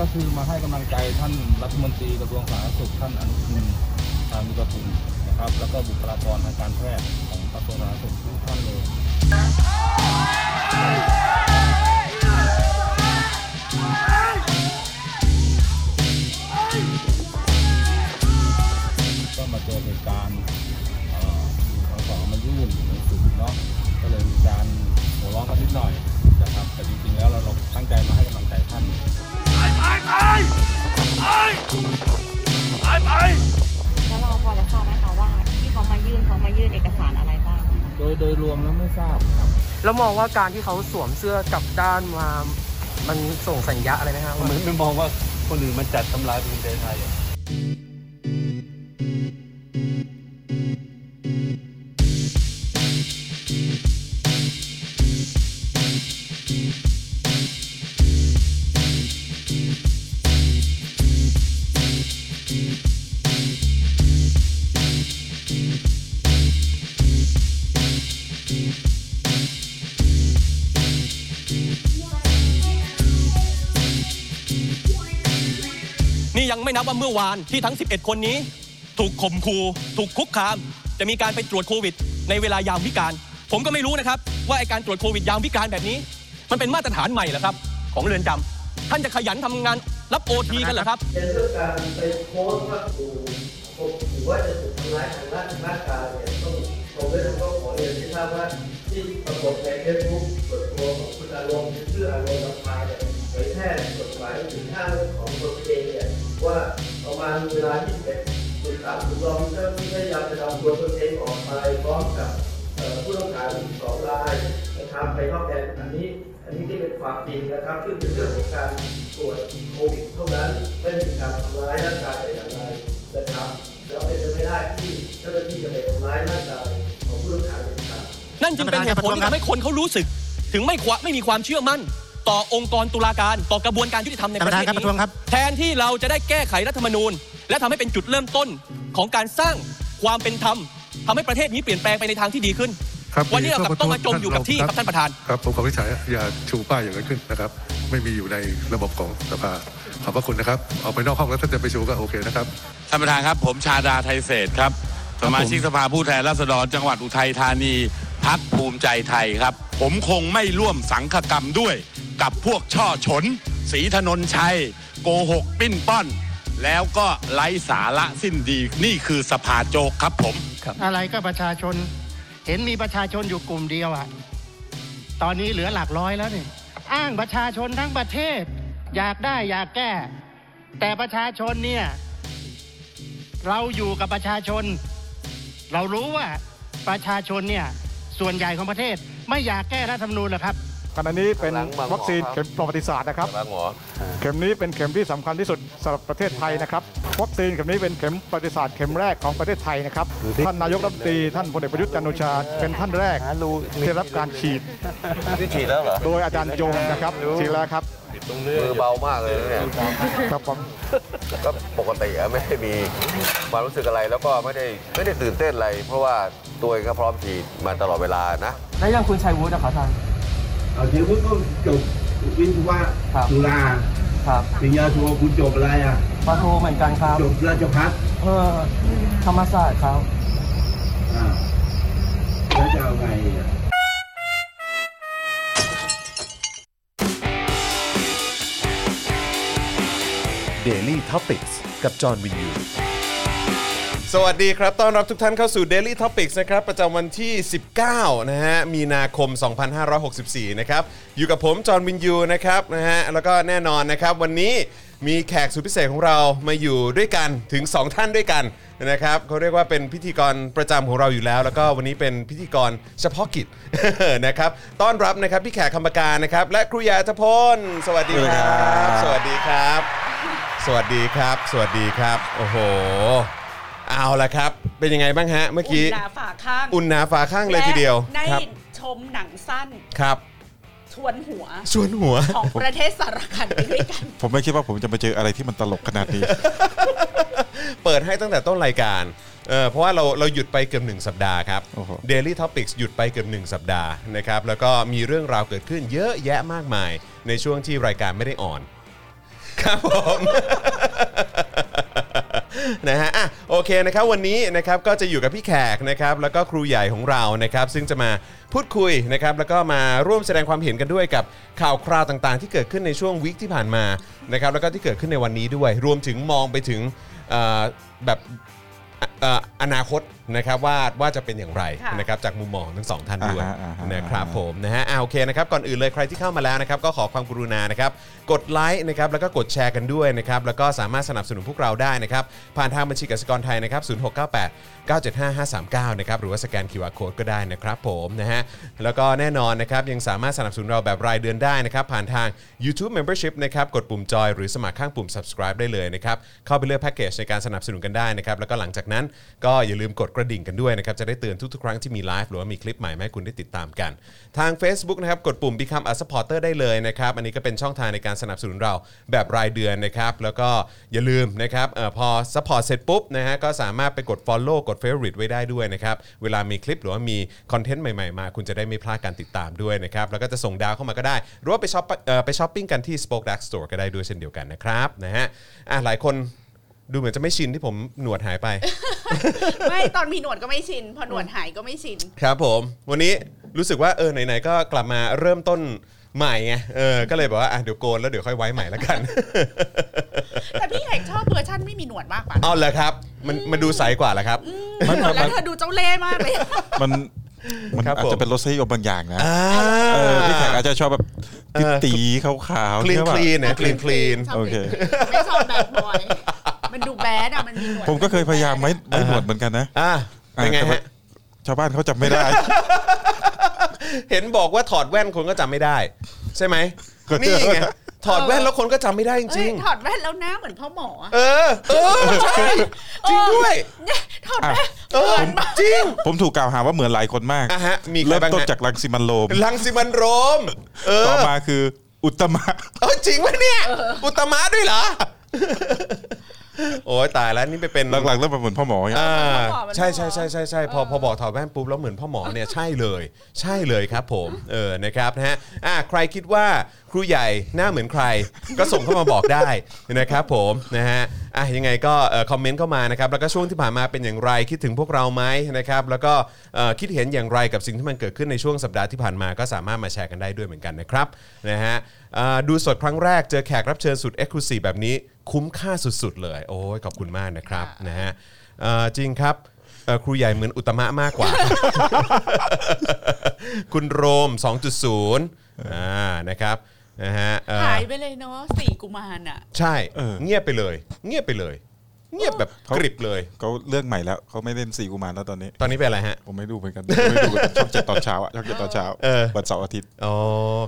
ก็คือมาให้กำลังใจท่านรัฐมนตรีกระทรวงสาธารณสุขท่านอนุทินชาญวิรุฬนะครับ แล้วก็บุคลากรทางการแพทย์ของกระทรวงสาธารณสุขทุกท่านเลย ก็มาเจอเหตุการณ์เอ่อมีสสมายื่นหนังสือเนาะ ก็เลยมีการหัวเร้องกันนิดหน่อยนะครับ แต่จริงๆแล้วเราเราตั้งใจมาให้กำลังใจท่าน แล้วเราพอจะทราบไหมคะว่าที่เขามายื่นเขามายื่นเอกสารอะไรบ้าง โดยโดยรวมแล้วไม่ทราบครับ แล้วมองว่าการที่เขาสวมเสื้อกลับด้านมา มันส่งสัญญาอะไรไหมฮะว่า เหมือนไม่มองว่าคนอื่นมันจัดทำลายประเทศไทยอะ นี่ยังไม่นับว่าเมื่อวานที่ทั้ง 11 คนนี้ ถูกข่มขู่ถูกคุกคาม จะมีการไปตรวจโควิด ในเวลายามวิการ ผมก็ไม่รู้นะครับ ว่าไอการตรวจโควิดยามวิการแบบนี้ มันเป็นมาตรฐานใหม่เหรอครับ ของเรือนจำท่านจะขยันทำงานรับโอทีกันเหรอครับ ในเรื่องการไปโพสต์ว่าถูกข่มขู่ว่าจะถูกทำร้ายทางด้านร่างกายเนี่ยต้องผมได้ต้องขอเรียนที่ทราบว่าที่ปรากฏในเฟซบุ๊กส่วนตัวของคุณอารมณ์ชื่ออารมณ์ลำพายเนี่ยเผยแพร่กฎหมายถึงห้าเรื่องของตนเองเนี่ยว่าประมาณเวลาที่เป็นตุลาคมลองเจ้าที่พยายามจะนำตัวตนเองออกไปพร้อมกับเอ่อผู้ต้องหาอีกสองรายนะครับไปนอกแดนอันนี้ อันนี้ที่เป็นความจริงนะครับซึ่งเป็นเรื่องของการตรวจโควิดเท่านั้นไม่ได้มีการทำร้ายร่างกายแต่อย่างไรนะครับแล้วเป็นไปไม่ได้ที่เจ้าหน้าที่จะไปทำร้ายร่างกายของผู้ต้องหาเด็ดขาด นั่นจึงเป็นเหตุผลที่ทำให้คนเขารู้สึก ถึงไม่ควะไม่มีความเชื่อมั่น ต่อองค์กรตุลาการต่อกระบวนการยุติธรรมในประเทศ ท่านประธานครับประท้วงครับ นี้แทนที่เราจะได้แก้ไขรัฐธรรมนูญ และทำให้เป็นจุดเริ่มต้นของการสร้างความเป็นธรรมทำให้ประเทศนี้เปลี่ยนแปลงไปในทางที่ดีขึ้น ครับ วันนี้เรากลับ ข้ประ ต้อง ว มาจมอยู่กับที่ครับท่านประธาน ครับผมขอวินิจฉัยอย่าชูป้ายอย่างนั้นขึ้นนะครับ ไม่มีอยู่ในระบบของสภาขอบพระคุณนะครับออกไปนอกห้องแล้วท่านจะไปชูก็โอเคนะครับ ท่านประธานครับ ผมชาดาไทยเศรษฐ์ครับ สมาชิกสภาผู้แทนราษฎรจังหวัดอุทัยธานีพักภูมิใจไทยครับ ผมคงไม่ร่วมสังฆกรรมด้วย กับพวกช่อฉนสีถนนชัย โกหกปิ้นป้อน แล้วก็ไร้สาระสิ้นดี นี่คือสภาโจกครับผม อะไรก็ประชาชน เห็นมีประชาชนอยู่กลุ่มเดียวอะตอนนี้เหลือหลักร้อยแล้วนี่ อ้างประชาชนทั้งประเทศ อยากได้อยากแก้ แต่ประชาชนเนี่ย เราอยู่กับประชาชน เรารู้ว่าประชาชนเนี่ยส่วนใหญ่ของประเทศ ไม่อยากแก้รัฐธรรมนูญหรอกครับ ขณะนี้เป็นวัคซีนเข็มประวัติศาสตร์นะครับ หมอ เข็มนี้เป็นเข็มที่สำคัญที่สุดสำหรับประเทศไทยนะครับ วัคซีนเข็มนี้เป็นเข็มประวัติศาสตร์เข็มแรกของประเทศไทยนะครับ ท่านนายกรัฐมนตรีท่านพลเอกประยุทธ์จันทร์โอชา เป็นท่านแรกที่ได้รับการฉีด ที่ฉีดแล้วเหรอ โดยอาจารย์ยงนะครับฉีดแล้วครับ มือเบามากเลยนะเนี่ย ครับผม ก็ปกติอะไม่ได้มีความรู้สึกอะไรแล้วก็ไม่ได้ไม่ได้ตื่นเต้นอะไร เพราะว่าตัวเองก็พร้อมฉีดมาตลอดเวลานะ แล้วอยังคุณชัยวุฒิอะครับท่าน เอาเดี๋ยวคุณก็จบวิศวะ ครับ จุฬา ครับ ปริญญาโทคุณจบอะไรอ่ะ ปาโทเหมือนกันครับ จบราชพัฒ เออธรรมศาสตร์ครับ อ่าแล้วจะเอาไงอ่ะ สวัสดีครับ ต้อนรับทุกท่านเข้าสู่ Daily Topics นะครับ ประจำวันที่ 19 นะฮะ มีนาคม 2564 นะครับ อยู่กับผม จอห์นวินยู นะครับ นะฮะ แล้วก็แน่นอนนะครับ วันนี้มีแขกสุดพิเศษของเรามาอยู่ด้วยกันถึง 2 ท่านด้วยกันนะครับเขาเรียกว่าเป็นพิธีกรประจำของเราอยู่แล้ว แล้วก็วันนี้เป็นพิธีกรเฉพาะกิจ นะครับ ต้อนรับนะครับพี่แขกคำปากานะครับ และครูยาทพล สวัสดีครับ สวัสดีครับ สวัสดีครับ สวัสดีครับ โอ้โห เอาละครับ เป็นยังไงบ้างฮะ เมื่อกี้ หนาฝาข้าง อุ่นหนาฝาข้างเลยทีเดียว ได้ ครับ ชมหนังสั้น ครับ ชวนหัว ชวนหัว ของประเทศสารคันไปด้วยกัน ผมไม่คิดว่าผมจะมาเจออะไรที่มันตลกขนาดนี้ เปิดให้ตั้งแต่ต้นรายการ เออเพราะว่าเราเราหยุดไปเกือบ1 สัปดาห์ครับ โอ้โห Daily Topics หยุดไปเกือบ1 สัปดาห์นะครับ แล้วก็มีเรื่องราวเกิดขึ้นเยอะแยะมากมาย ในช่วงที่รายการไม่ได้ออน ครับผม นะฮะอ่ะโอเคนะครับวันนี้นะครับก็จะอยู่กับพี่แขกนะครับแล้วก็ครูใหญ่ของเรานะครับ ซึ่งจะมาพูดคุยนะครับแล้วก็มาร่วมแสดงความเห็นกันด้วยกับข่าวคราวต่างๆ ที่เกิดขึ้นในช่วงวิคที่ผ่านมานะครับแล้วก็ที่เกิดขึ้นในวันนี้ด้วย รวมถึงมองไปถึงเอ่อแบบเอ่ออนาคตนะครับว่าว่าจะเป็นอย่างไรนะครับจากมุมมองของทั้งสองท่านด้วย อ่าฮะอ่าฮะ นะครับผม ผมนะฮะอ่าโอเคนะครับก่อนอื่นเลยใครที่เข้ามาแล้วนะครับก็ขอความกรุณานะครับกดไลค์นะครับแล้วก็กดแชร์กันด้วยนะครับแล้วก็สามารถสนับสนุนพวกเราได้นะครับผ่านทางบัญชีกสิกรไทยนะครับศูนย์หกเก้าแปดเก้าเจ็ดห้าห้าสามเก้านะครับหรือว่าสแกน QR Code ก็ได้นะครับผมนะฮะแล้วก็แน่นอนนะครับยังสามารถสนับสนุนเราแบบรายเดือนได้นะครับผ่านทาง YouTube Membership นะครับกดปุ่มจอยหรือสมัครข้างปุ่ม subscribe ได้เลยนะครับเข้าไปเลือกแพ็กเกจในการสนับสนุนกันได้นะครับแล้วก็หลังจากนั้นก็อย่าลืมกดกระดิ่งกันด้วยนะครับจะได้เตือนทุกๆครั้งที่มีไลฟ์หรือว่ามีคลิปใหม่มาให้คุณได้ติดตามกัน ทาง Facebook นะครับกดปุ่ม Become a supporter ได้เลยนะครับ อันนี้ก็เป็นช่องทางในการสนับสนุนเราแบบรายเดือนนะครับ แล้วก็อย่าลืมนะครับเออพอ support เสร็จปุ๊บนะฮะก็สามารถไปกด follow กด favorite ไว้ได้ด้วยนะครับ เวลามีคลิปหรือว่ามีคอนเทนต์ใหม่ๆ มา คุณจะได้ไม่พลาดการติดตามด้วยนะครับ แล้วก็จะส่งดาวเข้ามาก็ได้ หรือว่าไปช้อปเอ่อไปช้อปปิ้งกันที่ Spoke Dark Store ก็ได้ด้วยเช่นเดียวกันนะครับนะฮะอ่ะหลายคนดูเหมือนจะไม่ชินที่ผมหนวดหายไป ไม่ตอนมีหนวดก็ไม่ชิน พอหนวดหายก็ไม่ชิน ครับผมวันนี้รู้สึกว่าเออไหนๆก็กลับมาเริ่มต้นใหม่ไงเออก็เลยบอกว่าอ่ะเดี๋ยวโกนแล้วเดี๋ยวค่อยไว้ใหม่ละกัน แต่พี่แขกชอบเวอร์ชั่นไม่มีหนวดมากกว่านะ เอาเลยครับ มันมันดูใสกว่าละครับ หนวดแล้วเธอดูเจ้าเล่ห์มากเลย มันมันอาจจะเป็นรสนิยมบางอย่างนะเออพี่แขกอาจจะชอบแบบตีๆขาวๆ clean ใช่ปะ clean นะ clean clean โอเค ไม่ชอบแบดบอย มันดูแบดอ่ะ มันมีหนวด ผมก็เคยพยายามไม่ไม่หนวดเหมือนกันนะ อ่า เป็นไงฮะชาวบ้านเขาจำไม่ ได้ เห็นบอกว่าถอดแว่นคนก็จำไม่ได้ ใช่ไหมนี่ไงถอดแว่นแล้วคนก็จำไม่ได้จริ เอ้ย ง ถอดแว่นแล้วหน้าเหมือนพ่อหมออะ ๆเออเออใช่จริงด้วย เนี่ยถอดแว่น เออจริง ผมถูกกล่าวหาว่าเหมือนหลายคนมาก อ่ะฮะมีใคร เริ่ม บ้าง ต้น ฮะ จากลังสิมันโรม ลังสิมันโรม เออ ต่อมาคืออุตตมะ เออจริงปะเนี่ย อุตตมะด้วยเหรอ โอ้ยตายแล้วนี่ไปเป็น หลังๆเริ่มมาเหมือนพ่อหมออย่าง อ่าใช่ใช่ใช่ใช่ใช่พอพอบอกถอดแว่นปุ๊บแล้วเหมือนพ่อหมอเนี่ยใช่เลย ใช่เลยครับผมเออนะครับนะฮะอ่ะใครคิดว่าครูใหญ่หน้าเหมือนใคร ก็ส่งเข้ามาบอกได้นะครับผมนะฮะอ่ะยังไงก็เอ่อคอมเมนต์เข้ามานะครับแล้วก็ช่วงที่ผ่านมาเป็นอย่างไรคิดถึงพวกเราไหมนะครับแล้วก็เอ่อคิดเห็นอย่างไรกับสิ่งที่มันเกิดขึ้นในช่วงสัปดาห์ที่ผ่านมาก็สามารถมาแชร์กันได้ด้วยเหมือนกันนะครับนะฮะอ่าดูสดครั้งแรกเจอแขกรับเชิญสุด Exclusive แบบนี้ คุ้มค่าสุด ๆ เลย โอ้ยขอบคุณมากนะครับนะฮะเอ่อจริงครับเอ่อครูใหญ่เหมือนอุตตมะมากกว่า คุณโรม 2.0อ่านะครับนะฮะเอ่อ หายไปเลยเนาะสี่กุมารอ่ะ ใช่ เงียบไปเลย เงียบไปเลย เงียบแบบกริบเลย เขาเลือกใหม่แล้วเขาไม่เล่นสี่กุมารแล้วตอนนี้ ตอนนี้เป็นอะไรฮะ ผมไม่ดูเหมือนกันผมไม่ดูเหมือนกันช่องเจ็ดตอนเช้าอะช่องเจ็ดตอนเช้า เออ วันเสาร์อาทิตย์ อ๋อ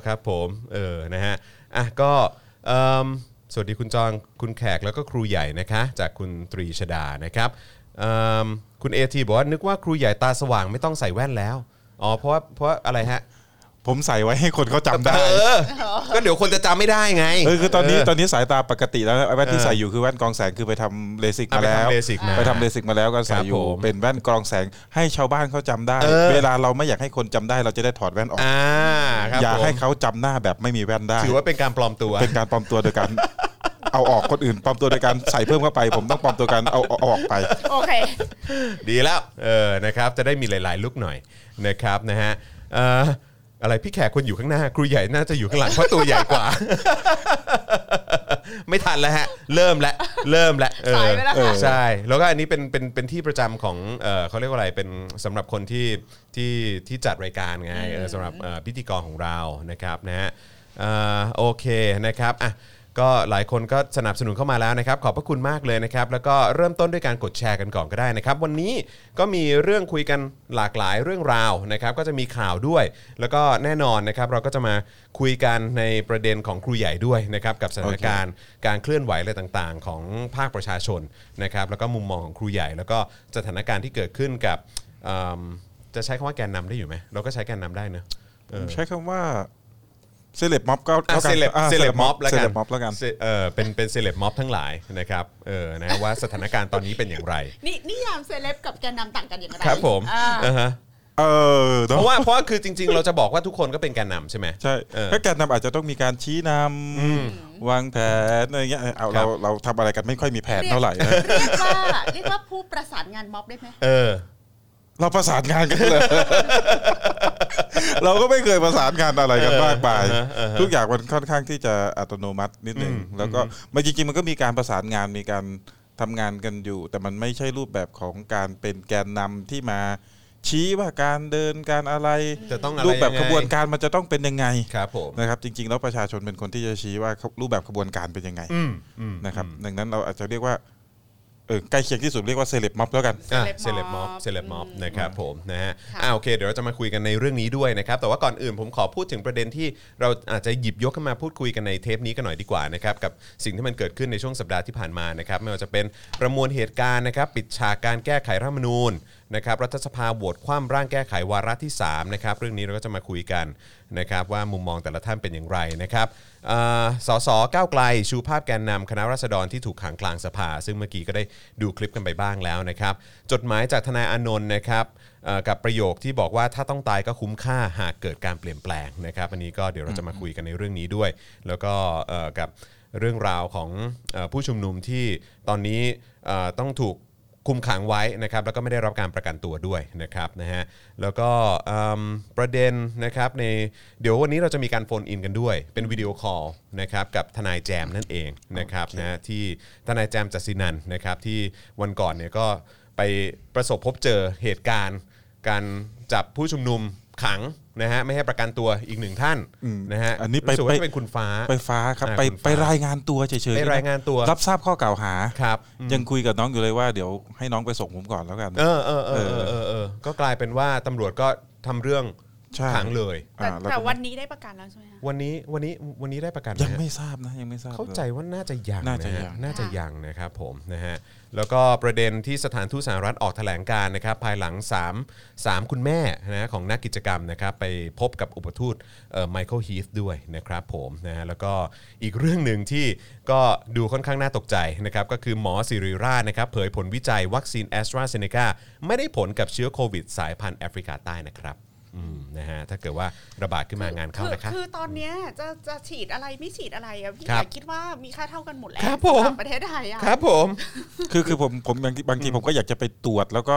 ครับผมเออนะฮะอ่ะก็เอิ่มสวัสดีคุณจองคุณแขกแล้วก็ครูใหญ่นะคะ จากคุณตรีชดานะครับเอิ่มคุณเอทีบอกว่านึกว่าครูใหญ่ตาสว่างไม่ต้องใส่แว่นแล้วอ๋อเพราะว่าเพราะว่าอะไรฮะ ผมใส่ไว้ให้คนเขาจำได้ เออ ก็เดี๋ยวคนจะจำไม่ได้ไง เออคือตอนนี้ตอนนี้สายตาปกติแล้วนะแว่นที่ใส่อยู่คือแว่นกรองแสงคือไปทำเลสิกมาแล้ว อ่ะไปทำเลสิกมา ไปทำเลสิกมาแล้วก็ใส่อ ค ยู่ รับผม เป็นแว่นกรองแสงให้ชาวบ้านเขาจำได้ เออ เวลาเราไม่อยากให้คนจำได้เราจะได้ถอดแว่นออก อ่าครับ อย่า ผม ให้เขาจำหน้าแบบไม่มีแว่นได้ ถือว่าเป็นการปลอมตัว เป็นการปลอมตัวโดย การ เอาออกคนอื่นปลอมตัวโดยการใส่เพิ่มเข้าไป ผมต้องปลอมตัวการเอาเอาเอาออกไป โอเค ดีแล้วเออนะครับจะได้มีหลายๆลุกหน่อยนะครับนะฮะเอ่ออะไรพี่แขกคนอยู่ข้างหน้า ครูใหญ่น่าจะอยู่ข้างหลังเพราะตัวใหญ่กว่า ไม่ทันแล้วฮะ เริ่มแล้วเริ่มแล้วเอ สา อย ไปแล้วค่ะ เออใช่ แล้วก็อันนี้เป็นเป็นเป็นที่ประจำของเออเขาเรียกว่าอะไรเป็นสำหรับคนที่ที่ที่จัดรายการไงเออสำหรับเอ่อพิธีกรของเรานะครับนะฮะเอ่อโอเคนะครับอ่ะ ก็หลายคนก็สนับสนุนเข้ามาแล้วนะครับ ขอบพระคุณมากเลยนะครับ แล้วก็เริ่มต้นด้วยการกดแชร์กันก่อนก็ได้นะครับ วันนี้ก็มีเรื่องคุยกันหลากหลายเรื่องราวนะครับ ก็จะมีข่าวด้วย แล้วก็แน่นอนนะครับ เราก็จะมาคุยกันในประเด็นของครูใหญ่ด้วยนะครับ กับสถานการณ์การเคลื่อนไหวอะไรต่างๆ ของภาคประชาชนนะครับ แล้วก็มุมมองของครูใหญ่ แล้วก็สถานการณ์ที่เกิดขึ้นกับเอิ่มจะใช้คำว่าแกนนำได้อยู่ไหมเราก็ใช้แกนนำได้เนอะเออ ใช้คำว่าเซเลบม็อบก็ อ่ะเซเลบเซเลบม็อบแล้ว เซ กั เล น บม็อบแล้วกัน เซเออเป็นเป็นเซเลบม็อบทั้งหลายนะครับเออนะว่าสถานการณ์ตอนนี้เป็นอย่างไร นี่นิยามเซเลบกับแกนนำต่างกันอย่างไร ครับผม อ่า อ่าฮะ เออน เพราะว่าเพราะว่าคือจริง ๆ เราจะบอกว่าทุกคนก็เป็นแกนนำใช่ไหม ใช่ เออ ถ้าการนำอาจจะต้องมีการชี้นำวางแผนอะไรเงี้ยเอาเราเราทำอะไรกันไม่ค่อยมีแผนเท่าไหร่นะ เรียกว่าเรียกว่าผู้ประสานงานม็อบได้ไหม เออ เราประสานงานกันเลย เราก็ไม่เคยประสานงานอะไรกันมากมาย เออเออเออ ทุกอย่างมันค่อนข้างที่จะอัตโนมัตินิดหนึ่งแล้วก็มันจริงๆมันก็มีการประสานงานมีการทำงานกันอยู่ แต่มันไม่ใช่รูปแบบของการเป็นแกนนำที่มาชี้ว่าการเดินการอะไร จะต้อง รูปแบบขบวนการ มันจะต้องเป็นยังไง ครับผม นะครับจริงๆ แล้วประชาชนเป็นคนที่จะชี้ว่ารูปแบบขบวนการเป็นยังไง อืมอืม นะครับดังนั้นเราอาจจะเรียกว่าเออใกล้เคียงที่สุดเรียกว่าเซเลบม็อบแล้วกัน อ่ะเซเลบม็อบเซเลบม็อบนะครับผมนะฮะอ่าโอเคเดี๋ยวเราจะมาคุยกันในเรื่องนี้ด้วยนะครับ แต่ว่าก่อนอื่นผมขอพูดถึงประเด็นที่เราอาจจะหยิบยกขึ้นมาพูดคุยกันในเทปนี้กันหน่อยดีกว่านะครับกับสิ่งที่มันเกิดขึ้นในช่วงสัปดาห์ที่ผ่านมานะครับไม่ว่าจะเป็นประมวลเหตุการณ์นะครับปิดฉากการแก้ไขรัฐธรรมนูญนะครับรัฐสภาโหวตคว่ำร่างแก้ไขวาระที่3นะครับเรื่องนี้เราก็จะมาคุยกันนะครับว่ามุมมองแต่ละท่านเป็นอย่างไรนะครับอ่าสสก้าวไกลชูภาพแกนนำคณะราษฎรที่ถูกขังกลางสภา ซึ่งเมื่อกี้ก็ได้ดูคลิปกันไปบ้างแล้วนะครับ จดหมายจากทนายอานนท์นะครับเอ่อกับประโยคที่บอกว่าถ้าต้องตายก็คุ้มค่าหากเกิดการเปลี่ยนแปลงนะครับอันนี้ก็เดี๋ยวเราจะมาคุยกันในเรื่องนี้ด้วย แล้วก็เอ่อกับเรื่องราวของเอ่อผู้ชุมนุมที่ตอนนี้เอ่อต้องถูก คุมขังไว้นะครับแล้วก็ไม่ได้รับการประกันตัวด้วยนะครับนะฮะแล้วก็เอิ่มประเด็นนะครับในเดี๋ยววันนี้เราจะมีการโฟนอินกันด้วย เป็นวิดีโอคอลนะครับกับทนายแจมนั่นเองนะครับนะฮะที่ทนายแจมจัสินันนะครับที่วันก่อนเนี่ยก็ไปประสบพบเจอเหตุการณ์ การจับผู้ชุมนุมขังนะฮะไม่ให้ประกันตัวอีกหนึ่งท่านนะฮะ อันนี้ไป รู้สึกว่าจะเป็นคุณฟ้า ไปฟ้าครับ อ่ ไป คุณ ไป ฟ้ รายงานตัวเฉยๆ ไปรายงานตัว รับทราบข้อกล่าวหา ครับ ยังคุยกับน้องอยู่เลยว่าเดี๋ยวให้น้องไปส่งผมก่อนแล้วกัน เออเออเออเออเออเออก็กลายเป็นว่าตำรวจก็ทำเรื่อง ใช่ ขังเลย แต่อ่าแล้วก็ แต่วันนี้ได้ประกันแล้วใช่ไหมคะ วันนี้วันนี้วันนี้ได้ประกัน ยัง หฮะ ไม่ทราบนะยังไม่ทราบ เข้าใจว่าน่าจะยัง น่าจะ ฮ ยัง น่าจะยังนะครับผมนะฮะแล้วก็ประเด็นที่สถานทูตสหรัฐออกแถลงการณ์นะครับภายหลัง 3 3 คุณแม่นะของนักกิจกรรมนะครับไปพบกับอุปทูตไมเคิลฮีธด้วยนะครับผมนะฮะแล้วก็อีกเรื่องหนึ่งที่ก็ดูค่อนข้างน่าตกใจนะครับก็คือหมอสิริราชนะครับเผยผลวิจัยวัคซีนแอสตราเซเนกาไม่ได้ผลกับเชื้อโควิดสายพันธุ์แอฟริกาใต้นะครับอืมนะฮะถ้าเกิดว่าระบาดขึ้นมางานเข้า คือ นะคะ คือตอนเนี้ยจะจะฉีดอะไรไม่ฉีดอะไรอะพี่ ครับ อยากคิดว่ามีค่าเท่ากันหมดแล้ว ครับผม สำหประเทศไทยอะ คือคือผมผมบางทีบางทีผมก็อยากจะไปตรวจแล้วก็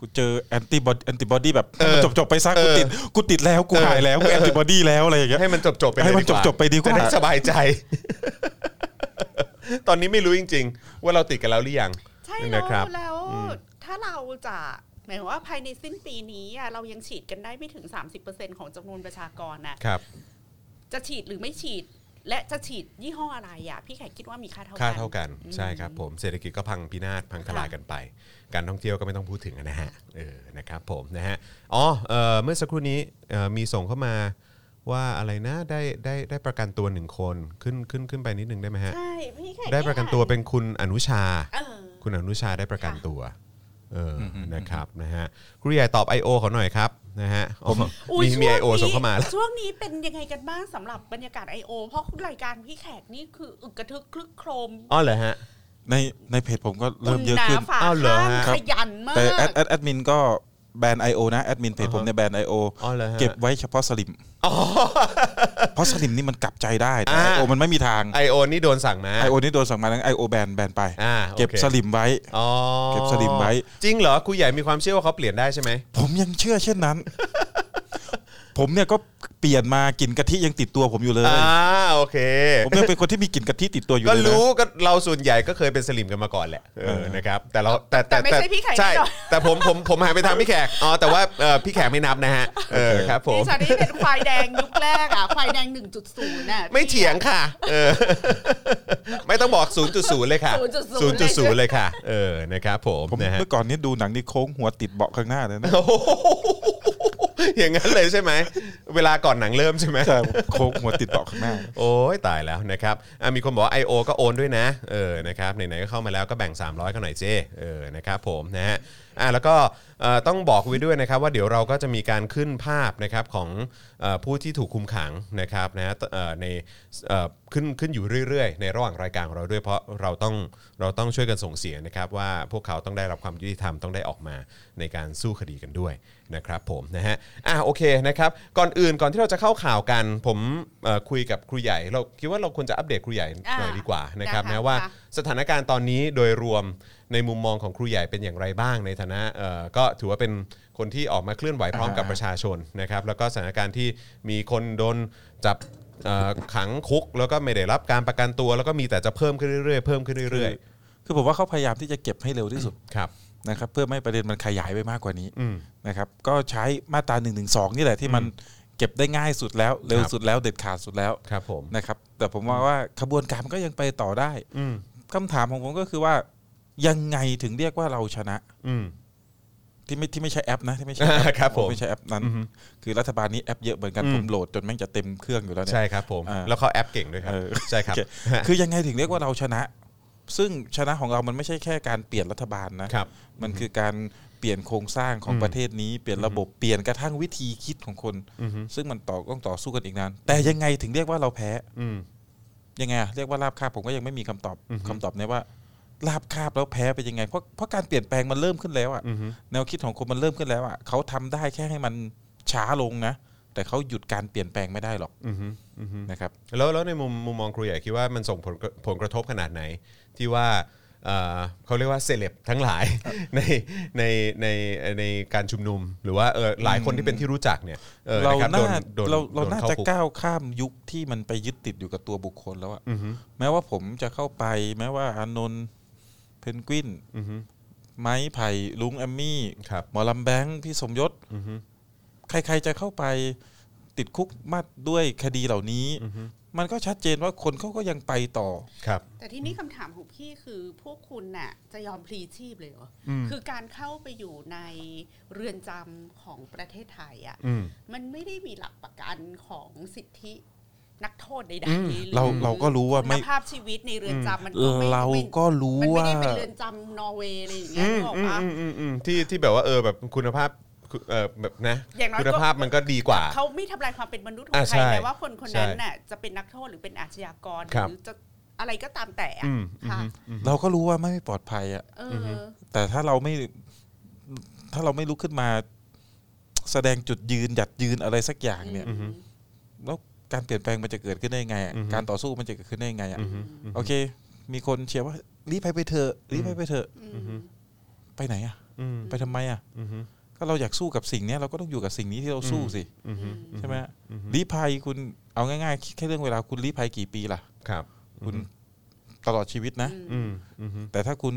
กูเจอแอนติบอดีแอนติบอดีแบบจบจบๆไปซะกูติดกูติดแล้วกูหายแล้วกูแอนติบอดีแล้วอะไรอย่างเงี้ย ให้มันจบจบๆไปเลย ให้มันจบจบๆไปดีกว่า จะได้สบาย ใจ ตอนนี้ไม่รู้จริง ๆ ว่าเราติดกันแล้วหรือยัง ใช่ นะค แล้ รั ว บ แล้ว อืม ถ้าเราจะหมายความว่าภายในสิ้นปีนี้อะเรายังฉีดกันได้ไม่ถึง 30%ของจำนวนประชากรนะครับ จะฉีดหรือไม่ฉีด และจะฉีดยี่ห้ออะไรอะพี่แขกคิดว่ามีค่าเท่ากัน ค่าเท่ากัน อืม ใช่ครับผมเศรษฐกิจก็พังพินาศพังทลายกันไป การท่องเที่ยวก็ไม่ต้องพูดถึงนะฮะเออนะครับผมนะฮะอ๋อเอ่อเมื่อสักครู่นี้เอ่อมีส่งเข้ามาว่าอะไรนะได้ได้ได้ประกันตัวหนึ่งคนขึ้นขึ้นขึ้นไปนิดนึงได้ไหมฮะ ใช่พี่แขก ได้ประกันตัวเป็นคุณอนุชา เออ คุณอนุชาได้ประกันตัวเอออนะครับนะฮะครูใหญ่ตอบ I.O. เขาหน่อยครับนะฮะอ๋อ อุ๊ย มีมี ช่วง I.O. นี้ ส่งเข้ามาแล้ว ช่วงนี้เป็นยังไงกันบ้างสำหรับบรรยากาศ I.O. เพราะรายการพี่แขกนี่คืออึกกระทึกคลึกโครม อ๋อเหรอฮะ ในในเพจผมก็เริ่มเยอะขึ้น อุ่นหนาฝาอ้าวเหรอฮะข้างขยันมาก แต่แอดแอดแอดมินก็แบน I.O. นะแอดมินเพจผมเนี่ยแบน I.O. เก็บไว้เฉพาะสลิมเพราะสลิมนี่มันกลับใจได้แต่ I.O. มันไม่มีทาง I.O. นี่โดนสั่งมา I.O. นี่โดนสั่งมาแล้ว I.O. แบนแบนไป เก็บสลิมไว้ เก็บสลิมไว้ จริงเหรอครูใหญ่มีความเชื่อว่าเขาเปลี่ยนได้ใช่ไหม ผมยังเชื่อเช่นนั้น ผมเนี่ยก็เปลี่ยนมากลินกะทิยังติดตัวผมอยู่เลย อ่าโอเค ผมยังเป็นคนที่มีกลิ่นกะทิติดตัวอยู่ ก็ เลยนะ รู้ก็เราส่วนใหญ่ก็เคยเป็นสลิมกันมาก่อนแหละเออนะครับแต่เราแต่ แต่ไม่ใช่พี่แขก ใช่ แน่นอน แต่ผมผมผมหายไปทางพี่แขกอ๋อแต่ว่าเอ่อพี่แขกไม่นับนะฮะเออครับผม ดิฉันนี่เป็นควายแดงยุคแรกอะควายแดง 1.0น่ะ ไม่เถียงค่ะ เออ ไม่ต้องบอก 0.0 เลยค่ะ 0.0 0.0 เลยค่ะ เออ นะครับผมนะฮะ เมื่อก่อนนี้ดูหนังนี่โค้งหัวติดเบาะข้างหน้าเลยนะ อย่างนั้นเลยใช่ไหม เวลาก่อนหนังเริ่มใช่ไหม โค้งหัวติดเบาะข้างหน้า โอ้ยตายแล้วนะครับอ่ะมีคนบอกว่า I.O. ก็โอนด้วยนะ เออ นะครับ ไหนๆ ก็เข้ามาแล้วก็แบ่ง 300 กันหน่อยเจ้เออ นะครับผมนะฮะ อ่าแล้วก็เอ่อต้องบอกไว้ด้วยนะครับว่าเดี๋ยวเราก็จะมีการขึ้นภาพนะครับของเอ่อผู้ที่ถูกคุมขังนะครับนะฮะเอ่อในเอ่อขึ้นขึ้นอยู่เรื่อยๆ ในระหว่างรายการของเราด้วยเพราะเราต้องเราต้องช่วยกันส่งเสียงนะครับว่าพวกเขาต้องได้รับความยุติธรรมต้องได้ออกมาในการสู้คดีกันด้วยนะครับผมนะฮะอ่ะโอเคนะครับก่อนอื่นก่อนที่เราจะเข้าข่าวกันผมเอ่อคุยกับครูใหญ่ เราคิดว่าเราควรจะอัปเดตครูใหญ่หน่อยดีกว่านะครับ ได้ค่ะ นะว่า ค่ะ สถานการณ์ตอนนี้โดยรวมในมุมมองของครูใหญ่เป็นอย่างไรบ้างในฐานะเอ่อก็ถือว่าเป็นคนที่ออกมาเคลื่อนไหวพร้อมกับประชาชนนะครับแล้วก็สถานการณ์ที่มีคนโดนจับเอ่อขังคุก แล้วก็ไม่ได้รับการประกันตัว แล้วก็มีแต่จะเพิ่มขึ้นเรื่อยๆเพิ่มขึ้นเรื่อย ๆ คือผมว่าเขาพยายามที่จะเก็บให้เร็วที่สุด ครับ นะครับเพื่อไม่ให้ประเด็นมันขยายไปมากกว่านี้ อืม นะครับก็ใช้มาตรา1นึนี่แหละที่มันเก็บได้ง่ายสุดแล้วเร็วสุดแล้วเด็ดขาดสุดแล้ว ครับผม นะครับแต่ผมว่าว่าขบวนการมันก็ยังไปต่อได้ อืม คำถามของผมก็คือว่ายังไงถึงเรียกว่าเราชนะ อืม ที่ไม่ที่ไม่ใช่แอ ปนะที่ไม่ใช่แอป ครับผม ไม่ใช่แอปนั้น อือฮึ คือรัฐบาลนี้แอปเยอะเหมือนกัน อืม ผมโหลดจนแม่งจะเต็มเครื่องอยู่แล้วเนี่ย ใช่ครับผม อ่ แล้วเขาแอปเก่งด้วยครับ ออ ใช่ครับ โอเคือยังไงถึงเรียกว่าเราชนะ ซึ่งชนะของเรามันไม่ใช่แค่การเปลี่ยนรัฐบาลนะครับ มันคือการเปลี่ยนโครงสร้างของ อืม ประเทศนี้เปลี่ยนระบบเปลี่ยนกระทั่งวิธีคิดของคน อือฮึ ซึ่งมันต่อต้องต่อสู้กันอีกนานแต่ยังไงถึงเรียกว่าเราแพ้ อืม ยังไงอะเรียกว่าราบคาบผมก็ยังไม่มีคำตอบ อือฮึ คำตอบเนี่ยว่าราบคาบแล้วแพ้ไปนยังไงเพราะเพราะการเปลี่ยนแปลงมันเริ่มขึ้นแล้วอ่ะ อือฮึ แนวคิดของคนมันเริ่มขึ้นแล้วอ่ะเขาทำได้แค่ให้มันช้าลงนะ แต่เขาหยุดการเปลี่ยนแปลงไม่ได้หรอก อือฮึอือฮึ นะครับ แล้วแล้วในมุมมุมมองครูใหญ่คิดว่ามันส่งผลกระผลกระทบขนาดไหน ที่ว่าเอ่อเขาเรียกว่าเซเลบทั้งหลาย ในในในในการชุมนุม หรือว่าเออหลายคนที่เป็นที่รู้จักเนี่ยอเราอะคบ น่า โดนโดน เราเรา โดน น่า เข้ จะ คุ ก้าวข้ามยุคที่มันไปยึดติดอยู่กับตัวบุคคลแล้วอ่ะ อือฮึ แม้ว่าผมจะเข้าไป แม้ว่าอานนท์เพนกวิน อือฮึ ไม้ไผ่ลุงแอมมี่หมอลำแบงค์พี่สมยศ อือฮึ ใครๆจะเข้าไปติดคุกมาด้วยคดีเหล่านี้ มันก็ชัดเจนว่าคนเขาก็ยังไปต่อ ครับ แต่ที่นี่คำถามของพี่คือพวกคุณน่ะจะยอมพลีชีพเลยเหรออ ม คือการเข้าไปอยู่ในเรือนจำของประเทศไทยอ่ะ อืม มันไม่ได้มีหลักประกันของสิทธินักโทษใด อืม ๆหอ เราเราก็รู้ว่าไม่ คุณภาพชีวิตในเรือนจำมัน เอ ก็ อ ไม่ เราก็รู้ มันไม่ ว่า ได้เป็นเรือนจำนอร์เวย์อะไรอย่างเงี้ย อื นึ ม กออก อืม ปะ อืมอืมอืมที่ที่แบบว่าเออแบบคุณภาพเออแบบนะ อย่างน้อยก็ คุณภาพมันก็ดีกว่า เขาไม่ทำลายความเป็นมนุษย์ขอ อ่าง ใค ใช่ รแต่ว่าคนคนนั้น ใช่ น่ะจะเป็นนักโทษหรือเป็นอาชญากร ครับ หรือจะอะไรก็ตามแต่อะ อืม ค่ะ เราก็รู้ว่าไม่ปลอดภัยอ่ะ เอออือฮึ แต่ถ้าเราไม่ ถ้าเราไม่ลุกขึ้นมา แสดงจุดยืนหยัดยืนอะไรสักอย่างเนี่ยแล้วการเปลี่ยนแปลงมันจะเกิดขึ้นได้ไงอะการต่อสู้มันจะเกิดขึ้นได้ไงอ่ะ อือฮึ โอเค มีคนเชียร์ว่ารีบไปไปเถอะรีบไปไปเถอะไปไหนอ่ะ อืม ไปทำไมอ่ะ อือฮึ ก็เราอยากสู้กับสิ่งเนี้ยเราก็ต้องอยู่กับสิ่งนี้ที่เราสู้สิ อือฮึอือฮึ ใช่ไหม อือฮึ รีภัยคุณเอาง่ายๆแค่เรื่องเวลาคุณรีภัยกี่ปีล่ะ ครับ คุณตลอดชีวิตนะ อืมอืม แต่ถ้าคุณ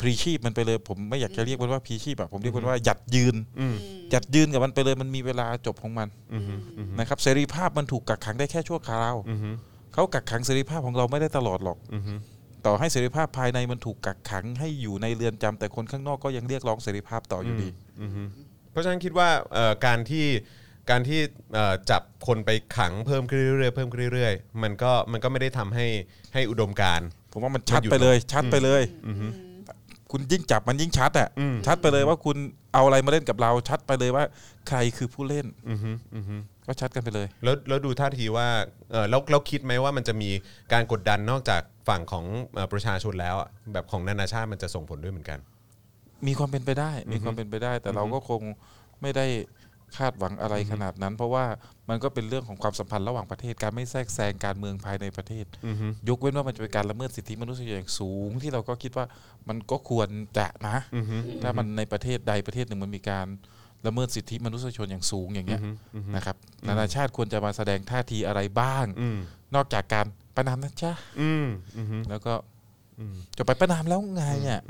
พรีชีพมันไปเลย ผมไม่อยากจะเรียกมันว่าพรีชีพอะผมเรียกมันว่าหยัดยืน อืม หยัดยืนกับมันไปเลยมันมีเวลาจบของมัน อือฮึอือฮึ นะครับเสรีภาพมันถูกกักขังได้แค่ชั่วคราว อือฮึ เขากักขังเสรีภาพของเราไม่ได้ตลอดหรอก อือฮึ ต่อให้เสรีภาพภายในมันถูกกักขังให้อยู่ในเรือนจำแต่คนข้างนอกก็ยังเรียกร้องเสรีภาพต่ออยู่ดี อือฮึเพราะฉะนั้นคิดว่าเอ่อการที่การที่เอ่อจับคนไปขังเพิ่มขึ้นเรื่อยๆเพิ่มขึ้นเรื่อยๆมันก็มันก็ไม่ได้ทำให้ให้อุดมการณ์ ผมว่ามันชัดไปเลยชัดไปเลย อือฮึ คุณยิ่งจับมันยิ่งชัดอ่ะชัดไปเลยว่าคุณเอาอะไรมาเล่นกับเราชัดไปเลยว่า ใครคือผู้เล่น อือฮึอือฮึ ก็ชัดกันไปเลย แล้วแล้วดูท่าทีว่าเออแล้วเราคิดไหมว่ามันจะมีการกดดันนอกจากฝั่งของเอ่อประชาชนแล้วอะแบบของนานาชาติมันจะส่งผลด้วยเหมือนกัน มีความเป็นไปได้ มีความเป็นไปได้ แต่เรา อือฮึ ก็คงไม่ได้คาดหวังอะไรขนาดนั้น เพราะว่ามันก็เป็นเรื่องของความสัมพันธ์ระหว่างประเทศ การไม่แทรกแซงการเมืองภายในประเทศ อือฮึ ยกเว้นว่ามันจะเป็นการละเมิดสิทธิมนุษยชนอย่างสูง ที่เราก็คิดว่ามันก็ควรจะนะ อือฮึ ถ้ามันในประเทศใดประเทศหนึ่งมันมีการละเมิดสิทธิมนุษยชนอย่างสูงอย่างเงี้ย อือฮึอือฮึ นะครับ อืม นานาชาติควรจะมาแสดงท่าทีอะไรบ้าง นอกจากการประนามนะจ๊ะแล้วก็จะไปประนามแล้วไงอ่ะ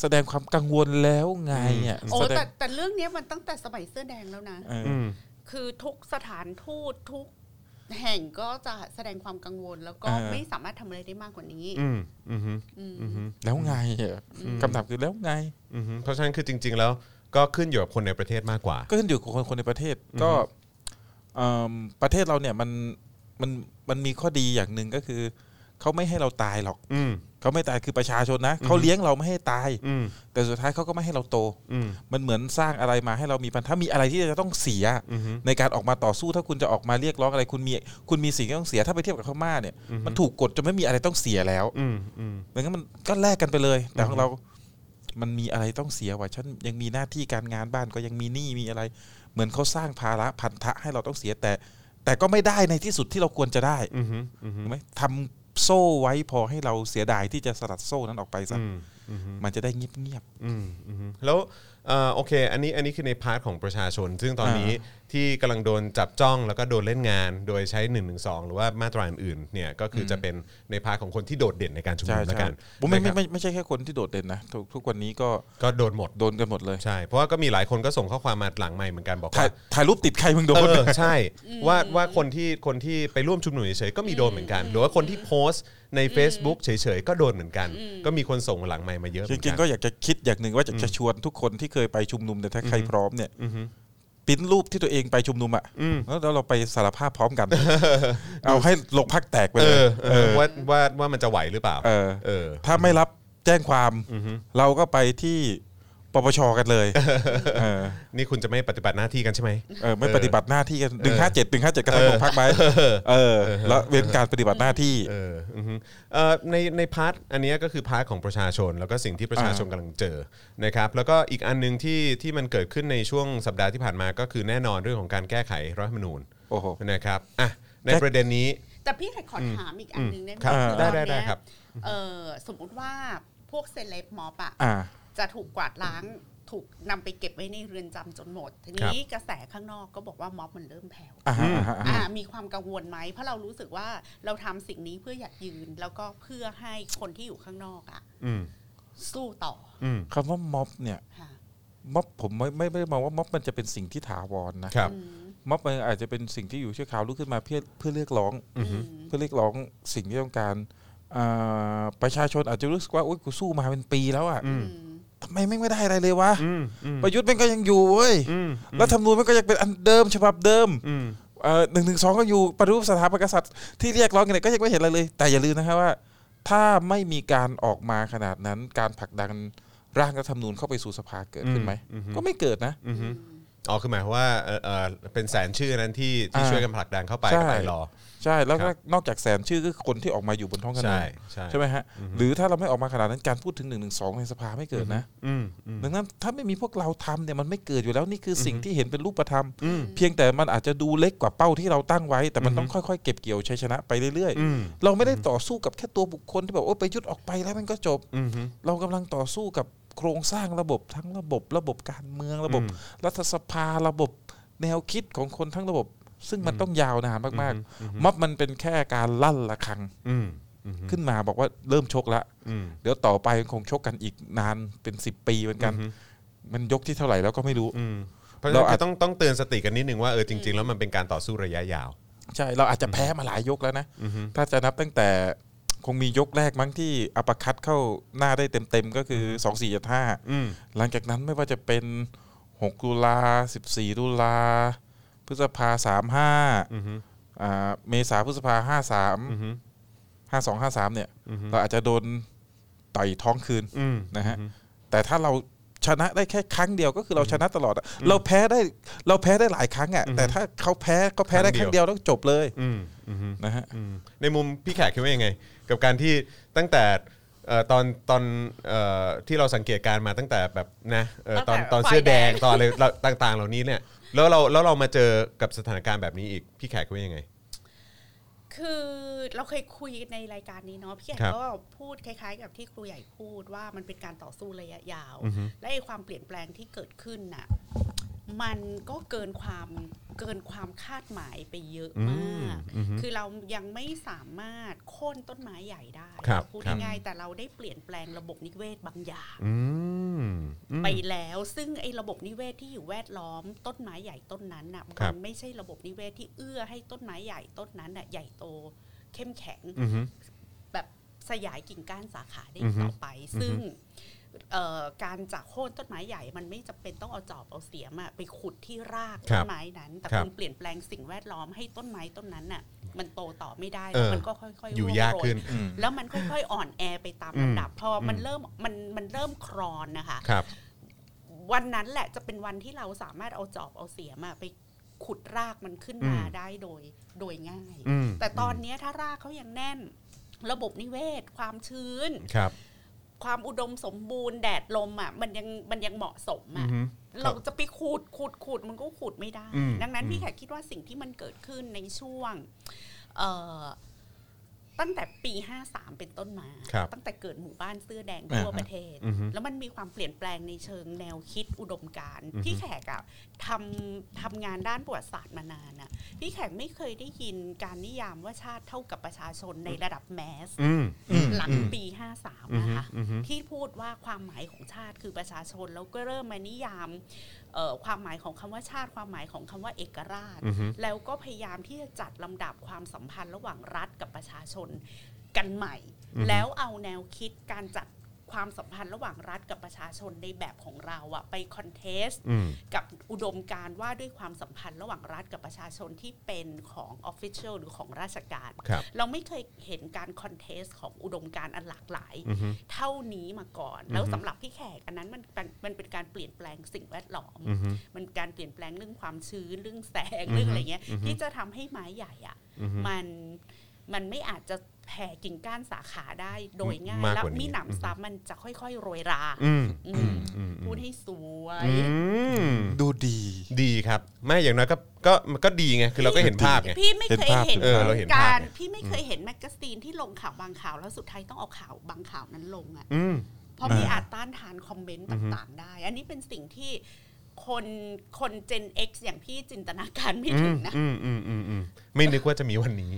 แสดงความกังวลแล้วไงอ่ะ โอ้ แสดง แต่แต่เรื่องเนี้ยมันตั้งแต่สมัยเสื้อแดงแล้วนะ เอออืม คือทุกสถานทูตทุกแห่งก็จะแสดงความกังวล แล้วก็ เออ ไม่สามารถทำอะไรได้มากกว่านี้ อืมอือฮึ อืม อือฮึ แล้วไงอะ อืม คำถามคือแล้วไง อือฮึเพราะฉะนั้นคือจริง ๆ แล้วก็ขึ้นอยู่กับคนในประเทศมากกว่า ก็ขึ้นอยู่กับคนคนในประเทศ อือฮึ ก็เอิ่มประเทศเราเนี่ยมันมันมันมีข้อดีอย่างหนึ่งก็คือ เขาไม่ให้เราตายหรอก อืม เขาไม่ตายคือประชาชนนะเขาเลี้ยงเราไม่ให้ตายแต่สุดท้ายเขาก็ไม่ให้เราโต มันเหมือนสร้างอะไรมาให้เรามีพันธะมีอะไรที่จะต้องเสีย อือฮึ ในการออกมาต่อสู้ถ้าคุณจะออกมาเรียกร้องอะไรคุณมีคุณมีสิ่งที่ต้องเสียถ้าไปเทียบกับพม่าเนี่ย อือฮึ มันถูกกดจนไม่มีอะไรต้องเสียแล้ว อืมอืม ดังนั้นมันก็แลกกันไปเลย แต่ อือฮึ ของเรา มันมีอะไรต้องเสียว่ะฉันยังมีหน้าที่การงานบ้านก็ยังมีหนี้มีอะไร เหมือนเขาสร้างภาระพันธะให้เราต้องเสียแต่ แต่ก็ไม่ได้ในที่สุดที่เราควรจะได้ถูกไหมทำโซ่ไว้พอให้เราเสียดายที่จะสลัดโซ่นั้นออกไปซะมันจะได้เงียบ อืมอืมแล้วเอ่อโอเค อันนี้อันนี้คือในพาร์ทของประชาชน ซึ่งตอนนี้ที่กำลังโดนจับจ้องแล้วก็โดนเล่นงาน โดยใช้1นึหรือว่ามาตราอื่นๆเนี่ยก็คือจะเป็นในพาร์ทของคนที่โดดเด่นในการชุม ใช่ นุมแล้ว ใช่ กัน ผมไม่ นะค ไม่ รับ ไม่ไม่ใช่แค่คนที่โดดเด่นนะทุกทุกวันนี้ก็ ก็โดนหมด โดนกันหมดเลย ใช่เพราะว่าก็มีหลายคนก็ส่งข้อความมาหลังใหม่เหมือนกันบอกว่า ถ่ายถ่ายรูปติดใครมึงโดน เออใช่ว่าว่าคนที่คนที่ไปร่วมชุมนุมเฉยๆก็มีโดนเหมือนกัน หรือว่าคนที่โพสต์ใน Facebook เฉยๆก็โดนเหมือนกัน ก็มีคนส่งหลังใหม่มาเยอะเห จ มือน ริ กั ง น ๆก็อยากจะคิดอย่างหนึ่งว่าอยากจะ อืม ชวนทุกคนที่เคยไปชุมนุมแต่ยถ้าใคร อือฮึ พร้อมเนี่ยปริ้นรูปที่ตัวเองไปชุมนุมอ่ะแล้วแล้วเราไปสารภาพพร้อมกัน เอาให้ลงพักแตกไปเลย เออเออว่าว่าว่ามันจะไหวหรือเปล่า เออ เออ ถ้าไม่รับแจ้งความ เราก็ไปที่ปปชกันเลยเออ นี่คุณจะไม่ปฏิบัติหน้าที่กันใช่ไหม เออไม่ปฏิบัติหน้าที่กันดึงห้าเจ็ดดึงห้าเจ็ดกระทรวงพักไหมเออ แล้วเว้นการปฏิบัติหน้าที่ เอออือฮึเอ่อในในพาร์ทอันเนี้ยก็คือพาร์ทของประชาชน แล้วก็สิ่งที่ประชาชนกำลังเจอนะครับแล้วก็อีกอันหนึงที่ที่มันเกิดขึ้นในช่วงสัปดาห์ที่ผ่านมาก็คือแน่นอนเรื่องของการแก้ไขรัฐธรรมนูญนะครับอ่ะในประเด็นนี้ แต่พี่แขกขออ ม ถามอีกอันหนึ่งได้ไหม ครับ คือตอน ได้ได้ได้ เนี้ย ครับ เออสมมติว่าพวกเซเลบมอบอะ อ่า จะถูกกวาดล้างถูกนำไปเก็บไว้ในเรือนจำจนหมด ที ครับ นี้กระแสข้างนอกก็บอกว่าม็อบมันเริ่มแผ่ว อ่าฮะอ่าฮะ อ่ามีความกังวลไหม เพราะเรารู้สึกว่าเราทำสิ่งนี้เพื่ออยากยืน แล้วก็เพื่อให้คนที่อยู่ข้างนอกอะ อืม สู้ต่อ คำว่าม็อบเนี่ยม็อบผมไม่ไม่ไม่ได้มองว่าม็อบมันจะเป็นสิ่งที่ถาวรนะครับม็อบมันอาจจะเป็นสิ่งที่อยู่ชั่วคราวลุกขึ้นมาเพื่อเพื่อเรียกร้อง อือฮึ เพื่อเรียกร้องสิ่งที่ต้องการอ่าประชาชนอาจจะรู้สึกว่าโอ๊ยกูสู้มาเป็นปีแล้วอ่ะทำไมแม่งไม่ได้อะไรเลยวะประยุทธ์แม่งก็ยังอยู่เว้ยแล้วทำนูนแม่งก็ยังเป็นอันเดิมฉบับเดิมหนึ่งหนึ่งสองก็อยู่ปฏิรูปสถาบันกษัตริย์ที่เรียกร้องกันเนี่ยก็ยังไม่เห็นอะไรเลย แต่อย่าลืมนะครับว่า ถ้าไม่มีการออกมาขนาดนั้นการผลักดันร่างรัฐธรรมนูญเข้าไปสู่สภาเกิดขึ้นไหม อืมอืม ก็ไม่เกิดนะ อือฮึอ๋อคือหมายความว่าเอ่อเอ่อเป็นแสนชื่อนั้นที่ที่ อ่า ช่วยกันผลักดันเข้าไป ใช่ กับไอรอ ใช่แล้วคก็รับ นอกจากแสนชื่อก็คือคนที่ออกมาอยู่บนท้องถในนช่ใช่ ไหมฮะ อือฮึ หรือถ้าเราไม่ออกมาขนาดนั้นการพูดถึงหนึ่งหนึ่งสองในสภาไม่เกิดนะ อืมอืม ดังนั้นถ้าไม่มีพวกเราทำเนี่ยมันไม่เกิดอยู่แล้วนี่คือสิ่ง อือฮึ ที่เห็นเป็นรูปธรรม อืม เพียงแต่มันอาจจะดูเล็กกว่าเป้าที่เราตั้งไว้ แต่มัน อือฮึ ต้องค่อยๆ เก็บเกี่ยวชัยชนะไปเรื่อย อืม ๆ เราไม่ได้ต่อสู้กับแค่ตัวบุคคลที่แบบโอ้ยไประยุดออกไปแล้วมันก็จบ อือฮึ เรากำลังต่อสู้กับโครงสร้างระบบทั้งระบบ ระบบการเมืองระบบ รัฐสภาระบบแนวคิดของคนทั้งระบบ ซึ่งมันต้องยาวนานมาก อือฮึ ๆม็อบมันเป็นแค่การลั่นละครัง อืมอือฮึ ขึ้นมาบอกว่าเริ่มชกละ อืม เดี๋ยวต่อไปคงชกกันอีกนานเป็น 10 ปีเหมือนกัน อือฮึ มันยกที่เท่าไหร่แล้วก็ไม่รู้ เพราะฉะ เรา นั้น อาคืจอต้องต้องเตือนสติกันนิดนึงว่าเออจริง ๆ แล้วมันเป็นการต่อสู้ระยะยาว ใช่เราอาจจะแพ้มาหลายยกแล้วนะ อือฮึ ถ้าจะนับตั้งแต่คงมียกแรกมั้งที่อัปคัดเข้าหน้าได้เต็มๆ ก็คือ 2 4 7 อืม 5 หลังจากนั้นไม่ว่าจะเป็น 6 ตุลา 14 ตุลา พฤษภา 35อ่าเมษาพฤษภา 53 52 53 เนี่ย อือฮึ เราอาจจะโดนต่อยท้องคืน อืม นะฮะ แต่ถ้าเราชนะได้แค่ครั้งเดียวก็คือเราชนะตลอดอะเราแพ้ได้เราแพ้ได้หลายครั้งอ่ะแต่ถ้าเขาแพ้ก็แพ้ได้ครั้งเดียวแล้วจบเลย อืมอืม นะฮะ ในมุมพี่แขกคิดว่ายังไง กับการที่ตั้งแต่เอ่อตอนตอนเอ่อที่เราสังเกตการณ์มาตั้งแต่แบบนะเอ่อตอนตตั้งแต่อนเสื้อแดง ไฟแดง ตอนอะไร เราต่าง ๆ เหล่านี้เนี่ยแล้วเราแล้วเรามาเจอกับสถานการณ์แบบนี้อีกพี่แขกคิดว่ายังไง คือเราเคยคุยในรายการนี้เนาะพี่แขก ครับ ก็พูดคล้ายๆ กับที่ครูใหญ่พูดว่ามันเป็นการต่อสู้ระยะยาว อือฮึ และไอ้ความเปลี่ยนแปลงที่เกิดขึ้นน่ะมันก็เกินความเกินความคาดหมายไปเยอะมาก อืมอือฮึ คือเรายังไม่สามารถโค่นต้นไม้ใหญ่ได้ ครับ พูด ครับ ง่ายๆแต่เราได้เปลี่ยนแปลงระบบนิเวศบางอย่าง อืมอืม ไปแล้วซึ่งไอ้ระบบนิเวศที่อยู่แวดล้อมต้นไม้ใหญ่ต้นนั้นน่ะ คมัรับ นไม่ใช่ระบบนิเวศที่เอื้อให้ต้นไม้ใหญ่ต้นนั้นน่ะใหญ่โตเข้มแข็ง อือฮึ แบบสยายกิ่งก้านสาขาได้ อือฮึ ต่อไป อือฮึ ซึ่งเอ่อการจากโค่นต้นไม้ใหญ่ มันไม่จำเป็นต้องเอาจอบเอาเสียมอะไปขุดที่ราก ครั ต้ บ นไม้นั้น แต่ ครั คุ บ ณเปลี่ยนแปลงสิ่งแวดล้อมให้ต้นไม้ต้นนั้นน่ะ มันโตต่อไม่ได้ เอ แล้ว อ มันก็ค่อยๆ อยู่ ร่วง ยาก โร ขึ้นอืม แล้วมันค่อยๆอ่อนแอไปตาม อืม ลำดับพออ ม มันเริ่มมันมันเริ่มครอนนะคะ ครับ วันนั้นแหละจะเป็นวันที่เราสามารถเอาจอบเอาเสียมอะไปขุดรากมันขึ้นมา อืม ได้โดยโดยง่าย อืม แต่ตอนเนี้ยถ้ารากเขายังแน่น ระบบนิเวศ ความชื้น ครับ ความอุดมสมบูรณ์แดดลมอ่ะมันยังมันยังเหมาะสมอ่ะ อือฮึ เราจะไปขูดขูดขูดมันก็ขูดไม่ได้ อืม ดังนั้น อืม พี่แขกคิดว่าสิ่งที่มันเกิดขึ้นในช่วงเอ่อตั้งแต่ปี 53 เป็นต้นมา ครับ ตั้งแต่เกิดหมู่บ้านเสื้อแดงทั่ว อ่าฮะ ประเทศ อือฮึ แล้วมันมีความเปลี่ยนแปลงในเชิงแนวคิดอุดมการณ์ อือฮึ พี่แขกอะทำทำงานด้านประวัติศาสตร์มานานอะพี่แขกไม่เคยได้ยินการนิยามว่าชาติเท่ากับประชาชนในระดับแมส อืมอืม หลัง อืม ปี 53 นะคะ อือฮึอือฮึ ที่พูดว่าความหมายของชาติคือประชาชน แล้วก็เริ่มมานิยามเอ่อความหมายของคำว่าชาติความหมายของคำว่าเอกราช อือฮึ แล้วก็พยายามที่จะจัดลำดับความสัมพันธ์ระหว่างรัฐกับประชาชนกันใหม่ อือฮึ แล้วเอาแนวคิดการจัดความสัมพันธ์ระหว่างรัฐกับประชาชนในแบบของเราอะไปคอนเทสต์ อืม กับอุดมการณ์ว่าด้วยความสัมพันธ์ระหว่างรัฐกับประชาชนที่เป็นของออฟฟิเชียลหรือของราชการ ครับ เราไม่เคยเห็นการคอนเทสต์ของอุดมการณ์อันหลากหลาย อือฮึ เท่านี้มาก่อน อือฮึ แล้วสำหรับพี่แขกอันนั้นมันเป็นมันเป็นการเปลี่ยนแปลงสิ่งแวดล้อม อือฮึ มันการเปลี่ยนแปลงเรื่องความชื้นเรื่องแสง อือฮึ เรื่องอะไรเงี้ย อือฮึ ที่จะทำให้ไม้ใหญ่อะ อือฮึ มันมันไม่อาจจะแผ่กิ่งก้านสาขาได้โดยง่าย มากกว่าแล้นี้วมีหนำซ้ำมันจะค่อยๆ โรยรา อืม อื อื ม มอืม พูดให้สวย ดูดี ดีครับ ไม่อย่างน้อยก็ก็มันก็ดีไง คือเราก็เห็นภาพไง พี่ไม่เคยเห็น เออเราเห็นภา การ พ รพี่ไม่เคยเห็นแมกกาซีนที่ลงข่าวบางข่าวแล้วสุดท้ายต้องเอาข่าวบางข่าวนั้นลงอ่ะ อืม เพราะไม่อาจต้านทานคอมเมนต์ อือฮึ ต่างๆได้ อันนี้เป็นสิ่งที่คนคนเจน X อย่างพี่จินตนาการไม่ถึงนะ อืมอืมอืมอืมไม่นึกว่าจะมีวันนี้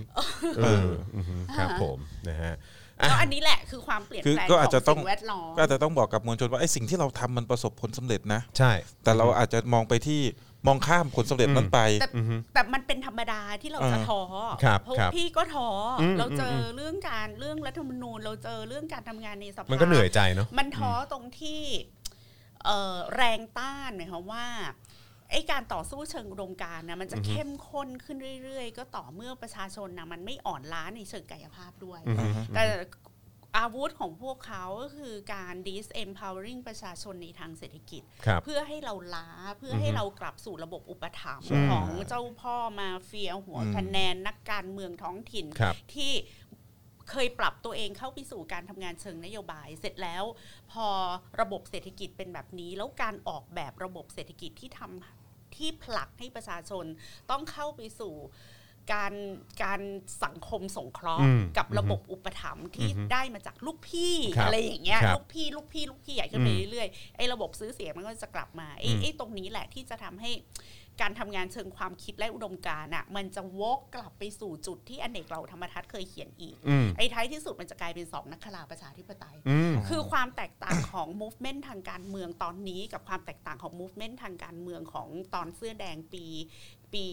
เอออือฮึครับ อ่า ผมนะฮะ แล้วอันนี้แหละคือความเปลี่ยน คือ แปลงข ก็ อง อาจจะต้อง สิ่งแวดล้อม ก็อาจจะต้องบอกกับมวลชนว่าไอ้สิ่งที่เราทำมันประสบผลสำเร็จนะ ใช่ แต่เราอาจจะมองไปที่มองข้ามผลสำเร็จนั้นไป แต่แต่มันเป็นธรรมดาที่เราจะท้อ ครับ เพราะ ครับ พี่ก็ท้ออ ม เราเจออ ม เรื่องการเรื่องรัฐธรรมนูญ เราเจอเรื่องการทำงานในสภา มั มัน ก็เหนื่อยใจเนอะ มันท้ออตรงที่เอ่อแรงต้านหมายความว่าไอ้การต่อสู้เชิงอุดมการณ์นะมันจะ อือฮึ เข้มข้นขึ้นเรื่อย ๆ ก็ต่อเมื่อประชาชนนะมันไม่อ่อนล้าในเชิงกายภาพด้วย อือฮึ แต่อาวุธของพวกเขาก็คือการ disempowering ประชาชนในทางเศรษฐกิจ ครับ เพื่อให้เราล้าเพื่อ อือฮึ ให้เรากลับสู่ระบบอุปถัมภ์ ใช่ ของเจ้าพ่อมาเฟียหัว อืม คะแนนนักการเมืองท้องถิ่น ครับ ที่เคยปรับตัวเองเข้าไปสู่การทำงานเชิงนโยบาย เสร็จแล้ว พอระบบเศรษฐกิจเป็นแบบนี้ แล้วการออกแบบระบบเศรษฐกิจที่ทำที่ผลักให้ประชาชนต้องเข้าไปสู่การการสังคมสงเคราะห์ อืม กับระบบอุปถัมภ์ที่ อือฮึ ได้มาจากลูกพี่ ครับ อะไรอย่างเงี้ย ครับ ลูกพี่ลูกพี่ลูกพี่ใหญ่ขึ้นไป อืม เรื่อยๆไอ้ระบบซื้อเสียงมันก็จะกลับมาไอ้ อืม ไอ้ตรงนี้แหละที่จะทำให้ การทำงานเชิงความคิดและอุดมการณ์น่ะมันจะวกกลับไปสู่จุดที่อเนกเราธรรมทัศน์เคยเขียนอีก อืม ไอ้ท้ายที่สุดมันจะกลายเป็นสองนักขลาประชาธิปไตย อืม คือความแตกต่างของ movement ทางการเมืองตอนนี้กับความแตกต่างของ movement ทางการเมืองของตอนเสื้อแดงปีปี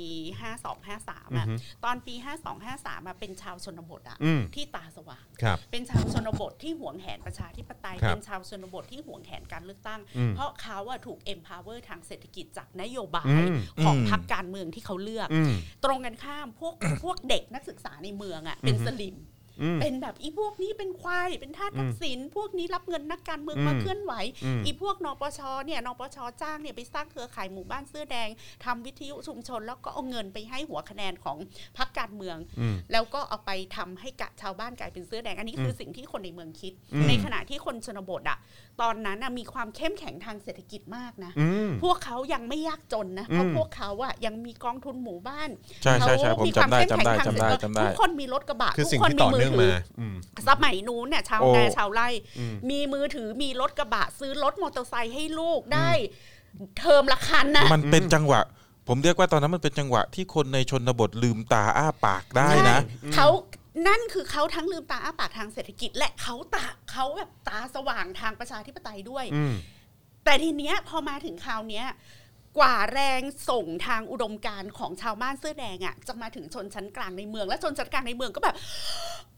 5253อ่ะ อือฮึ ตอนปี 5253มาเป็นชาวชนบทอ่ะ อืม ที่ตาสว่าง ครับ เป็นชาวชนบทที่หวงแหนประชาธิปไตย ครับ เป็นชาวชนบทที่หวงแหนการเลือกตั้ง อืม เพราะเขาอะถูก empower ทางเศรษฐกิจจากนโยบา อื ย ม ของ อืม พรรคการเมืองที่เขาเลือก อืม ตรงกันข้ามพวก พวกเด็กนักศึกษาในเมืองอ่ะเป็น อือฮึ สลิม อืม เป็นแบบอีพวกนี้เป็นควายเป็นทาสทักษิณพวกนี้รับเงินนักการเมือง อืม มาเคลื่อนไหว อืม อีพวกนปชเนี่ยนปชจ้างเนี่ยไปสร้างเครือข่ายหมู่บ้านเสื้อแดงทำวิทยุชุมชน แล้วก็เอาเงินไปให้หัวคะแนนของพรรคการเมือง อืม แล้วก็เอาไปทำให้กะชาวบ้านกลายเป็นเสื้อแดงอันนี้คืออ ม สิ่งที่คนในเมืองคิด อืม ในขณะที่คนชนบทอ่ะตอนนั้นน่ะมีความเข้มแข็งทางเศรษฐกิจมากนะ อืม พวกเขายังไม่ยากจนนะเพราะ อืม พวกเขาอ่ะยังมีกองทุนหมู่บ้าน ใช่ใช่ใช่ เขา ผม ควา จำได้ เข้มแข็ง จำทางได้จำได้ เศรษฐกิจ จำได้ ทุกคนมีรถกระบะ คือสิ่ง ทุกน ที่ต่อเนื่อง ถื มาอืม สมัยนู้นเนี่ยชาว โอ้ นาชาวไร่ อืม มีมือถือมีรถกระบะ ซื้อรถมอเตอร์ไซค์ให้ลูกได้ เทอมละคันนะ มันเป็นจังหวะ ผมเรียกว่าตอนนั้นมันเป็นจังหวะที่คนในชนบทลืมตาอ้าปากได้นะ เขานั่นคือเขาทั้งลืมตาอ้าปากทางเศรษฐกิจ และเขาตาเขาแบบตาสว่างทางประชาธิปไตยด้วย แต่ทีเนี้ยพอมาถึงคราวเนี้ยกว่าแรงส่งทางอุดมการณ์ของชาวบ้านเสื้อแดงอะ่ะจะมาถึงชนชั้นกลางในเมือง และชนชั้นกลางในเมืองก็แบบ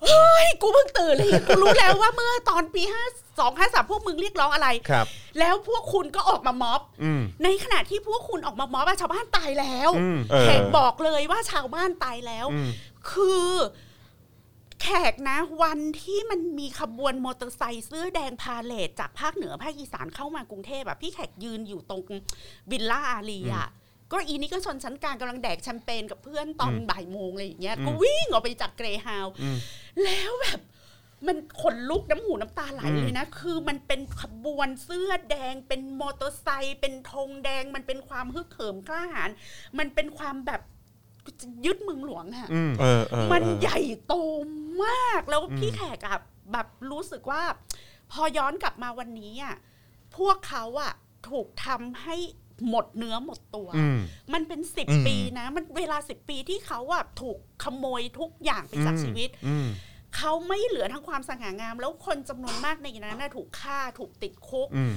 เฮ้ยกูเพิ่งตื่นเลยกูรู้แล้วว่าเมื่อตอนปีห้าสองห้าสามพวกมึงเรียกร้องอะไร ครับ แล้วพวกคุณก็ออกมาม็อบ อืม ในขณะที่พวกคุณออกมาม็อบอะชาวบ้านตายแล้ว อืมเออ แขกบอกเลยว่าชาวบ้านตายแล้ว อืม คือแขกนะ วันที่มันมีขบวนมอเตอร์ไซค์เสื้อแดงพาเลทจากภาคเหนือภาคอีสานเข้ามากรุงเทพอะพี่แขกยืนอยู่ตรงวิลล่าอารีอะก็อีนี่ก็ชนชั้นกลางกำลังแดกแชมเปญกับเพื่อนตอน อืม บ่ายโมงอะไรอย่างเงี้ย อืม ก็วิ่งออกไปจากเกรฮาว แล้วแบบมันขนลุกน้ำหูน้ำตาไหล อืม เลยนะ คือมันเป็นขบวนเสื้อแดง เป็นมอเตอร์ไซค์เป็นธงแดง มันเป็นความฮึกเหิมกล้าหาญมันเป็นความแบบยึดเมืองหลวงอะ อืมเออเออเออ มันใหญ่โตมากแล้ว อืม พี่แขกอะแบบรู้สึกว่า พอย้อนกลับมาวันนี้อะพวกเขาอะถูกทำให้หมดเนื้อหมดตัว อืม มันเป็นสิบ อืม ปีนะ มันเวลาสิบปีที่เขาอะถูกขโมยทุกอย่างไปจากชีวิต อืม เขาไม่เหลือทั้งความสง่างาม แล้วคนจำนวนมากในนั้นน่ะถูกฆ่าถูกติดคุก อืม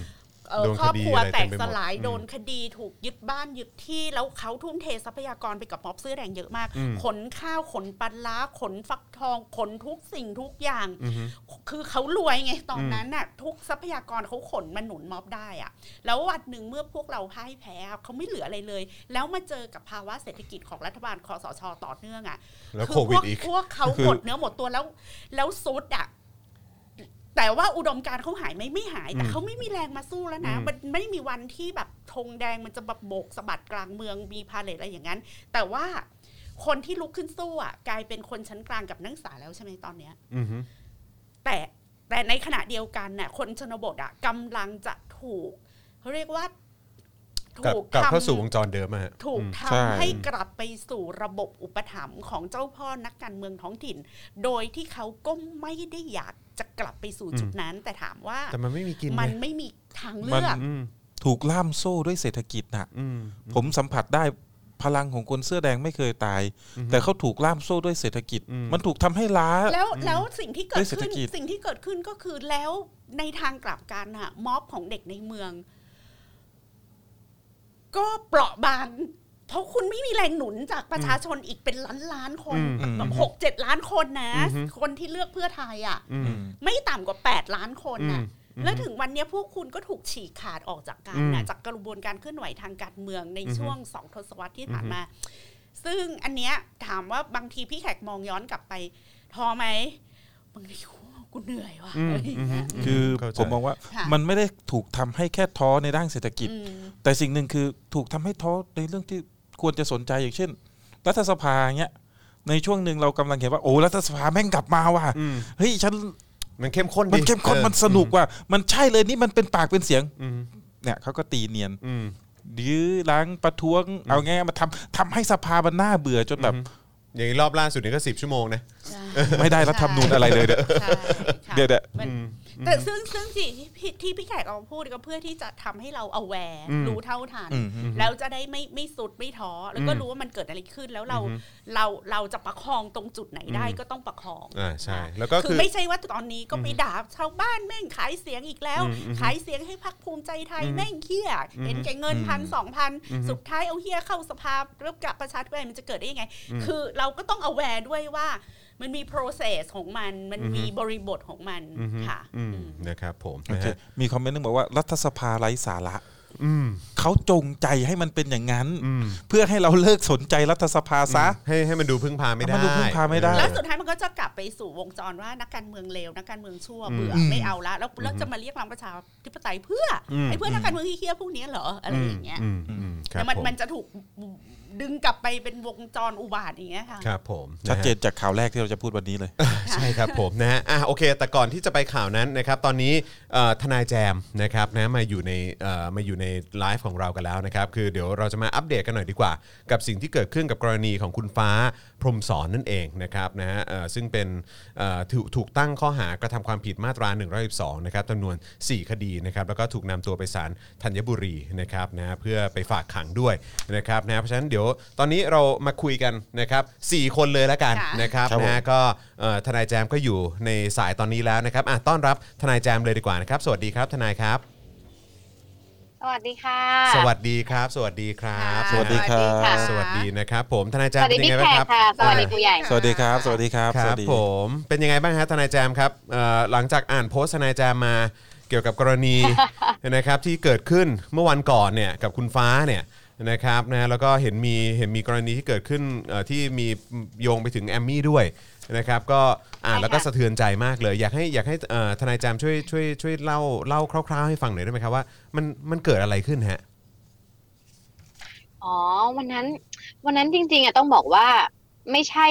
เอ่อ โดน คร ค อบ ดี ครัว อะไร แต เต็ ก มไปหมด สลาย อืม โดนคดีถูกยึดบ้านยึดที่แล้วเขาทุ่มเททรัพยากรไปกับม็อบเสื้อแดงเยอะมาก อืม ขนข้าวขนปลาร้าขนฟักทอง ขนทุกสิ่งทุกอย่าง อือฮึ คือเขารวยไงตอน อืม นั้นน่ะ ทุกทรัพยากรเขาขนมาหนุนม็อบได้อะแล้ววันหนึ่งเมื่อพวกเราพ่ายแพ้อะเขาไม่เหลืออะไรเลย แล้วมาเจอกับภาวะเศรษฐกิจของรัฐบาลคอสชต่อเนื่องอะ แล้ว คื โควิ พ ด วก อีก พวก เขา คือ หมดเนื้อหมดตัวแล้ว แล้วซุดอะแต่ว่าอุดมการณ์เขาหายไหมไม่หาย แต่ อืม เขาไม่มีแรงมาสู้แล้วนะ อืม มันไม่มีวันที่แบบธงแดงมันจะแบบโบกสะบัดกลางเมืองมีพาเลทอะไรอย่างนั้น แต่ว่าคนที่ลุกขึ้นสู้อะกลายเป็นคนชั้นกลางกับนักศึกษาแล้วใช่ไหมตอนเนี้ย อืม แต่แต่ในขณะเดียวกันน่ะคนชนบทอ่ะกำลังจะถูกเขาเรียกว่า กลับ ถูก กลับ ทำ เข้าสู่วงจรเดิมอะฮะ ถูก อืม ทำให้กลับไปสู่ระบบอุปถัมภ์ของเจ้าพ่อนักการเมืองท้องถิ่น โดยที่เขาก็ไม่ได้อยากจะกลับไปสู่จุด อืม นั้น แต่ถามว่า แต่มันไม่มีกินไง มันไม่มีทางเลื มั อก ถูกล่ามโซ่ด้วยเศรษฐกิจน่ะผมสัมผัสได้พลังของคนเสื้อแดงไม่เคยตาย แต่เขาถูกล่ามโซ่ด้วยเศรษฐกิจ มันถูกทำให้ล้า แล้วแล้วสิ่งที่เกิ ด้ ด วยเศรษฐ ขึ้น กิจ สิ่งที่เกิดขึ้นก็คือแล้วในทางกลับกันอะม็อบของเด็กในเมือง ก็เปราะบาง เพราะคุณไม่มีแรงหนุนจากประชาชนอีกเป็นล้านล้านๆคน อืมอืม แบบหกเจ็ดล้านคนนะ อือฮึ คนที่เลือกเพื่อไทยอ่ะ อืม ไม่ต่ำกว่า 8 ล้านคนน่ะ อืมอืม แล้วถึงวันเนี้ยพวกคุณก็ถูกฉีกขาดออกจากการน่ะ อืม จากกระบวนการเคลื่อนไหวทางการเมืองใน อือฮึ ช่วงสองทศวรรษที่ผ่านมา ซึ่งอันเนี้ยถามว่าบางทีพี่แขกมองย้อนกลับไปท้อไหมบางทีโอ้กูเหนื่อยว่ะอะไรอย่างเงี้ย คือผมมองว่า ค่ะ มันไม่ได้ถูกทำให้แค่ท้อในด้านเศรษฐกิจ อืม แต่สิ่งหนึ่งคือถูกทำให้ท้อในเรื่องที่ควรจะสนใจอย่างเช่น รัฐสภาเนี้ยในช่วงหนึ่งเรากำลังเห็นว่าโอ้รัฐสภาแม่งกลับมาว่ะเฮ้ยฉัน มันเข้มข้น มันเข้มข้น เออ มันสนุกว่ะมันใช่เลยนี่มันเป็นปากเป็นเสียงเนี่ยเขาก็ตีเนียนยื้อล้างประท้วงเอาง่ายๆมาทำทำให้สภามันน่าเบื่อจนแบบ อย่างนี้รอบล่าสุดนี่ก็สิบชั่วโมงนะ ไม่ได้รัฐธรรมนูญอะไรเลยเนี่ย ใช่ค่ะ เดี๋ยวเดี๋ยว มันแต่ซึ่งซึ่งสิ่งที่พี่ที่พี่แขกเอามาพูดก็เพื่อที่จะทำให้เราเอาแวร์ อืม รู้เท่าทัน อืมอืม แล้วจะได้ไม่ไม่สุดไม่ท้อแล้วก็ อืม รู้ว่ามันเกิดอะไรขึ้นแล้วเรา อือฮึ เราเราจะประคองตรงจุดไหนได้ อืม ก็ต้องประคอง อ่าใช่ แล้วก็ คื คืออ ไม่ใช่ว่าตอนนี้ก็ไปด่าชาวบ้านแม่งขายเสียงอีกแล้ว อืมอืม ขายเสียงให้พักภูมิใจไทย อืม แม่งเฮี้ย อืม เห็นแก่เงิน อืม พันสองพัน อืม สุดท้ายเอาเฮี้ยเข้าสภาเริ่มกลับประชาธิปไตยมันจะเกิดได้ยังไง อืม คือเราก็ต้อง aware ด้วยว่า มันมี process ของมันมัน อือฮึ มีบริบทของมัน อือฮึ ค่ะ อืมนะครับผม โอ นะ เค ฮะ มีคอมเมนต์นึงบอกว่ารัฐสภาไร้สาระ อืม เขาจงใจให้มันเป็นอย่างนั้น เพื่อให้เราเลิกสนใจรัฐสภาซะ ให้ให้มันดูพึ่งพาไม่ได้ มันดูพึ่งพาไม่ได้ แล้วสุดท้ายมันก็จะกลับไปสู่วงจรว่านักการเมืองเลวนักการเมืองชั่วเบื่ออ ม ไม่เอาละแล้วแล้วจะมาเรียกร้องประชาธิปไตยเพื่ออ ม ไอ้เพื่อนนัก อืม การเมืองที่เฮี้ยพวกนี้เหรออะไรอย่างเงี้ย อืมอืมครับ แต่มัน ผม มันจะถูกดึงกลับไปเป็นวงจรอุบาทอย่างเงี้ยค่ะ ครับผมะฮะ ชัดเจนจากข่าวแรกที่เราจะพูดวันนี้เลย ใช่ครับผมนะฮะอ่ะโอเค แต่ก่อนที่จะไปข่าวนั้นนะครับ ตอนนี้เอ่อทนายแจมนะครับนะมาอยู่ในเอ่อมาอยู่ในไลฟ์ของเรากันแล้วนะครับ คือเดี๋ยวเราจะมาอัปเดตกันหน่อยดีกว่า กับสิ่งที่เกิดขึ้นกับกรณีของคุณฟ้าพรหมสอนนั่นเองนะครับนะฮะเอ่อซึ่งเป็นเอ่อถูกถูกตั้งข้อหากระทำความผิดมาตรา 112นะครับจำนวน 4 คดีนะครับแล้วก็ถูกนำตัวไปศาลธัญบุรีนะครับนะฮะเพื่อไปฝากขังด้วยนะครับนะฮะเพราะฉะนั้นเดี๋ยวตอนนี้เรามาคุยกันนะครับสี่คนเลยละกัน ค่ะ นะครับ ครับผม นะฮะ ก็เอ่อทนายแจมก็อยู่ในสายตอนนี้แล้วนะครับอ่ะต้อนรับทนายแจมเลยดีกว่านะครับ สวัสดีครับทนายครับ สวัสดีค่ะ สวัสดีครับ สวัสดีครับ สวัสดีครับ สวัสดีนะครับ ผมทนายแจม สวัสดี เป็นยังไงบ้างครับ พี่แขกค่ะสวัสดีผู้ใหญ่ สวัสดีครับ สวัสดีครับ ครับผมเป็นยังไงบ้างฮะทนายแจมครับเอ่อหลังจากอ่านโพสต์ทนายแจมมา เกี่ยวกับกรณี นะครับที่เกิดขึ้นเมื่อวันก่อนเนี่ยกับคุณฟ้าเนี่ย นะครับนะแล้วก็เห็นมีเห็นมีกรณีที่เกิดขึ้นเอ่อที่มีโยงไปถึงแอมมี่ด้วยนะครับก็อ่านแล้วก็สะเทือนใจมากเลย อยากให้อยากให้เอ่อทนายแจมช่วยช่วยช่วยเล่าเล่าคร่าวๆให้ฟังหน่อยได้ไหมครับว่ามันมันเกิดอะไรขึ้นฮะ อ๋อวันนั้น วันนั้นจริงๆอ่ะต้องบอกว่าไม่ใช่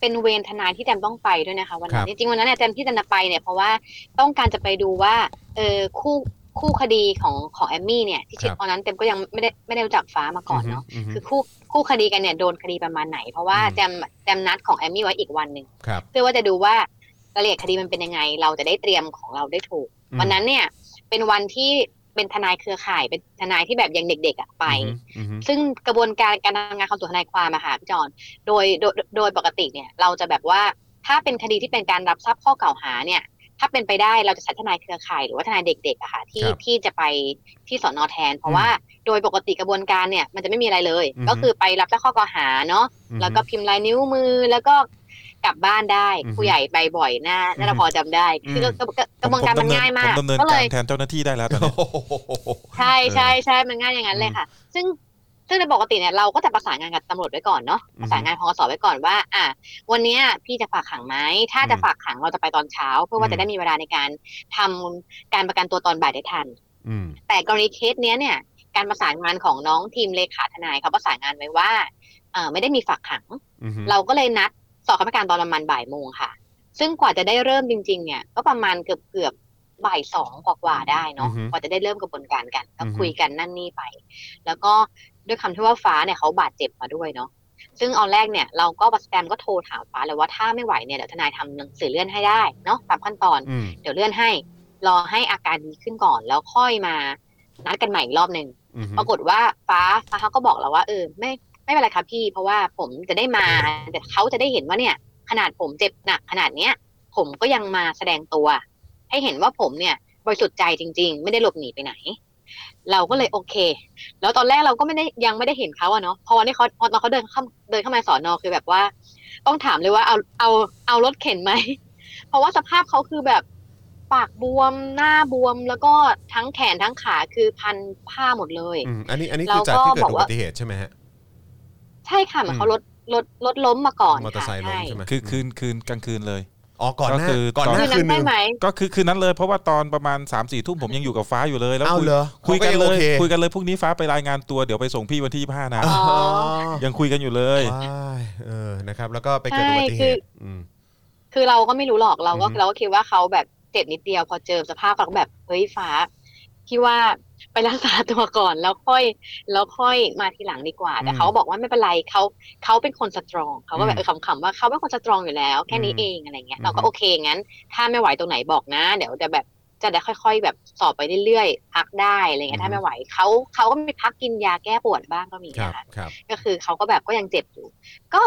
เป็นเวรทนายที่แจมต้องไปด้วยนะคะ วันคนั้รั น บ จริงๆวันนั้นเนี่ยแจมที่แจมจะไปเนี่ยเพราะว่าต้องการจะไปดูว่าเออคู่คู่คดีของของแอมมี่เนี่ยที่จริ ค ง รับ ตอนนั้นแจมก็ยังไม่ได้ไม่ได้รู้จักฟ้ามาก่อนเนาะคือคู่คู่คดีกันเนี่ยโดนคดีประมาณไหน เพราะว่าแจมแจมนัดของแอมมี่ไว้อีกวันหนึ่ง ครับ เพื่อว่าจะดูว่ารายละเอียดคดีมันเป็นยังไง เราจะได้เตรียมของเราได้ถูก อืม วันนั้นเนี่ยเป็นวันที่เป็นทนายเครือข่าย เป็นทนายที่แบบยังเด็กๆอะไป ซึ่งกระบวนการการทำงานของตัวทนายความอะค่ะพี่จอนโดยโดยโดยปกติเนี่ย เราจะแบบว่าถ้าเป็นคดีที่เป็นการรับทราบข้อกล่าวหาเนี่ย ถ้าเป็นไปได้เราจะใช้ทนายเครือข่ายหรือว่าทนายเด็กๆอะค่ะที่ ครับ ที่จะไปที่สอนอแทน เพ อื ราะ ม ว่าโดยปกติกระบวนการเนี่ยมันจะไม่มีอะไรเลย อือฮึ ก็คือไปรับทราบข้อกล่าวหาเนาะ อือฮึ แล้วก็พิมพ์ลายนิ้วมือแล้วก็กลับบ้านได้ อือฮึ ผู้ใหญ่ไปบ่อยหน้าน่าจะพอจำได้คือ ม กระบวนการกระบวนการมันง่ายมาก ผดำเนิน ก็เล การ ย แทนเจ้าหน้าที่ได้แล้วตอนนี้ ใช่ใช่ใช่มันง่ายอย่างนั้นเลยค่ะ ซึ่งซึ่งในปกติเนี่ยเราก็จะประสานงานกับตำรวจไว้ก่อนเนาะ อืม ประสานงานพกสไว้ก่อนว่า อ่ะวันเนี้ยพี่จะฝากขังไหมถ้าจะฝากขังเราจะไปตอนเช้า เพื่อว่าจะได้มีเวลาในการทำการประกันตัวตอนบ่ายได้ทัน อืม แต่กรณีเคสเนี้ยเนี่ยการประสานงานของน้องทีมเลขาทนายเขาประสานงานไว้ว่าเอ่อไม่ได้มีฝากขัง อือฮึ เราก็เลยนัดสอบคณะกรรมการตอนประมาณบ่ายโมงค่ะ ซึ่งกว่าจะได้เริ่มจริง ๆ เนี่ย ก็ประมาณเกือบเกือบๆบ่ายสองกว่าๆได้เนาะ อือฮึ กว่าจะได้เริ่มกระบวนการกันก็ อือฮึ คุยกันนั่นนี่ไป แล้วก็ด้วยคำที่ว่าฟ้าเนี่ยเขาบาดเจ็บมาด้วยเนาะซึ่งเอาแรกเนี่ยเราก็บัสแตมก็โทรถามฟ้าเลยว่าถ้าไม่ไหวเนี่ยเดี๋ยวทนายทำหนังสือเลื่อนให้ได้เนาะตามขั้นตอน อืม เดี๋ยวเลื่อนให้ รอให้อาการดีขึ้นก่อน แล้วค่อยมานัดกันใหม่อีกรอบหนึ่ง อือฮึ ปรากฏว่าฟ้าฟ้าเขาก็บอกเราว่าเออไม่ไม่เป็นไรครับพี่ เพราะว่าผมจะได้มาแต่เขาจะได้เห็นว่าเนี่ย ขนาดผมเจ็บหนักขนาดเนี้ย ผมก็ยังมาแสดงตัว ให้เห็นว่าผมเนี่ย บริสุทธิ์ใจจริง ๆ ไม่ได้หลบหนีไปไหน เราก็เลยโอเค แล้วตอนแรกเราก็ไม่ได้ยังไม่ได้เห็นเขาอะเนาะพอวันที่เขาพอตอนเขาเดินเข้าเดินเข้ามาสอนอคือแบบว่า ต้องถามเลยว่าเอาเอาเอารถเข็นไหม เพราะว่าสภาพเขาคือแบบปากบวมหน้าบวมแล้วก็ทั้งแขนทั้งขาคือพันผ้าหมดเลย อืมอันนี้อันนี้คือจากที่เกิดอุบัติเหตุใช่ไหมฮะ ใช่ค่ะเหมือนเขารอืมถรถรถล้มมาก่อน มอเตอร์ไซค์ล้ม ค่ะ ใช่ไหม คือคืนคืนกลางคืนเลย อ๋อ ก่อนหน้าก่อนหน้าคืนหนึ่งคืนนั้นได้ไหม ก็คือคืนนั้นเลย เพราะว่าตอนประมาณ3ามสี่ทุ่มผมยังอยู่กับฟ้าอยู่เลย แล้ว อ้าว คุย เหรอ คุยกัน เขาก็ยัง เล โอย เค คุยกันเลยพรุ่งนี้ฟ้าไปรายงานตัวเดี๋ยวไปส่งพี่วันที่25นะยังคุยกันอยู่เลย เออนะครับ แล้วก็ไปเกิด ใช่ อุบัติเหตุ คือ อืม คือเราก็ไม่รู้หรอกเราก็ อือฮึ เราก็คิดว่าเขาแบบเจ็บนิดเดียวพอเจอสภาพเราก็แบบเฮ้ยฟ้าคิดว่าไปรักษาตัวก่อนแล้วค่อย แล้วค่อยมาทีหลังดีกว่า แต่ อืม เขาก็บอกว่าไม่เป็นไรเขาเขาเป็นคนสตรองเขาก็แบ อื บ ม เออขำๆว่าเขาเป็นคนสตรองอยู่แล้ว แค่นี้เองอะไรเงี้ยเราก็โอเคงั้น ถ้าไม่ไหวตรงไหนบอกนะ เดี๋ยวจะแบบจะได้ค่อย ๆ แบบสอบไปเรื่อยๆพักได้อะไรเงี้ยถ้าไม่ไหวเขาเขาก็มีพักกินยาแก้ปวดบ้างก็มี ครับ นะคะ ครับ ก็คือเขาก็แบบก็ยังเจ็บอยู่ ก็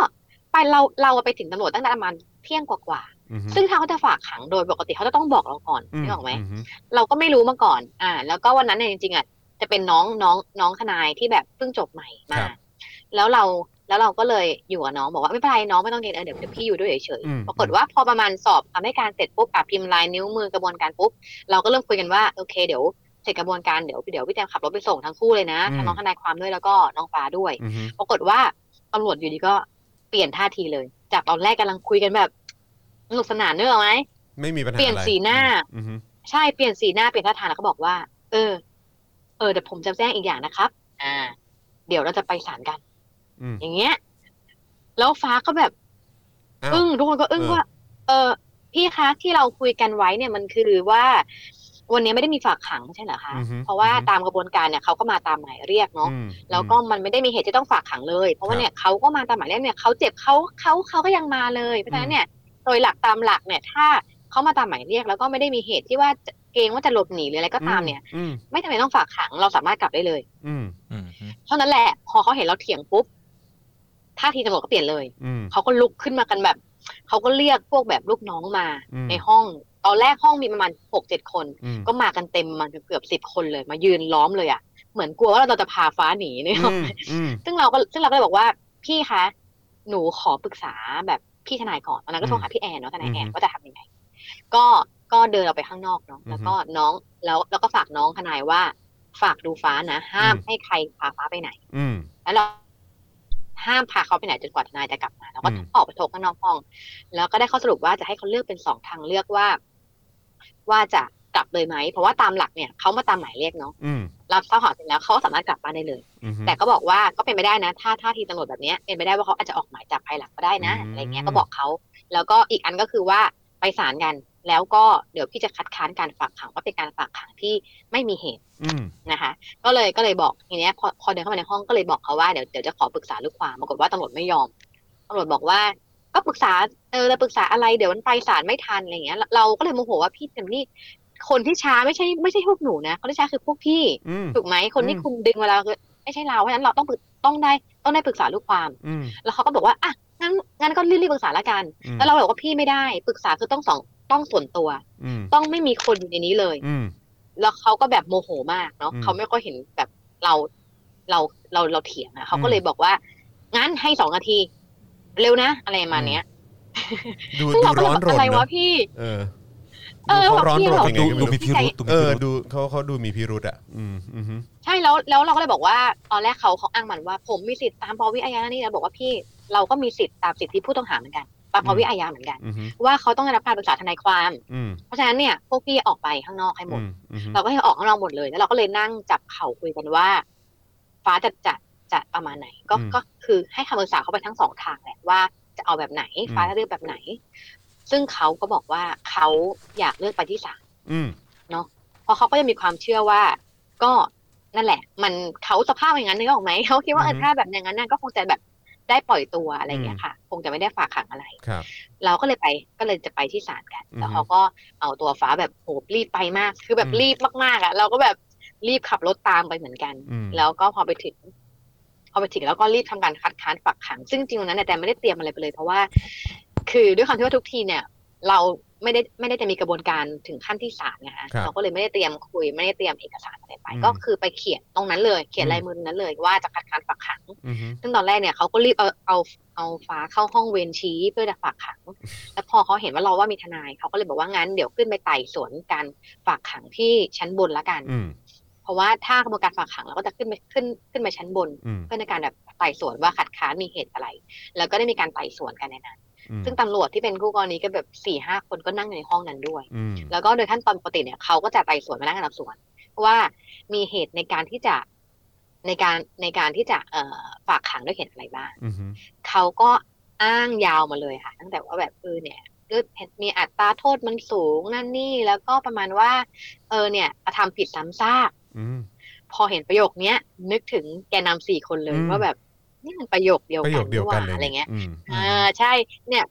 ไปเราเราไปถึงตำรวจตั้งแต่ประมาณเที่ยงกว่า อือฮึ ๆ ซึ่งถ้าเขาจะฝากขังโดยปกติเขาจะต้องบอกเราก่อน อืม นึกออกไหม อือฮึ เราก็ไม่รู้มาก่อน อ่า แล้วก็วันนั้นเนี่ยจริงๆอ่ะจะเป็นน้องน้องน้องทนายที่แบบเพิ่งจบใหม่มา ครับ แล้วเราแล้วเราก็เลยอยู่กับน้องบอกว่าไม่เป็นไรน้องไม่ต้องเรียนเออเดี๋ยวเดี๋ยวพี่อยู่ด้วยเฉย อืม ๆ ปรากฏว่าพอประมาณสอบทำให้การเสร็จปุ๊บอ่ะพิมพ์ลายนิ้วมือกระบวนการปุ๊บเราก็เริ่มคุยกันว่าโอเคเดี๋ยวเสร็จกระบวนการเดี๋ยวเดี๋ยวพี่แจมขับรถไปส่งทั้งคู่เลยนะทั้งน้องทนายความด้วยแล้วก็น้องฟ้าด้วย อือฮึ ปรากฏว่าตำรวจอยู่ดีก็เปลี่ยนท่าทีเลย จากตอนแรกกำลังคุยกันแบบสนุกสนานเนกอะไหม ไม่มีปัญหา เปลี่ยน อะไร สีหน้า อือฮึ ใช่เปลี่ยนสีหน้าเปลี่ยนท่าทางแล้วก็บอกว่า เออ เออเดี๋ยวผมจะแจ้งอีกอย่างนะครับ อ่า เดี๋ยวเราจะไปศาลกัน อืม อย่างเงี้ย แล้วฟ้าก็แบบ อึ้งทุกคนก็อึ้งว่า เออพี่คะที่เราคุยกันไว้เนี่ยมันคือว่า วันนี้ไม่ได้มีฝากขังใช่เหรอคะ อือฮึ เพราะว่าตามกระบวนการเนี่ยเขาก็มาตามหมายเรียกเนาะ อืม แล้วก็มันไม่ได้มีเหตุที่ต้องฝากขังเลย เพราะว่าเนี่ยเขาก็มาตามหมายเรียกเนี่ยเขาเจ็บเขาเขาเขาก็ยังมาเลยเพราะฉะนั้นเนี่ย โดยหลักตามหลักเนี่ย ถ้าเขามาตามหมายเรียก แล้วก็ไม่ได้มีเหตุที่ว่าจะเกรงว่าจะหลบหนีหรืออะไรก็ตามเนี่ย อืม ไม่จำเป็นต้องฝากขังเราสามารถกลับได้เลย อืม อืม เท่านั้นแหละ พอเขาเห็นเราเถียงปุ๊บท่าทีตำรวจก็เปลี่ยนเลย อืม เขาก็ลุกขึ้นมากันแบบ เขาก็เรียกพวกแบบลูกน้องมา อืม ในห้อง ตอนแรกห้องมีประมาณหกเจ็ดคน อืม ก็มากันเต็มมาเกือบสิบคนเลย มายืนล้อมเลยอ่ะ เหมือนกลัวว่าเราจะพาฟ้าหนีเนี่ย อืมอืม ซึ่งเราก็ซึ่งเราก็เลยบอกว่าพี่คะ หนูขอปรึกษาแบบพี่ทนายก่อนตอนนั้นก็โทรหาพี่แอนเนาะทนายแอน อืม ว่าจะทำยังไง ก็ก็เดินเราไปข้างนอกเนาะแล้วก็น้องแล้วแล้วก็ฝากน้องทนายว่า ฝากดูฟ้านะ ห้าม อืม ให้ใครพาฟ้าไปไหน อืม แล้วเราห้ามพาเขาไปไหนจนกว่าทนายจะกลับมาแล้วก็ อืม ออกไปโทรข้างนอกห้อง แล้วก็ได้ข้อสรุปว่าจะให้เขาเลือกเป็นสองทางเลือกว่า ว่าจะกลับเลยไหม เพราะว่าตามหลักเนี่ยเขามาตามหมายเรียกเนาะ อืม รับทราบข่าวเสร็จแล้วเขาสามารถกลับบ้านได้เลย อือฮึ แต่ก็บอกว่าก็เป็นไปได้นะ ถ้าท่าทีตำรวจแบบเนี้ยเป็นไปได้ว่าเขาอาจจะออกหมายจับภายหลังก็ได้นะอะไรเงี้ยก็บอกเขาแล้วก็อีกอันก็คือว่าไปศาลกัน แล้วก็เดี๋ยวพี่จะคัดค้านการฝากขังว่าเป็นการฝากขังที่ไม่มีเหตุ อืม นะคะก็เลยก็เลยบอกทีเนี้ยพอพอเดินเข้ามาในห้องก็เลยบอกเขาว่าเดี๋ยวเดี๋ยวจะขอปรึกษาลูกความปรากฏว่าตำรวจไม่ยอมตำรวจบอกว่าก็ปรึกษาเออเราปรึกษาอะไรเดี๋ยวมันไปศาลไม่ทันอะไรอย่างเงี้ย เราก็เลยโมโหว่าพี่เจมนี่คนที่ช้าไม่ใช่ไม่ใช่พวกหนูนะคนที่ช้าคือพวกพี่ อืม ถูกไหมคนที่ อืม คุมดึงเวลาคือไม่ใช่เราเพราะฉะนั้นเราต้องปรึกต้องได้ต้องได้ปรึกษาลูกความ อืม แล้วเขาก็บอกว่าอ่ะงั้นงั้นก็รีบๆปรึกษาละกัน อืม แล้วเราบอกว่าพี่ไม่ได้ปรึกษาคือต้องสองต้องส่วนตัว อืม ต้องไม่มีคนอยู่ในนี้เลย อืม แล้วเขาก็แบบโมโหมากเนาะ อืม เขาไม่ค่อยเห็นแบบเราเราเราเราเถียงอะเขาก็ อืม เลยบอกว่า งั้นให้สองนาที เร็วนะอะไรประมาณเนี้ย ดู ซึ่ง ดู เราก็ ร้อนร แบบ น อะไร เน วะ อะ พี่ เออ เออ ดู แบบ ร้อน พี่ รน แบบ ยังไงก็ไ ดูมีพิรุธดูมีพิรุธ เออดูเขาเขาดูมีพิรุธอ่ะอืมอืมฮึ ใช่แล้วแล้วเราก็เลยบอกว่าตอนแรกเขาเขาอ้างมันว่า ผมมีสิทธิ์ตามปวิอาญานี่นะบอกว่าพี่เราก็มีสิทธิ์ตามสิทธิผู้ต้องหาเหมือนกันตามปวิอาญาเหมือนกัน อืมฮึ ว่าเขาต้องได้รับการปรึกษาทนายความ อืม เพราะฉะนั้นเนี่ยพวกพี่ออกไปข้างนอกให้หม อื ด มอืมฮึ เราก็ให้ออกข้างนอกหมดเลย แล้วเราก็เลยนั่งจับเข่าคุยกันว่า ฟ้าจะจะจะประมาณไหน ก็ อืม ก็คือให้คำปรึกษาเขาไปทั้งสองทางแหละว่าจะเอาแบบไหน ฟ้าจะเลือกแบบไหน ซึ่งเขาก็บอกว่าเขาอยากเลือกไปที่ศาล อืม เนาะเพราะเขาก็ยังมีความเชื่อว่า ก็นั่นแหละ มันเขาสภาพอย่างนั้นนึกออกไหมเขาคิดว่าเออ อือฮึ ถ้าแบบอย่างนั้นน่ะก็คงจะแบบได้ปล่อยตัวอะไรอย่างเงี้ยค่ะ คงจะไม่ได้ฝากขังอะไร ครับ เราก็เลยไปก็เลยจะไปที่ศาลกัน อือฮึ แล้วเขาก็เอาตัวฟ้าแบบโหรีบไปมาก คือแบบ อืม รีบมากๆอ่ะ เราก็แบบรีบขับรถตามไปเหมือนกัน อืม แล้วก็พอไปถึง พอไปถึงแล้วก็รีบทำการคัดค้านฝากขัง ซึ่งจริงๆวันนั้นเนยแต่ไม่ได้เตรียมอะไรไปเลย เพราะว่า คือด้วยความที่ว่าทุกทีเนี่ย เราไม่ได้ไม่ได้จะมีกระบวนการถึงขั้นที่ศาลนะคะ ครับ เราก็เลยไม่ได้เตรียมคุย ไม่ได้เตรียมเอกสารอะไรไป อืม ก็คือไปเขียนตรงนั้นเลย เขียนลายมือตรงนั้นเลยว่าจะคัดค้านฝากขัง อืมฮึ ซึ่งตอนแรกเนี่ยเขาก็รีบเอาเอาเอาฟ้าเข้าห้องเวรชี้เพื่อจะฝากขัง แล้วพอเขาเห็นว่าเราว่ามีทนายเขาก็เลยบอกว่างั้นเดี๋ยวขึ้นไปไต่สวนการฝากขังที่ชั้นบนละกัน อืม เพราะว่าถ้ากระบวนการฝากขังเราก็จะขึ้นไปขึ้นขึ้นไปชั้นบน อืม เพื่อในการแบบไต่สวนว่าขัดค้านมีเหตุอะไร แล้วก็ได้มีการไต่สวนกันในนั้น อืม ซึ่งตำรวจที่เป็นคู่กรณีก็แบบสี่ห้าคนก็นั่งอยู่ในห้องนั้นด้วย อืม แล้วก็โดยขั้นตอนปกติเนี่ยเขาก็จะไต่สวนพนักงานสอบสวนว่ามีเหตุในการที่จะในการในการที่จะเอ่อฝากขังด้วยเหตุอะไรบ้าง อืมฮึ เขาก็อ้างยาวมาเลยค่ะ ตั้งแต่ว่าแบบเออเนี่ยด้วยมีอัตราโทษมันสูงนั่นนี่แล้วก็ประมาณว่า เออเนี่ยกระทำผิดซ้ำซาก อืม พอเห็นประโยคเนี้ย นึกถึงแกนนำสี่คนเลย อืม ว่าแบบนี่มันประโยคเดียว ประโย กั คน เดียวกันเลย อะไรเงี้ย อืม อ่าใช่เนี่ย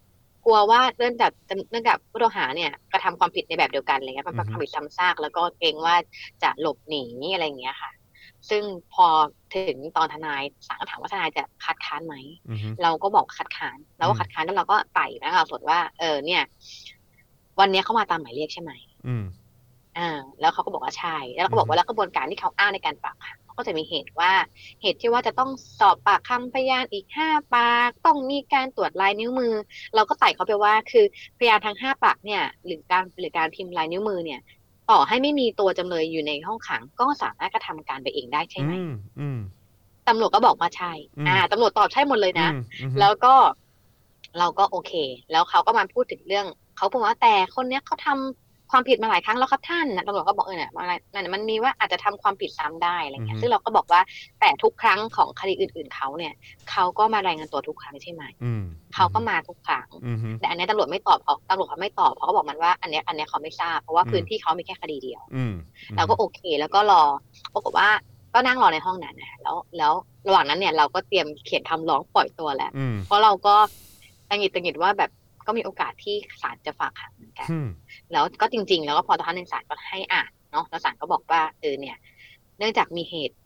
กลัวว่าเรื่องแบบเรื่องแบบผู้ต้องหาเนี่ยกระทำความผิดในแบบเดียวกันอะไรเงี้ยมัน อือฮึ ทำผิดซ้ำซากแล้วก็เกรงว่าจะหลบหนีอะไรเงี้ยค่ะ ซึ่งพอถึงตอนทนายศาลก็ถามว่าทนายจะคัดค้านไหม อืมฮึ เราก็บอกคัดค้านเราก็คัดค้านแล้วเราก็ไต่แล้วเราสดว่า เออเนี่ย วันเนี้ยเขามาตามหมายเรียกใช่ไหม อืม อ่า แล้วเขาก็บอกว่าใช่แล้วเราก็บอกว่าแล้วกระบวนการที่เขาอ้างในการฝากขังเขาก็จะมีเหตุว่า เหตุที่ว่าจะต้องสอบปากคำพยานอีกห้าปาก ต้องมีการตรวจลายนิ้วมือ เราก็ไต่เขาไปว่าคือพยานทั้งห้าปากเนี่ย หรือการหรือการพิมพ์ลายนิ้วมือเนี่ย ต่อให้ไม่มีตัวจำเลยอยู่ในห้องขัง ก็สามารถกระทำการไปเองได้ใช่ไหม อืมอืม ตำรวจก็บอกว่าใช่ อืม อ่า ตำรวจตอบใช่หมดเลยนะ อืมอือฮึ แล้วก็เราก็โอเค แล้วเขาก็มาพูดถึงเรื่อง เขาพูดว่าแต่คนเนี้ยเขาทำความผิดมาหลายครั้งแล้วครับท่านนะตำรวจก็บอกเออเนี่ยมันนั่นมันมีว่าอาจจะทำความผิดซ้ำได้อะไรอืเงี้อยฮึ ซึ่งเราก็บอกว่าแต่ทุกครั้งของคดีอื่น ๆเขาเนี่ย เขาก็มารายงานตัวทุกครั้งใช่ไหม อืม เขาก็มาทุกครั้ง อืมฮึ แต่อันเนี้ยตำรวจไม่ตอบเขาตำรวจเขาไม่ตอบเขาก็บอกมันว่าอันเนี้ยอันเนี้ยเขาไม่ทราบ เพราะว่าพื้นที่เขามีแค่คดีเดียว อืม เราก็โอเคแล้วก็รอปรากฏว่าก็นั่งรอในห้องนั้นนะคะแล้วแล้วระหว่างนั้นเนี่ยเราก็เตรียมเขียนคำร้องปล่อยตัวแล้ว อืม เพราะเราก็ตังหงิดตังหงิดว่าแบบก็มีโอกาสที่ศาลจะฝากขังเหมือนกัน อืม แล้วก็จริง ๆ แล้วก็พอตอนนั้นศาลก็ให้อ่านเนาะแล้วศาลก็บอกว่าเออเนี่ย เนื่องจากมีเหตุ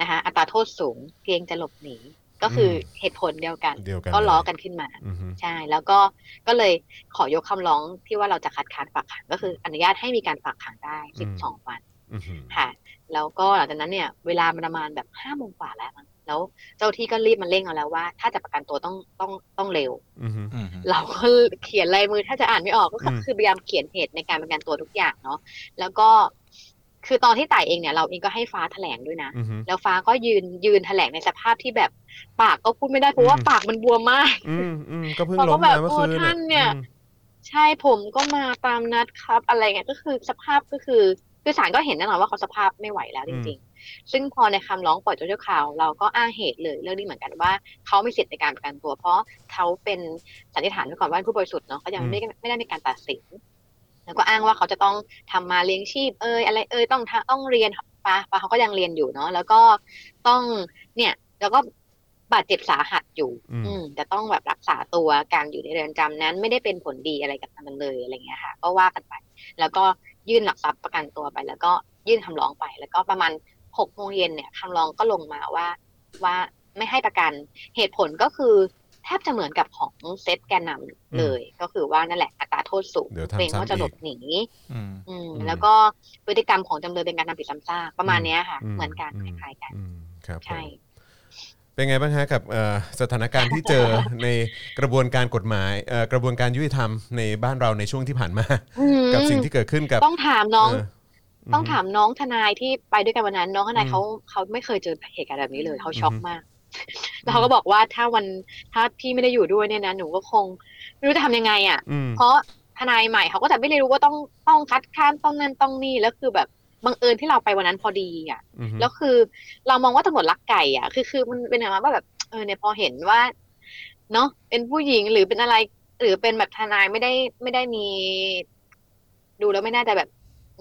นะคะ อัตราโทษสูงเกรงจะหลบหนีก็คืออเหตุผลเดียวกัน เดียวกัน ก็ล้อ เลย กันขึ้นมา อืมฮึ ใช่ แล้วก็ก็เลยขอยกคำร้องที่ว่าเราจะคัดค้านฝากขังก็คืออนุญาตให้มีการฝากขังได้ อืม 12 วัน อืมฮึ ค่ะ แล้วก็หลังจากนั้นเนี่ย เวลามันประมาณแบบห้าโมงกว่าแล้วมั้งแล้วเจ้าที่ก็รีบมาเร่งเอาแล้วว่า ถ้าจะประกันตัวต้องต้องต้องเร็ว อืมฮึ เราก็เขียนลายมือถ้าจะอ่านไม่ออกก็คือ อืม คือพยายามเขียนเหตุในการประกันตัวทุกอย่างเนาะแล้วก็ คือตอนที่ไต่เองเนี่ยเราเองก็ให้ฟ้าแถลงด้วยนะ อือฮึ แล้วฟ้าก็ยืนยืนแถลงในสภาพที่แบบปากก็พูดไม่ได้เพราะว่าปากมันบวมมาก อืมอืมก็เพิ่ง เขา ล้ ก็ ม แบบ มาเมื่อ โอ้ คืน ท่านเนี่ย อืม ใช่ผมก็มาตามนัดครับอะไรเงี้ยก็คือสภาพก็คือคือศาลก็เห็นแน่นอนว่าเขาสภาพไม่ไหวแล้วจริง ๆ ซึ่งพอในคำร้องปล่อยตัวชั่วคราว เราก็อ้างเหตุเลยเรื่องนี้เหมือนกันว่าเขามีสิทธิ์ในการประกันตัว เพราะเขาเป็นสันนิษฐานไว้ก่อนว่าเป็นผู้บริสุทธิ์เนาะเขายังไม่ได้ไม่ได้มีการตัดสิน แล้วก็อ้างว่าเขาจะต้องทำมาเลี้ยงชีพเอยอะไรเอยต้องทำต้องเรียนปาปาเขาก็ยังเรียนอยู่เนาะแล้วก็ต้องเนี่ยแล้วก็บาดเจ็บสาหัสอยู่ อืม อืมจะต้องแบบรักษาตัวการอยู่ในเรือนจำนั้น ไม่ได้เป็นผลดีอะไรกับมันเลยอะไรเงี้ยค่ะ ก็ว่ากันไป แล้วก็ยื่นหลักทรัพย์ประกันตัวไป แล้วก็ยื่นคำร้องไป แล้วก็ประมาณหกโมงเย็นเนี่ยคำร้องก็ลงมาว่า ว่าไม่ให้ประกันเหตุผลก็คือแทบจะเหมือนกับของเซตแกนนำเลย ก็คือว่านั่นแหละอัตราโทษสูง เดี๋ยวทำ เกรงว่า ซ้ำ จะหล อีก บหนี อืม อืม อืม แล้วก็พฤติกรรมของจำเลยเป็นการทำผิดซ้ำซากประมาณเนี้ยค่ะ อื เหมือนกัน ม คล้ายๆกัน อืมครับผม ใช่ เป็นไงบ้างฮะกับเอ่อสถานการณ์ที่เจอ ในกระบวนการกฎหมายเอ่อกระบวนการยุติธรรมในบ้านเราในช่วงที่ผ่านมา อืม กับสิ่งที่เกิดขึ้นกับ ต้องถามน้อง เ ต้องถามน้องทนายที่ไปด้วยกันวันนั้น น้องทนาย อืม เขาเขาไม่เคยเจอเหตุการณ์แบบนี้เลยเขาช็อก อือฮึ มาก แล้วเขาก็บอกว่าถ้าวันถ้าพี่ไม่ได้อยู่ด้วยเนี่ยนะหนูก็คงไม่รู้จะทำยังไงอ่ะ อืม เพราะทนายใหม่เขาก็จะไม่ได้รู้ว่าต้องต้องคัดค้านต้องนั่นต้องนี่แล้วคือแบบบังเอิญที่เราไปวันนั้นพอดีอ่ะ อือฮึ แล้วคือเรามองว่าตำรวจรักไก่อ่ะ คือคือมันเป็นอย่างนั้นว่าแบบเออเนี่ยพอเห็นว่าเนาะเป็นผู้หญิงหรือเป็นอะไร หรือเป็นแบบทนายไม่ได้ไม่ได้มี ดูแล้วไม่น่าจะแบบ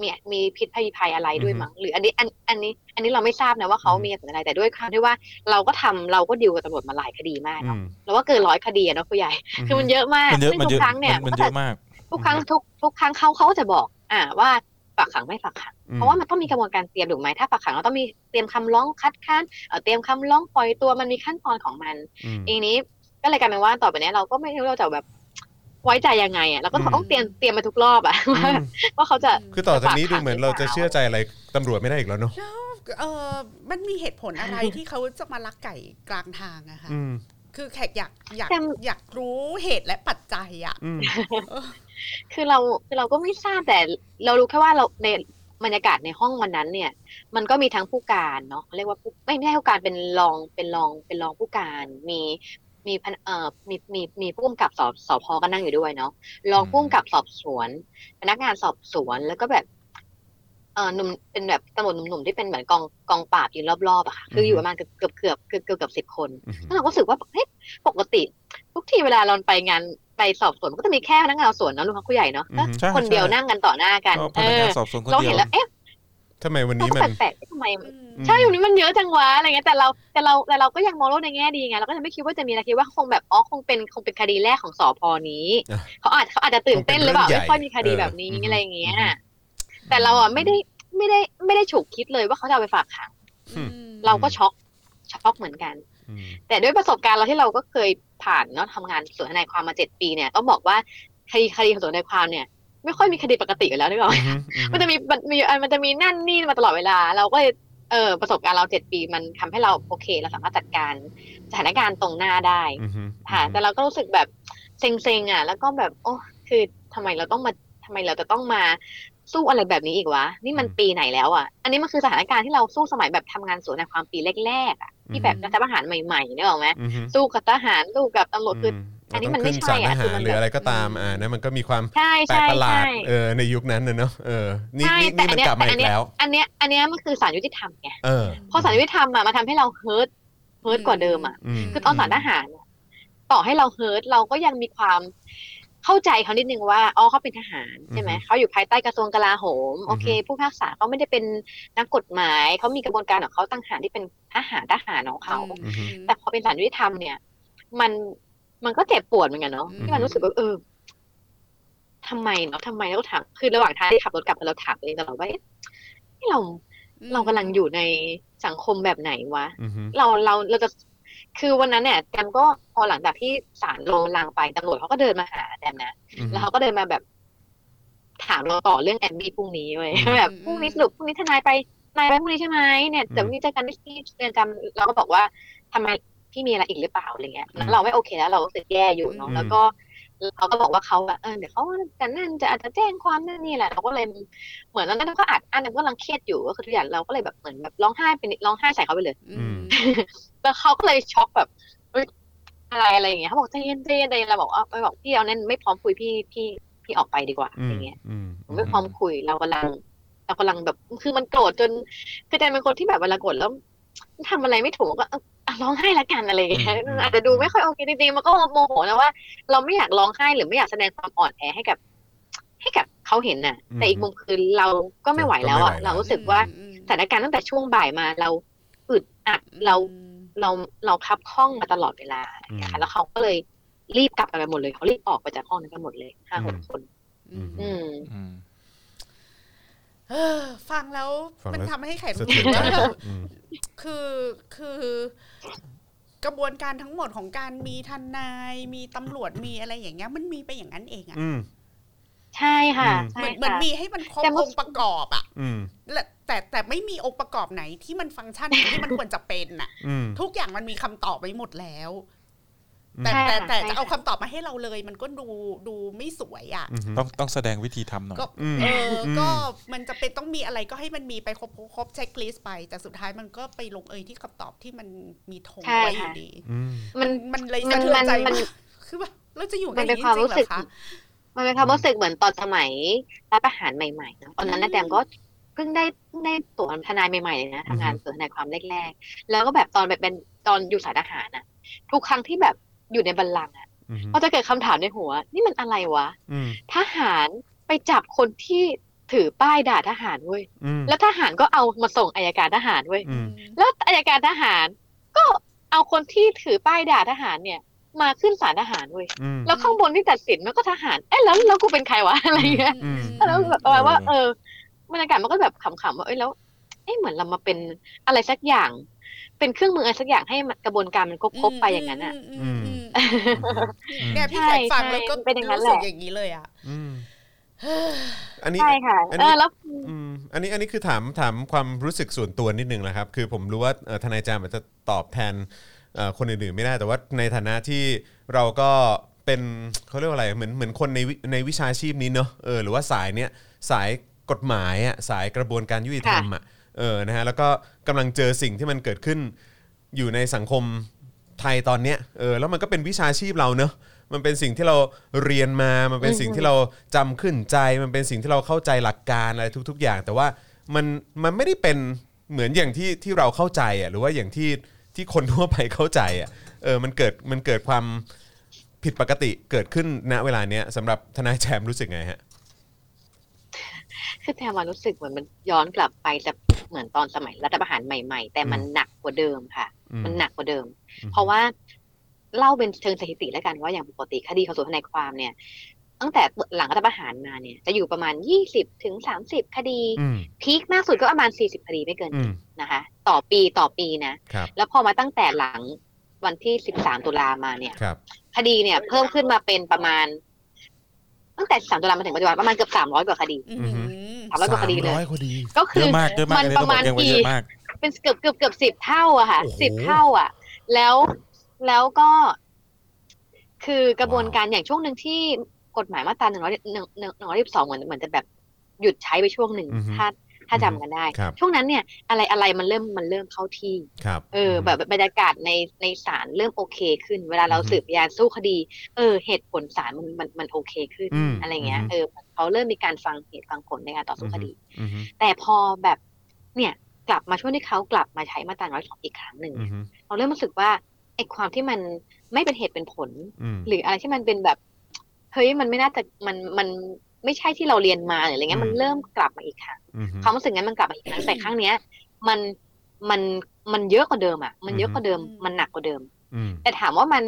มีมีพิษภัยภัยอะไรด้วยมั้งหรืออันนี้อันอันนี้ อันนี้เราไม่ทราบนะว่าเขามีอะไรแต่ด้วยความที่ว่าเราก็ทำเราก็ดิวกับตำรวจมาหลายคดีมากเนาะ อืม เราว่าเกินร้อยคดีอะเนาะผู้ใหญ่ คือมันเยอะมาก มันเยอะ ซึ่ง มัน ทุ เย ก อะ ครั้งเนี่ย มัน ก็ เย จะ อะมาก ทุกครั้งทุกทุกครั้งเขาเขาก็จะบอก อ่าว่าฝากขังไม่ฝากขัง อืม เพราะว่ามันต้องมีกระบวนการเตรียมถูกไหมถ้าฝากขังเราต้องมีเตรียมคำร้องคัดค้านเอ่อเตรียมคำร้องปล่อยตัวมันมีขั้นตอนของมัน อืม ทีนี้ก็เลยกลายเป็นว่าต่อไปเนี้ยเราก็ไม่รู้เราจะแบบไว้ใจยังไงอ่ะเราก็ต้องเตรียมเตรียมมาทุกรอบอ่ะว่าว่าเขาจะ คือต่อจากนี้ จะฝ ดู ขัง เหมือนเราจะเชื่อใจอะไรตำรวจไม่ได้อีกแล้วเนาะ เออมันมีเหตุผลอะไรที่เขาจะมาลักไก่กลางทางอะค่ะ อืม คือแขกอยากอยากอยากรู้เหตุและปัจจัยอะ อืม คือเราคือเราก็ไม่ทราบแต่เรารู้แค่ว่าเราในบรรยากาศในห้องวันนั้นเนี่ย มันก็มีทั้งผู้การเนาะเรียกว่าผู้ไม่ไม่ใช่ผู้การเป็นรองเป็นรองเป็นรองผู้การมีมีพนเอ่อมีมีมีผู้กำกับสอบสพก็นั่งอยู่ด้วยเนาะรองผู้กำกับสอบสวน พนักงานสอบสวนแล้วก็แบบ เออหนุ่มเป็นแบบตำรวจหนุ่มๆที่เป็นเหมือนกองกองปราบอยู่รอบๆอะค่ะคืออยู่ประมาณเกือบเกือบเกือบเกือบเกือบสิบคนแล้วเราก็รู้สึกว่าเฮ้ยปกติ ทุกทีเวลาเราไปงานไปสอบสวนก็จะมีแค่พนักงานสอบสวนเนาะลูกค้าผู้ใหญ่เนาะ อือฮึใช่ คนเดียว ใช่ นั่งกันต่อหน้ากัน ก็พนักงานสอบสวนคนเราเดียวเห็นแล้วเอ๊ะ ทำไมวัน เรา นี้ ก็ มัน แปลกๆว่าทำไมใช่วันนี้มันเยอะจังวะอะไรเงี้ยแต่เราแต่เราแต่เราก็ยังมองโลกในแง่ดีไงเราก็จะไม่คิดว่าจะมีอะไรคิดว่าคงแบบอ๋อคงเป็นคงเป็นคดีแรกของสพนี้ อ่ะ เขาอาจเขาอาจจะตื่นเต้นหรือเปล่า คงเป็นเรื่อง ไม่ค่อยมีคดี ใหญ่ แบบนี้ เอออ อะไรเงี้ยแต่เราอ่ะไม่ได้ไม่ได้ไม่ได้ฉุกคิดเลยว่าเขาจะเอาไปฝากขัง เราก็ช็อกช็อกเหมือนกัน แต่ด้วยประสบการณ์เราที่เราก็เคยผ่านเนาะทำงานสวนทนายความมาเจ็ดปีเนี่ยต้องบอกว่าคดีคดีของสวนทนายความเนี่ย ไม่ค่อยมีคดีปกติอยู่แล้วนึกออกไห มมันจะมีมันมีมันจะมีนั่นนี่มาตลอดเวลา เราก็เลยเออประสบการณ์เราเจ็ดปีมันทำให้เราโอเค เราสามารถจัดการสถานการณ์ตรงหน้าได้ค่ะแต่เราก็รู้สึกแบบเซ็งๆอ่ะ แล้วก็แบบ โอ้คือทำไมเราต้องมาทำไมเราจะต้องมาสู้อะไรแบบนี้อีกวะนี่มันปีไหนแล้วอ่ะอันนี้มันคือสถานการณ์ที่เราสู้สมัยแบบทำงานสวนทนายความปีแรกๆอ่ะที่แบบรัฐประหารใหม่ๆนึกออกไหม อือฮึ สู้กับทหารสู้กับตำรวจคืออ เรา อันนี้ ต้ มั อนง ไม่ ขึ้น ใช่ สารท อ่ะ หา คือ ร มัน หรือ แบ อะ บ ไรก็ตามอ่านะมันก็มีความ ใช่ แปลกประหลาด ใช่ใช่ เออในยุคนั้นนะเนาะเออนี่ ใช่ นี่ แต่ นี่ อัเนี้ยมันกลับมา แต่อันอีก เนี้ย แล้ว อันเนี้ยอันเนี้ยมันคือสารยุติธรรมไง เออ พอสารยุติธรรมอ่ะมันทำให้เราเฮิร์ตเฮิร์ตกว่าเดิมอ่ะ อืม คือตอนสารทหารอะต่อให้เราเฮิร์ตเราก็ยังมีความเข้าใจเขานิดนึงว่าอ๋อเขาเป็นทหารใช่ไหมเขาอยู่ภายใต้กระทรวงกลาโหมโอเค ผู้พิพากษาเขาไม่ได้เป็นนักกฎหมายเขามีกระบวนการของเขาต่างหากที่เป็นทหารทหารของเขา แต่พอเป็นสารยุติธรรมเนี่ย มันมันก็เจ็บปวดเหมือนกันเนาะที่มันรู้สึกว่าเออทำไมเนาะทำไมเราถามคือระหว่างทางที่ขับรถกลับเราถามตัวเองตลอดว่าเอ๊ะนี่เราเรากำลังอยู่ในสังคมแบบไหนวะ เราเราเราจะคือวันนั้นเนี่ยแจมก็พอหลังจากที่ศาลลงลางไปตำรวจเขาก็เดินมาหาแจมนะ อือฮึ แล้วเขาก็เดินมาแบบ ถามเราต่อเรื่องแอมบี้พรุ่งนี้เว้ยแบบพรุ่งนี้สรุปพรุ่งนี้ทนายไปนายไปพรุ่งนี้ใช่ไหมเนี่ยเดี๋ยวพรุ่งนี้เจอกันที่เรือนจำเราก็บอกว่าทำไมพี่มีอะไรอีกหรือเปล่าอะไรเงี้ย อืม เราไม่โอเคแล้วเรารู้สึกแย่อยู่เนาะ อืม แล้วก็ เขาก็บอกว่าเขาแบบเออเดี๋ยวเขาจะนั่นจะอาจจะแจ้งความนั่นนี่แหละเราก็เลยเหมือนตอนนั้นเราก็อัดอั้นเราก็กำลังเครียดอยู่ก็คือทุกอย่างเราก็เลยแบบเหมือนแบบร้องไห้ไปนิดร้องไห้ใส่เขาไปเลย แล้วเขาก็เลยช็อกแบบเอ้ยอะไรอะไรอย่างเงี้ยเขาบอกใจเย็นใจเย็นใจเย็นเราบอกว่าไปบอกพี่เอานั่นไม่พร้อมคุยพี่พี่พี่ออกไปดีกว่า อืม อย่างเงี้ยผมไม่พร้อมคุยเรากำลังเรากำลังแบบคือมันโกรธจนคือแจนเป็นคนที่แบบเวลาโกรธแล้วทำอะไรไม่ถูกก็เอ้าอ่ะร้องไห้ละกันอะไรอย่างเงี้ยอาจจะดูไม่ค่อยโอเคจริงๆมันก็โมโหนะว่า เราไม่อยากร้องไห้หรือไม่อยากแสดงความอ่อนแอให้กับ ให้กับเขาเห็นน่ะ แต่อีกมุมคือเราก็ไม่ไหวแล้วอ่ะ ก็ไม่ไหวแล้ว เรารู้สึกว่าสถานการณ์ตั้งแต่ช่วงบ่ายมาเรา อึดอัดเราเราเราคับข้องมาตลอดเวลาค่ะแล้วเขาก็เลยรีบกลับกันไปหมดเลยเขารีบออกไปจากห้องนั้นกันหมดเลยห้าหกคน อืม เออฟังแล้ว ฟังแล้ว มันทำให้ไข่ สะ รู้สึเทือน กว่าใจเรา อืม คือคือกระบวนการทั้งหมดของการมีทนายมีตำรวจมีอะไรอย่างเงี้ยมันมีไปอย่างนั้นเองอะ อืม ใช่ค่ะ อืม ใช่ เหมือน ค่ะ เหมือนมีให้มันครบ แต่มุ อ ส งค์ประกอบอะ อืม และแต่แต่ไม่มีองค์ประกอบไหนที่มันฟังก์ชันอย่างที่มันควรจะเป็นน่ะ อืม ทุกอย่างมันมีคำตอบไว้หมดแล้ว อืม แต่แต่แต่ ใช่ค่ะ จะเอาคำตอบมาให้เราเลย มันก็ดูดูไม่สวยอ่ะ ต้องต้องแสดงวิธีทำหน่อย ก็เอออก็มันจะเป็นต้องมีอะไรก็ให้มันมีไปครบครบครบเช็คลิสต์ไป แต่สุดท้ายมันก็ไปลงเอยที่คำตอบที่มันมีธง ใช่ ไว้อยู่ ค่ะ ดี อืม มันมันเลย มั สะ น เทือนใจ มัน มากคือแบบเราจะอยู่กั มัน น อ เป็ ย่าน ง ความ นี้จริง รู้ เหร สึก อคะ มันเป็นความรู้สึกเหมือนตอนสมัยรับอาหารใหม่ๆเนอะตอนนั้นนะแจมก็เพิ่งได้เพิ่งได้ตัวทนายใหม่ๆเลยนะทำงานตัวทนายความแรกๆ แล้วก็แบบตอนแบบเป็นตอนอยู่สารอาหารน่ะ ทุกครั้งที่แบบอยู่ในบัลลังก์อ่ะก็จะเกิดคำถามในหัว นี่มันอะไรวะ อืม ทหารไปจับคนที่ถือป้ายด่าทหารเว้ย อืม แล้วทหารก็เอามาส่งอายการทหารเว้ย อืม แล้วอายการทหารก็เอาคนที่ถือป้ายด่าทหารเนี่ย มาขึ้นศาลทหารเว้ย อืม แล้วข้างบนที่ตัดสินมันก็ทหาร เอ้ยแล้วแล้วกูเป็นใครวะ อะไรเงี้ย แล้วแบบประมาณว่า เออบรรยากาศมันก็แบบขำๆว่า เอ้ยแล้ว เอ้ยเหมือนเรามาเป็นอะไรสักอย่าง เป็นเครื่องมืออะไรสักอย่างให้มันกระบวนการมันครบๆไปอย่างนั้นอ่ะ เนี่ยพี่แขใช่กฟังแล้ว ใช่ ก็ เป็นอย่างนั้น รู้สึก แหละ อย่างนี้เลยอ่ะ อืม อันนี้ ใช่ค่ะ อัน เอ นี้ อแล้ว อืมอันนี้อันนี้คือถามถามความรู้สึกส่วนตัวนิดนึงนะครับ คือผมรู้ว่าเอ่อทนายจามอาจจะตอบแทนเอ่อคนอื่นๆไม่ได้แต่ว่าในฐานะที่เราก็เป็นเขาเรียกว่าอะไรเหมือนเหมือนคนในวิในวิชาชีพนี้เนอะเออหรือว่าสายเนี้ยสายกฎหมายอ่ะสายกระบวนการยุติธรรมอ่ะเออนะฮะแล้วก็กำลังเจอสิ่งที่มันเกิดขึ้น อยู่ในสังคมไทยตอนเนี้ยเออแล้วมันก็เป็นวิชาชีพเราเนอะมันเป็นสิ่งที่เราเรียนมา มันเป็นสิ่งที่เราจำขึ้นใจ มันเป็นสิ่งที่เราเข้าใจหลักการอะไรทุก ๆ อย่าง แต่ว่ามันมันไม่ได้เป็นเหมือนอย่างที่ที่เราเข้าใจอ่ะหรือว่าอย่างที่ที่คนทั่วไปเข้าใจอ่ะเออมันเกิดมันเกิดความผิดปกติเกิดขึ้นณเวลาเนี้ยสำหรับทนายแจมรู้สึกไงฮะ คือแตมารู้สึกเหมือนมันย้อนกลับไปแต่เหมือนตอนสมัยรัฐประหารใหม่ ๆ แต่มันหนักกว่าเดิมค่ะ อืม มันหนักกว่าเดิม เพราะว่าเล่าเป็นเชิงสถิติแล้วกันว่าอย่างปกติคดีของสูทนายความเนี่ย ตั้งแต่หลังรัฐประหารมาเนี่ย จะอยู่ประมาณยี่สิบถึงสามสิบคดี อืม พีคมากสุดก็ประมาณสี่สิบคดีไม่เกิน อืม นะคะ ต่อปีต่อปีนะ ครับ แล้วพอมาตั้งแต่หลังวันที่สิบสามตุลามาเนี่ย ครับ คดีเนี่ย เพิ่มขึ้นมาเป็นประมาณ ตั้งแต่สามตุลามาถึงปัจจุบันประมาณเกือบสามร้อยกว่าคดีสามร้อยกว่าคดีเลย 300 ก็คื เย อ อะมากเยอะมาก มัน ใน ประมาณ เยอะ ปี เยอะมาก เป็นเกือบเกือบเกือบสิบเท่าอะค่ะสิบเท่าอะแล้วแล้วก็ คือกระบวนการอย่างช่วงหนึ่งที่กฎหมายมาตราหนึ่งร้อยหนึ่งหนึ่งร้อยสิบสองเหมือนเหมือนจะแบบหยุดใช้ไปช่วงหนึ่ง อือฮึ ถ้าถ้าจำกันได้ ครับ ช่วงนั้นเนี่ย อะไรอะไรมันเริ่มมันเริ่มเข้าที่ ครับ เออแบบบรรยากาศในในศาลเริ่มโอเคขึ้น เวลาเรา อือฮึ สืบพยานสู้คดี เออ เหตุผลศาลมันมันมันโอเคขึ้น อืม อะไรเงี้ย อือฮึ เออเขาเริ่มมีการฟังเหตุฟังผลในการต่อสู้คดี อือฮึ แต่พอแบบเนี่ยกลับมาช่วงที่เขากลับมาใช้มาตราร้อยสองอีกครั้งหนึ่งเนี่ยเราเริ่มรู้สึกว่าไอ้ความที่มันไม่เป็นเหตุเป็นผล อืม หรืออะไรที่มันเป็นแบบเฮ้ยมันไม่น่าจะมันมันไม่ใช่ที่เราเรียนมาหรืออะไรเงี้ย อืม มันเริ่มกลับมาอีกครั้ง อือฮึ ความรู้สึกงั้นมันกลับมาอีกครั้งแต่ครั้งเนี้ย มันมันมันเยอะกว่าเดิมอ่ะมันเยอะกว่าเดิม มันหนักกว่าเดิม อืม แต่ถามว่ามัน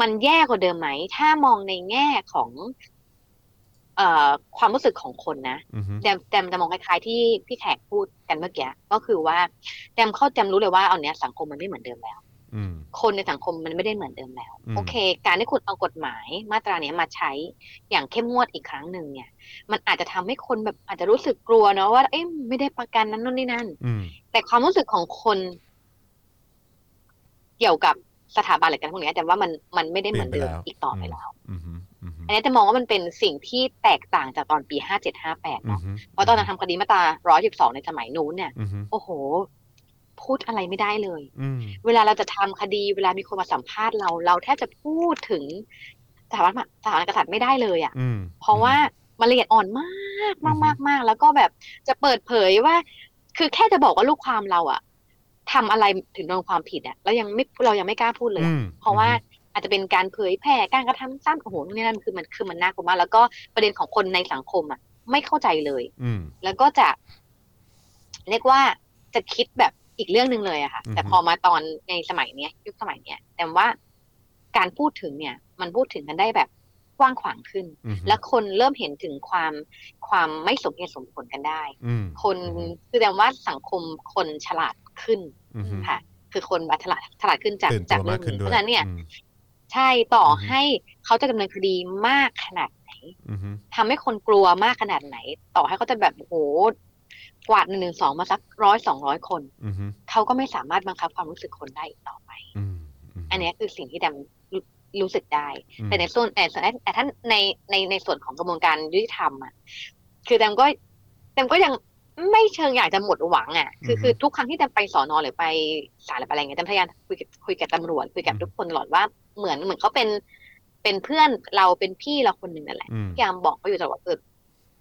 มันแย่กว่าเดิมไหม ถ้ามองในแง่ของ เอ่อความรู้สึกของคนนะ อือฮึ แจมแจมจะมองคล้ายๆที่พี่แขกพูดกันเมื่อกี้ก็คือว่าแจมเข้าแจมรู้เลยว่าเอาเนี้ยสังคมมันไม่เหมือนเดิมแล้ว อืม คนในสังคมมันไม่ได้เหมือนเดิมแล้ว อืม โอเค การที่คุณเอากฎหมายมาตราเนี้ยมาใช้อย่างเข้มงวดอีกครั้งหนึ่งเนี่ย มันอาจจะทำให้คนแบบอาจจะรู้สึกกลัวเนาะว่าเอ๊ะไม่ได้ประกันนั้นนู่นนี่นั่น อืม แต่ความรู้สึกของคนเกี่ยวกับสถาบันหรือการพวกเนี้ยแต่ว่ามันมันไม่ได้เหมือนเดิม เปลี่ยนไปแล้ว อีกต่อไปแล้ว อืม อันนี้จะมองว่ามันเป็นสิ่งที่แตกต่างจากตอนปี 5758เนาะเพราะตอนนั้นทำคดีมาตรา112 ในสมัยนู้นเนี่ย อือฮึ โอ้โห พูดอะไรไม่ได้เลย อืม เวลาเราจะทำคดีเวลามีคนมาสัมภาษณ์เรา เราแทบจะพูดถึงสถาบันสถาบันกษัตริย์ไม่ได้เลยอ่ะ อืม เพราะว่ามันละเอียดอ่อนมากมากมากมากแล้วก็แบบจะเปิดเผยว่า คือแค่จะบอกว่าลูกความเราอะทำอะไรถึงโดนความผิดอะแล้วยังไม่เรายังไม่กล้าพูดเลยอะ อืม เพราะว่าอาจจะเป็นการเผยแพร่การกระทำซ้ำโอ้โหนู่นนี่นั่นคือมันคือมันน่ากลัวมากแล้วก็ประเด็นของคนในสังคมอะไม่เข้าใจเลย อืม แล้วก็จะเรียกว่าจะคิดแบบอีกเรื่องหนึ่งเลยอะค่ะ อือฮึ แต่พอมาตอนในสมัยเนี้ย ยุคสมัยเนี้ย แต่ว่าการพูดถึงเนี่ย มันพูดถึงกันได้แบบกว้างขวางขึ้น อือฮึ และคนเริ่มเห็นถึงความความไม่สมเหตุสมผลกันได้ อืม คนคือแต่ว่าสังคมคนฉลาดขึ้น อือฮึ ค่ะ คือคนฉลาดฉลาดขึ้นจาก ตื่นตัว จากเรื่อ มาก ง ขึ้น นี้ ด้ เพ วย ราะฉะนั้นเนี่ย ใช่ต่ออให้เขาจะดำเนินคดีมากขนาดไหน อือฮึ ทำให้คนกลัวมากขนาดไหน ต่อให้เขาจะแบบโอ้โหกวาดหนึ่งหนึ่งสองมาสักร้อยสองร้อยคน อือฮึ เขาก็ไม่สามารถบังคับความรู้สึกคนได้อีกต่อไป อืม อันเนี้ยคือสิ่งที่แดมรู้รู้สึกได้ อืม แต่ในส่วนแต่ส่วนแต่ท่านในในในส่วนของกระบวนการยุติธรรมอ่ะคือแดมก็แดมก็ยังไม่เชิงอยากจะหมดหวังอ่ะคือคือทุกครั้งที่แดมไปสอนอหรือไปศาลหรือไปอะไรเงี้ยแดมพยายามคุยกับคุยกับตำรวจคุยกับทุกคนตลอดว่าเหมือนเหมือนเขาเป็น เป็นเพื่อนเราเป็นพี่เราคนหนึ่งนั่นแหละ อืม พยายามบอกเขาอยู่ตลอดว่าเออ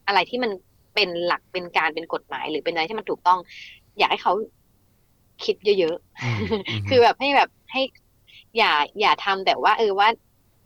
อะไรที่มันเป็นหลักเป็นการเป็นกฎหมาย หรือเป็นอะไรที่มันถูกต้อง อยากให้เขาคิดเยอะๆ คือแบบให้แบบให้อย่าอย่าทำแต่ว่า เออว่า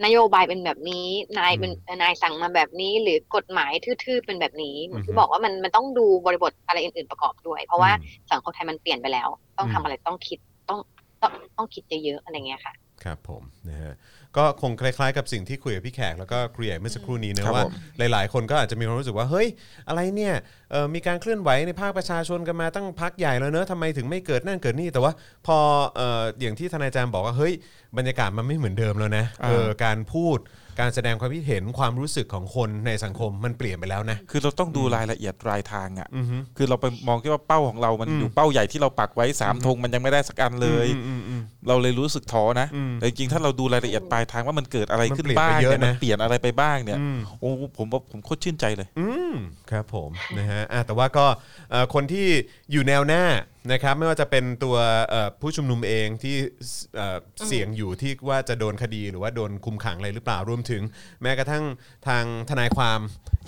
นโยบายเป็นแบบนี้ นายเป็นนายสั่งมาแบบนี้ หรือกฎหมายทื่อๆเป็นแบบนี้เหมือนที่บอกว่ามันมันต้องดูบริบทอะไรอื่นๆประกอบด้วย เพราะว่าสังคมไทยมันเปลี่ยนไปแล้ว ต้องทำอะไรต้องคิดต้องต้องต้องคิดเยอะๆอะไรเงี้ยค่ะ ครับผมนะฮะก็คงคล้ายๆกับสิ่งที่คุยกับพี่แขกแล้วก็คุยกับเมื่อสักครู่นี้นะครับ ว่า ผม หลายๆ คนก็อาจจะมีความรู้สึกว่า เฮ้ย อะไรเนี่ยเอ่อมีการเคลื่อนไหวในภาคประชาชนกันมาตั้งพักใหญ่แล้วเนอะทำไมถึงไม่เกิดนั่นเกิดนี่แต่ว่าพอเอ่ออย่างที่ทนายแจมบอกว่าเฮ้ยบรรยากาศมันไม่เหมือนเดิมแล้วนะเออการพูดการแสดงความคิดเห็นความรู้สึกของคนในสังคมมันเปลี่ยนไปแล้วนะ คือเราต้องดูรายละเอียดรายทางอ่ะ อือฮึ คือเราไปมองแค่ว่าเป้าของเรา มัน อืม อยู่เป้าใหญ่ที่เราปักไว้สามธงมันยังไม่ได้สักอันเลย อืมอืมอืม เราเลยรู้สึกท้อนะ อืม แต่จริงๆ ถ้าเราดูรายละเอียดปลายทางว่ามันเกิดอะไร มัน ขึ้น เปลี่ยน บ้าง ไปเยอะ เนี่ยมัน นะ เปลี่ยนอะไรไปบ้างเนี่ย อืม โอ้ ผมว่าผมโคตรชื่นใจเลย อืมครับผม นะฮะอ่ะแต่ว่าก็เอ่อคนที่อยู่แนวหน้านะครับไม่ว่าจะเป็นตัวเอ่อผู้ชุมนุมเองที่สเอ่อเสี่ยงอยู่ที่ว่าจะโดนคดีหรือว่าโดนคุมขังอะไรหรือเปล่ารวมถึง แม้กระทั่งทางทนายความ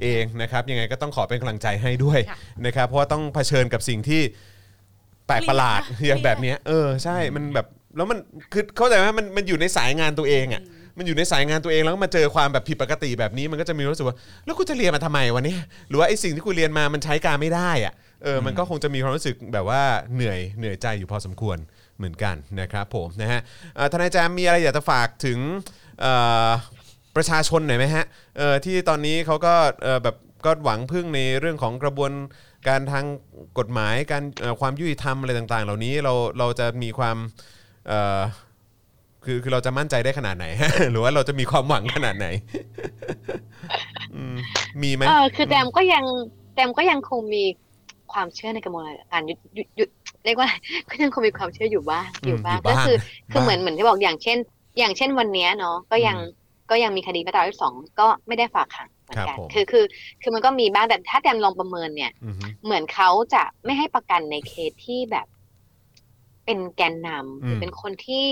เองนะครับยังไงก็ต้องขอเป็นกำลังใจให้ด้วยนะครับเพราะว่าต้องเผชิญกับสิ่งที่ แปลกประหลาดอย่างแบบเนี้ยเออใช่มันแบบแล้วมันคือเข้าใจไหมมันมันอยู่ในสายงานตัวเองอ่ะมันอยู่ในสายงานตัวเองแล้วก็มาเจอความแบบผิดปกติแบบนี้มันก็จะมีรู้สึกว่าแล้วกูจะเรียนมาทำไมวะเนี่ยหรือว่าไอ้สิ่งที่กูเรียนมามันใช้การไม่ได้อ่ะเออมันก็คงจะมีความรู้สึกแบบว่าเหนื่อยเหนื่อยใจอยู่พอสมควรเหมือนกันนะครับผมนะฮะเอ่อทนายแจมมีอะไรอยากจะฝากถึงเอ่อประชาชนหน่อยไหมฮะเออที่ตอนนี้เขาก็เออแบบก็หวังพึ่งในเรื่องของกระบวน การทางกฎหมายการเอ่อความยุติธรรมอะไรต่าง ๆ เหล่านี้เราเราจะมีความเอ่อคือคือเราจะมั่นใจได้ขนาดไห น หรือว่าเราจะมีความหวังขนาดไหน อืมมีไหม เออคือแดมก็ยังแดมก็ยังคงมีความเชื่อในกระบวนการยุยุยุเรียกว่า ก็ยังคงมีความเชื่ออยู่บ้าง อืม อยู่บ้าง อยู่บ้าง ก็คือคืบ้าอง เหมือนเหมือนที่บอกอย่างเช่น อย่างเช่นวันเนี้ยเนาะก็ยังก็ยังมีคดีมาตราที่สองก็ไม่ได้ฝากขังเหมือนคกันรับผม คือคือคือมันก็มีบ้างแต่ถ้าแดมลองประเมินเนี่ย อือฮึ เหมือนเขาจะไม่ให้ประกันในเคสที่แบบเป็นแกนนำหรือ ม เป็นคนที่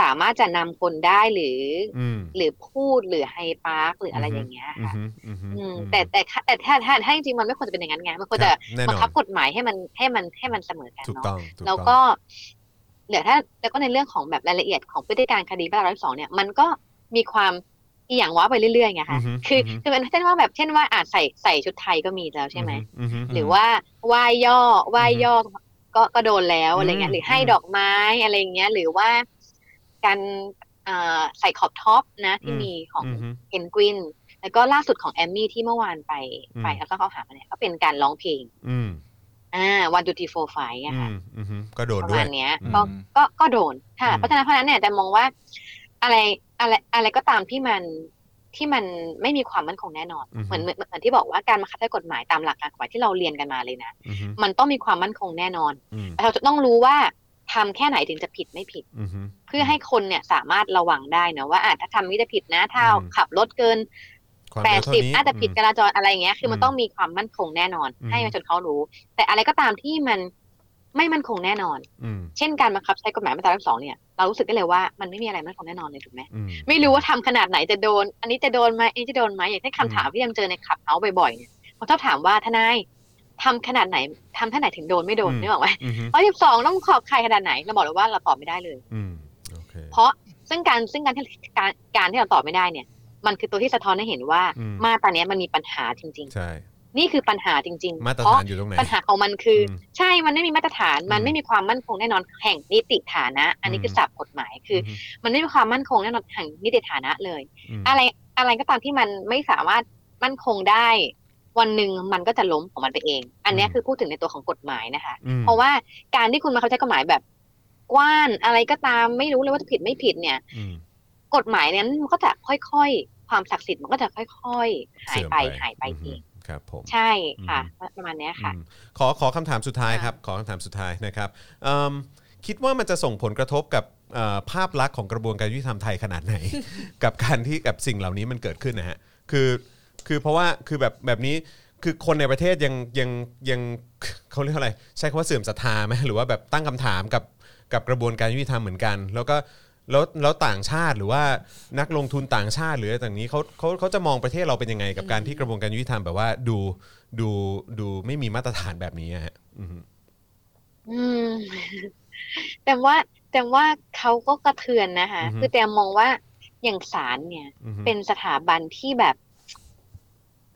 สามารถจะนำคนได้หรืออ ม หรือพูดหรือไฮปาร์คหรืออะไรอย่างเงี้ยค่ะ อื อื ม มแต่แต่ถ้าแต่ถ้าถ้าถ้าจริงๆมันไม่ควรจะเป็นอย่างนั้นไงมันควรจะ แน่นอน บังคับกฎหมายให้มันให้มันให้มันเสมอกัน ถูกต้อเนาะงถูกต้อง แล้วก็เดี๋ยวถ้าแล้วก็ในเรื่องของแบบรายละเอียดของพฤติการคดีมาตรา112 เนี่ย มันก็มีความอีหยังว้าไปเรื่อยๆไง อื คะ อฮึ คือ อฮึ คือมันเช่นว่าแบบเช่นว่าอาจใส่ใส่ชุดไทยก็มีแล้วใช่ไหม อือฮึ หรือว่าไหว้ย่อไหว้ย่ออก็ก็โดนแล้วอะไรเงี้ อื ย ม หรือให้ดอกไม้อะไรเงี้ย หรือว่าการเอ่อใส่ขอบท็อปนะที่ อืม มีของ อือฮึ เพนกวิน แล้วก็ล่าสุดของแอมมี่ที่เมื่อวานไป อืม ไปแล้วก็เขาหามาเนี่ยก็เป็นการร้องเพลง อืม อ่าวันดูทีโฟไฟอะค่ะ อือฮึก็โดน ประ ด้ว มาย ณเนี้ยก็ก็ก็โดนค่ะเพราะฉะนั้นเพราะฉะนั้นเนี่ยแต่มองว่าอะไรอะไรอะไรก็ตามที่มันที่มันไม่มีความมั่นคงแน่นอน อือฮึ เหมือนเหมือนเหมือนที่บอกว่าการบังคับใช้กฎหมายตามหลักการกฎหมายที่เราเรียนกันมาเลยนะ อือฮึ มันต้องมีความมั่นคงแน่นอน อืม เราจะต้องรู้ว่าทำแค่ไหนถึงจะผิดไม่ผิด อือฮึ เพื่อให้คนเนี่ยสามารถระวังได้นะว่าอาจถ้าทำนี้จะผิดนะ ถ้าขับรถเกิน ความ แป เร็ ด วเท่า สิบ นี้ น่าจะผิดจ อืม ราจรอะไรอย่างเงี้ย คือมั อื น ม ต้องมีความมั่นคงแน่นอน อืม ให้ประชาชนเขารู้ แต่อะไรก็ตามที่มันไม่มั่นคงแน่นอน อืม เช่นการบังคับใช้กฎหมายมาตราสองเนี่ยเรารู้สึกได้เลยว่ามันไม่มีอะไรมั่นคงแน่นอนเลยถูกไหม อืม ไม่รู้ว่าทำขนาดไหนจะโดน อันนี้จะโดนไหมอันนี้จะโดนไหมอย่างที่คำถามที่ยังเจอในขับเฮาบ่อยๆเนี่ยผมชอบถามว่าทนายทำขนาดไหนทำท่าไหนถึงโดนไม่โดน อืม นึกออกไหม อือฮึ ร้อยสิบสองต้องขอบใครขนาดไหนเราบอกเลยว่าเราตอบไม่ได้เลย อืม เพราะซึ่งการซึ่งการที่การการที่เราตอบไม่ได้เนี่ย มันคือตัวที่สะท้อนให้เห็นว่า อืม มาตราเนี้ยมันมีปัญหาจริง ใช่ ๆ นี่คือปัญหาจริงๆ มาตร เพ ฐา ราะ นอยู่ตรงไหน ปัญหาของมันคืออใช่มันไม่มีมาตรฐาน มันไม่มีความมั่นคงแน่นอนแห่งนิติฐานะ อันนี้คือศัพท์กฎหมายคืออมันไม่มีความมั่นคงแน่นอนแห่งนิติฐานะเลย อืม อะไรอะไรก็ตามที่มันไม่สามารถมั่นคงได้ วันหนึ่งมันก็จะล้มของมันไปเอง อันเนี้ยคือพูดถึงในตัวของกฎหมายนะคะ อืม เพราะว่าการที่คุณมาเข้าใจกฎหมายแบบ กว้านอะไรก็ตามไม่รู้เลยว่าจะผิดไม่ผิดเนี่ย กฎหมายนั้นมันก็จะค่อยๆ ความศักดิ์สิทธิ์มันก็จะค่อยๆ หายไป เสื่อมไป หายไปเอง ครับผม ใช่ค่ะ ประมาณเนี้ยค่ะ ขอขอคำถามสุดท้ายครับ ขอคำถามสุดท้ายนะครับเอิ่มคิดว่ามันจะส่งผลกระทบกับเอ่อภาพลักษณ์ของกระบวนการยุติธรรมไทยขนาดไหน กับการที่กับสิ่งเหล่านี้มันเกิดขึ้นนะฮะคือคือเพราะว่าคือแบบแบบนี้คือคนในประเทศยังยังยัง เขาเรียกอะไร ใช้คำว่าเสื่อมศรัทธาไหมหรือว่าแบบตั้งคำถามกับกับกระบวนการยุติธรรมเหมือนกัน แล้วก็แล้วแล้วต่างชาติหรือว่านักลงทุนต่างชาติหรืออะไรต่างนี้เขาเขาเขาจะมองประเทศเราเป็นยังไง กับการที่กระบวนการยุติธรรมแบบว่าดูดูดูไม่มีมาตรฐานแบบนี้อะฮะอือฮึ อืม แต่ว่าแต่ว่าเขาก็กระเทือนนะคะ อือฮึ คือแต่มองว่าอย่างศาลเนี่ย อือฮึ เป็นสถาบันที่แบบ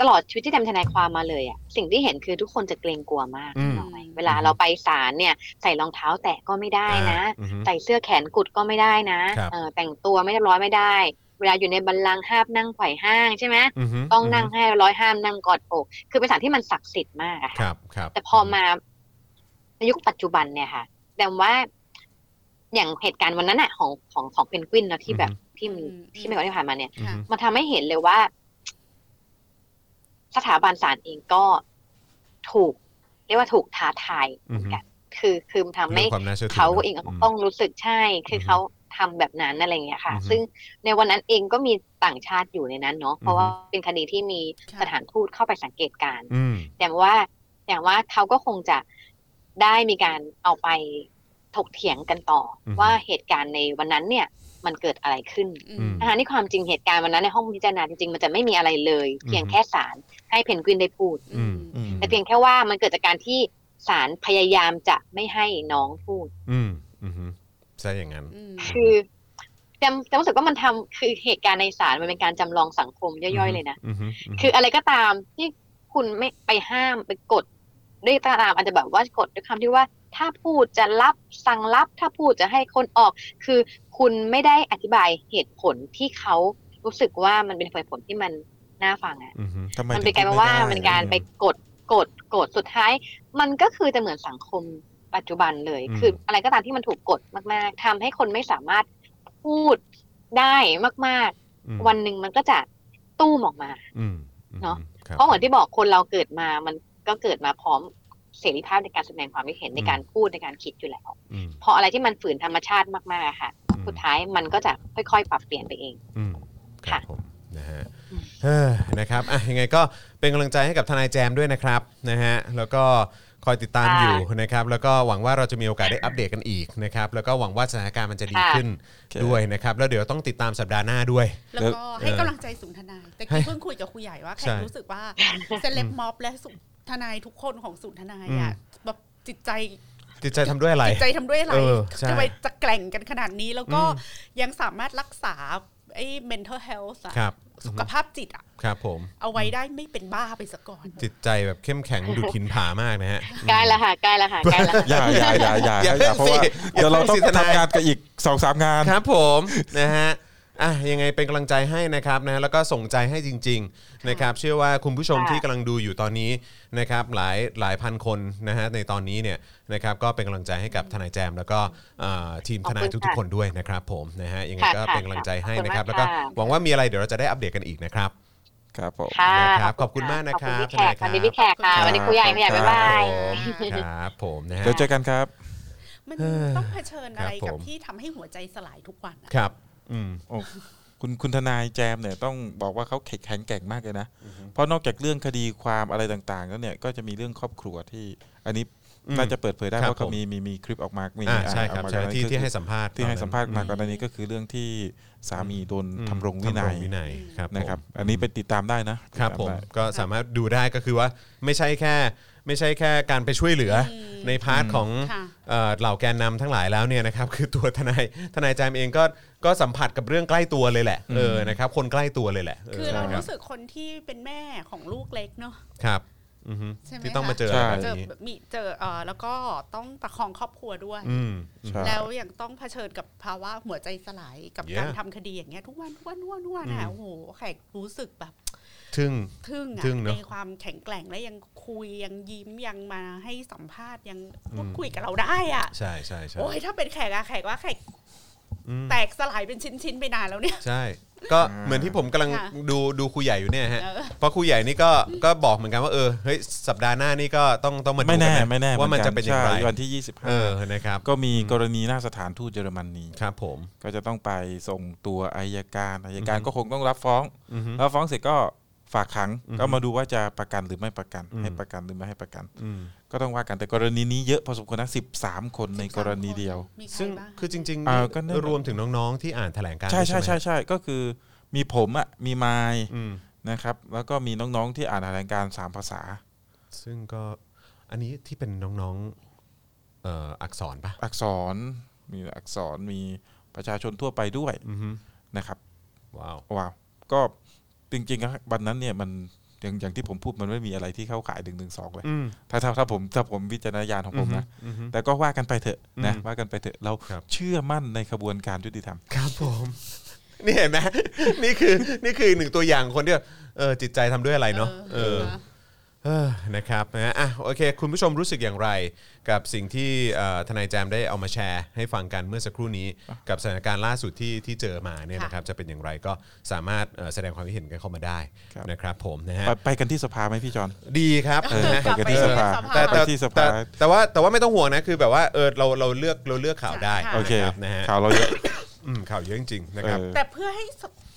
ตลอดชีวิตที่ทำทนายความมาเลยอะสิ่งที่เห็นคือทุกคนจะเกรงกลัวมาก อืม เวลาเราไปศาลเนี่ย ใส่รองเท้าแตะก็ไม่ได้นะ อ่าอือฮึ ใส่เสื้อแขนกุดก็ไม่ได้นะครับ เออแต่งตัวไม่เรียบร้อยไม่ได้ เวลาอยู่ในบัลลังก์ห้ามนั่งไขว่ห้างใช่ไหม อือฮึ ต้องนั่งให้เรียบร้อยห้ามนั่งกอดอก คือเป็นสถานที่มันศักดิ์สิทธิ์มากอะ ค ค่ะ รับครับ แต่พอมาในยุคปัจจุบันเนี่ยค่ะ แต่ว่าอย่างเหตุการณ์วันนั้นอะของของของเพนกวินเนอะที่แบบที่มันที่ไม่ว่าที่ผ่านมาเนี่ย อือฮึ มันทำให้เห็นเลยว่า สถาบันศาลเองก็ถูก เรียกว่าถูกท้าทาย คือคือทำให้ เรื่องความน่าเชื่อถือ เขา เนอะ เองก็ อืม ต้องรู้สึกใช่ คืออเขาทำแบบนั้นอะไรอย่างเงี้ยค่ะ อือฮึ ซึ่งในวันนั้นเองก็มีต่างชาติอยู่ในนั้นเนาะเพราะว่า อือฮึ เป็นคดีที่มีสถานทูตเข้าไปสังเกตการณ์ อืม แต่ว่าอย่างว่าเขาก็คงจะได้มีการเอาไปถกเถียงกันต่ออ อฮึ ว่าเหตุการณ์ในวันนั้นเนี่ย มันเกิดอะไรขึ้น อืม นะคะนี่ความจริงเหตุการณ์วันนั้นในห้องพิจารณาจริงๆ มันจะไม่มีอะไรเลย เพียงแค่ศาลให้เพนกวินได้พูด แต่เพียงแค่ว่ามันเกิดจากการที่ศาลพยายามจะไม่ให้น้องพูด อืมอือฮึใช่อย่างนั้น คือจำจำรู้สึกว่ามันทำคือเหตุการณ์ในศาลมันเป็นการจำลองสังคมย่อยๆเลยนะ อือฮึฮึ คืออะไรก็ตามที่คุณไม่ไปห้ามไปกดด้วยตารามอาจจะแบบว่ากดด้วยคำที่ว่า ถ้าพูดจะรับสั่งรับ ถ้าพูดจะให้คนออก คือคุณไม่ได้อธิบายเหตุผลที่เขารู้สึกว่ามันเป็นเหตุผลที่มันน่าฟังอะ อือฮึทำไม มัน ถึ เป็นกงลาย พู เป็ ด นว่า ด้ มันการไปกดกดกดสุดท้าย มันก็คือจะเหมือนสังคมปัจจุบันเลย อืม คืออะไรก็ตามที่มันถูกกดมาก ๆทำให้คนไม่สามารถพูดได้มาก อืม ๆ วันหนึ่งมันก็จะตู้มออกมา อืม เนาะ ครับ เพราะเหมือนที่บอกคนเราเกิดมา มันก็เกิดมาพร้อมเสรีภาพในการแสดงความคิดเห็นในการพูดในการคิดอยู่แล้ว อืม พออะไรที่มันฝืนธรรมชาติมากๆอะค่ะ สุดท้ายมันก็จะค่อย ๆ ปรับเปลี่ยนไปเอง อืมครับผมนะฮะเออนะครับอ่ะยังไงก็เป็นกำลังใจให้กับทนายแจมด้วยนะครับนะฮะแล้วก็คอยติดตามอยู่นะครับ แล้วก็หวังว่าเราจะมีโอกาสได้อัปเดตกันอีกนะครับแล้วก็หวังว่าสถานการณ์มันจะดีขึ้นด้วยนะครับ แล้วเดี๋ยวต้องติดตามสัปดาห์หน้าด้วย แล้วก็ให้กำลังใจสุนทนาย แต่กี้เพิ่งคุยกับครูใหญ่ว่าแข ใช่ กรู้สึกว่าเซเลบม็อบและสุนทนายทุกคนของสุนทนายอ่ะแบบจิตใจ จิตใจทำด้วยอะไร จิตใจทำด้วยอะไร เออใช่ จะไปจะแกล่งกันขนาดนี้ แล้วก็ อื ยังสามารถรักษาไอ้ mental health อะ ครับ สุขภาพจิตอะ ครับผม เอาไว้ได้ไม่เป็นบ้าไปซะก่อน จิตใจแบบเข้มแข็งดุดหินผามากนะฮะ ใกล้ละค่ะใกล้ละค่ะใกล้ละค่ะ อย่าอย่าอย่าอย่า อย่าเพิ่ อง ย่าเพราะว่า สิ เดี๋ยวเราต้อองย่าเพิ่งสิทนาย ทำงานกันอีกสองสามงาน ครับผม นะฮะอ่ะยังไงเป็นกำลังใจให้นะครับนะแล้วก็ส่งใจให้จริงๆนะครับเชื่อว่าคุณผู้ชมที่กำลังดูอยู่ตอนนี้นะครับหลายหลายพันคนนะฮะในตอนนี้เนี่ยนะครับก็เป็นกำลังใจให้กับทนายแจม แล้วก็เอ่อทีมทนาย ขอบคุณ ทุก ค่ะ ๆคนด้วยนะครับผมนะฮะยังไง ค่ะ ก็ ค่ะ เป็นกำลังใจให้นะครับ ขอบคุณมาแล้วกก็ ค่ะ หวังว่ามีอะไรเดี๋ยวเราจะได้อัปเดตกันอีกนะครับ ครับผม ค่ะ นะครับขอบคุณมากนะค ขอบ รับ คุณพี่ ท แข นากสยควัรัสบดีพี่แขกค่ะสวัสดีครูใหญ่ครูใหญ่บ๊ายบาย ครับผมนะฮะ เดี๋ยวเจอกันครับ มันต้องเผชิญอะไร ครั กั บบ ผม ที่ทำให้หัวใจสลายทุกวันอะ ครับ อืม โอ้ คุณคุณทนายแจมเนี่ยต้องบอกว่าเขาแข็งแกร่งมากเลยนะ เพราะนอกจากเรื่องคดีความอะไรต่างๆ แล้วเนี่ยก็จะมีเรื่องครอบครัวที่อันนี้ อืม น่าจะเปิดเผยได้ ครับ เพราะเขา ผม มีมีมีคลิปออกมามี อ่าใช่ครับ ออกมา ใช่ ก่อนหน้า ที่ นี้ก็คือ ที่ให้สัมภาษณ์ ที่ให้สัมภาษณ์ ตอนนั้ มาน ก่อนหน้านี้ก็คือเรื่องที่สามีโดน อืม ทำรงวินั ทำร ย งวินัยครับผม นะครับ อันนี้ไปติดตามได้นะติด ค ตา รับผม ได้ ก็สามารถดูได้ก็คือว่าไม่ใช่แค่ไม่ใช่แค่การไปช่วยเหลืออในพาร์ทของเอ่อเหล่าแกนนำทั้งหลายแล้วเนี่ยนะครับ คือตัวทนายทนายแจมเองก็ก็สัมผัสกับเรื่องใกล้ตัวเลยแหละเออ อืม นะครับคนใกล้ตัวเลยแหละ คือเรา ใช่ รู้สึกคนที่เป็นแม่ของลูกเล็กเนาะ ครับอือฮึ ใช่ไหม ที่ต้องมา คะ เจออะไรแบบนี้ เจอมีเจอเออแล้วก็ต้องประคองครอบครัวด้วย อืมใช่ แล้วยังต้องเผชิญกับภาวะหัวใจสลายกับการ Yeah ทำคดีอย่างเงี้ยทุกวันทุกวันทุกวันทุกวันอ่ะ อืม โอ้โหแขกรู้สึกแบบ ทึ่ง ทึ่งอ่ะ ทึ่งเนอะ ในความแข็งแกร่งและยังคุยยังยิ้มยังมาให้สัมภาษณ์ยังพูด อืม คุยกับเราได้อ่ะ ใช่ใช่ใช่ โอ้ยถ้าเป็นแขกอะแขกว่าแขก อืม แตกสลายเป็นชิ้นๆไปนานแล้วเนี่ย ใช่ ก็เหมือนที่ผมกำลัง ค่ะ ดูดูครูใหญ่อยู่เนี่ยฮะ เออ เพราะครูใหญ่นี่ก็ก็บอกเหมือนกันว่าเออเฮ้ยสัปดาห์หน้านี่ก็ต้องต้องมาดู ไม่แน่ กัะ ไม่แน่ ว่ามันจะเป็นอย่างไร ใช่วันที่ 25 เออนะครับ ก็มีกรณีหน้าสถานทูตเยอรมนี ครับผม ก็จะต้องไปส่งตัวอายการอายการ อือฮึ ก็คงต้องรับฟ้อง อือฮึ รับฟ้องเสร็จก็ฝากขัง อือฮึ ก็มาดูว่าจะประกันหรือไม่ประกัน อืม ให้ประกันหรือไม่ให้ประกัน อืม ก็ต้องว่ากันแต่กรณีนี้เยอะพอสมควรนะ13 คนในกรณีเดียว ซึ่งคือจริง อ่าก็นั่นแห ๆ ละ รวมถึงน้องๆที่อ่านแถลงการณ์ ใช่ ด้วย ใช่ ไหม ใช่ใช่ก็คือมีผมอ่ะมีไมล์นะครับ แล้วก็มีน้องๆที่อ่านแถลงการณ์สามภาษา ซึ่งก็อันนี้ที่เป็นน้องๆเอ่ออักษรปะ อักษรมีอักษรมีประชาชนทั่วไปด้วยนะครับ ว้าว ว้าวก็จริงๆแล้ววันนั้นเนี่ยมันอย่างอย่างที่ผมพูดมันไม่มีอะไรที่เข้าขายดึงดึงสองเลย อืม ถ้าถ้าถ้าผมถ้าผมวิจารณญาณของผมนะ อือฮึอือฮึ แต่ก็ว่ากันไปเถอะนะ อืม ว่ากันไปเถอะเราเชื่อมั่นในขบวนการยุติธรรม ครับผม นี่เห็นไหม นี่คือนี่คือหนึ่งตัวอย่างคนที่แบบเออจิตใจทำด้วยอะไรเนาะเออ เออนะครับนะอ่ะโอเค คุณผู้ชมรู้สึกอย่างไร กับสิ่งที่เอ่อทนายแจมได้เอามาแชร์ ให้ฟังกันเมื่อสักครู่นี้ กับสถานการณ์ล่าสุดที่ที่เจอมาเนี่ยนะครับจะเป็นอย่างไรก็สามารถเอ่อแสดงความคิดเห็นกันเข้ามาได้นะครับผมนะฮะ ไปไปกันที่สภาไหมพี่จอน ดีครับ เออไปกันที่สภา แต่แต่ ไปที่สภา แต่แต่ว่าแต่ว่าไม่ต้องห่วงนะคือแบบว่าเออเราเราเลือกเราเลือกข่าวได้ โอเค นะรับนะฮะ ข่าวเราเยอะ อืมข่าวเยอะจริงๆนะครับ เออ แต่เพื่อให้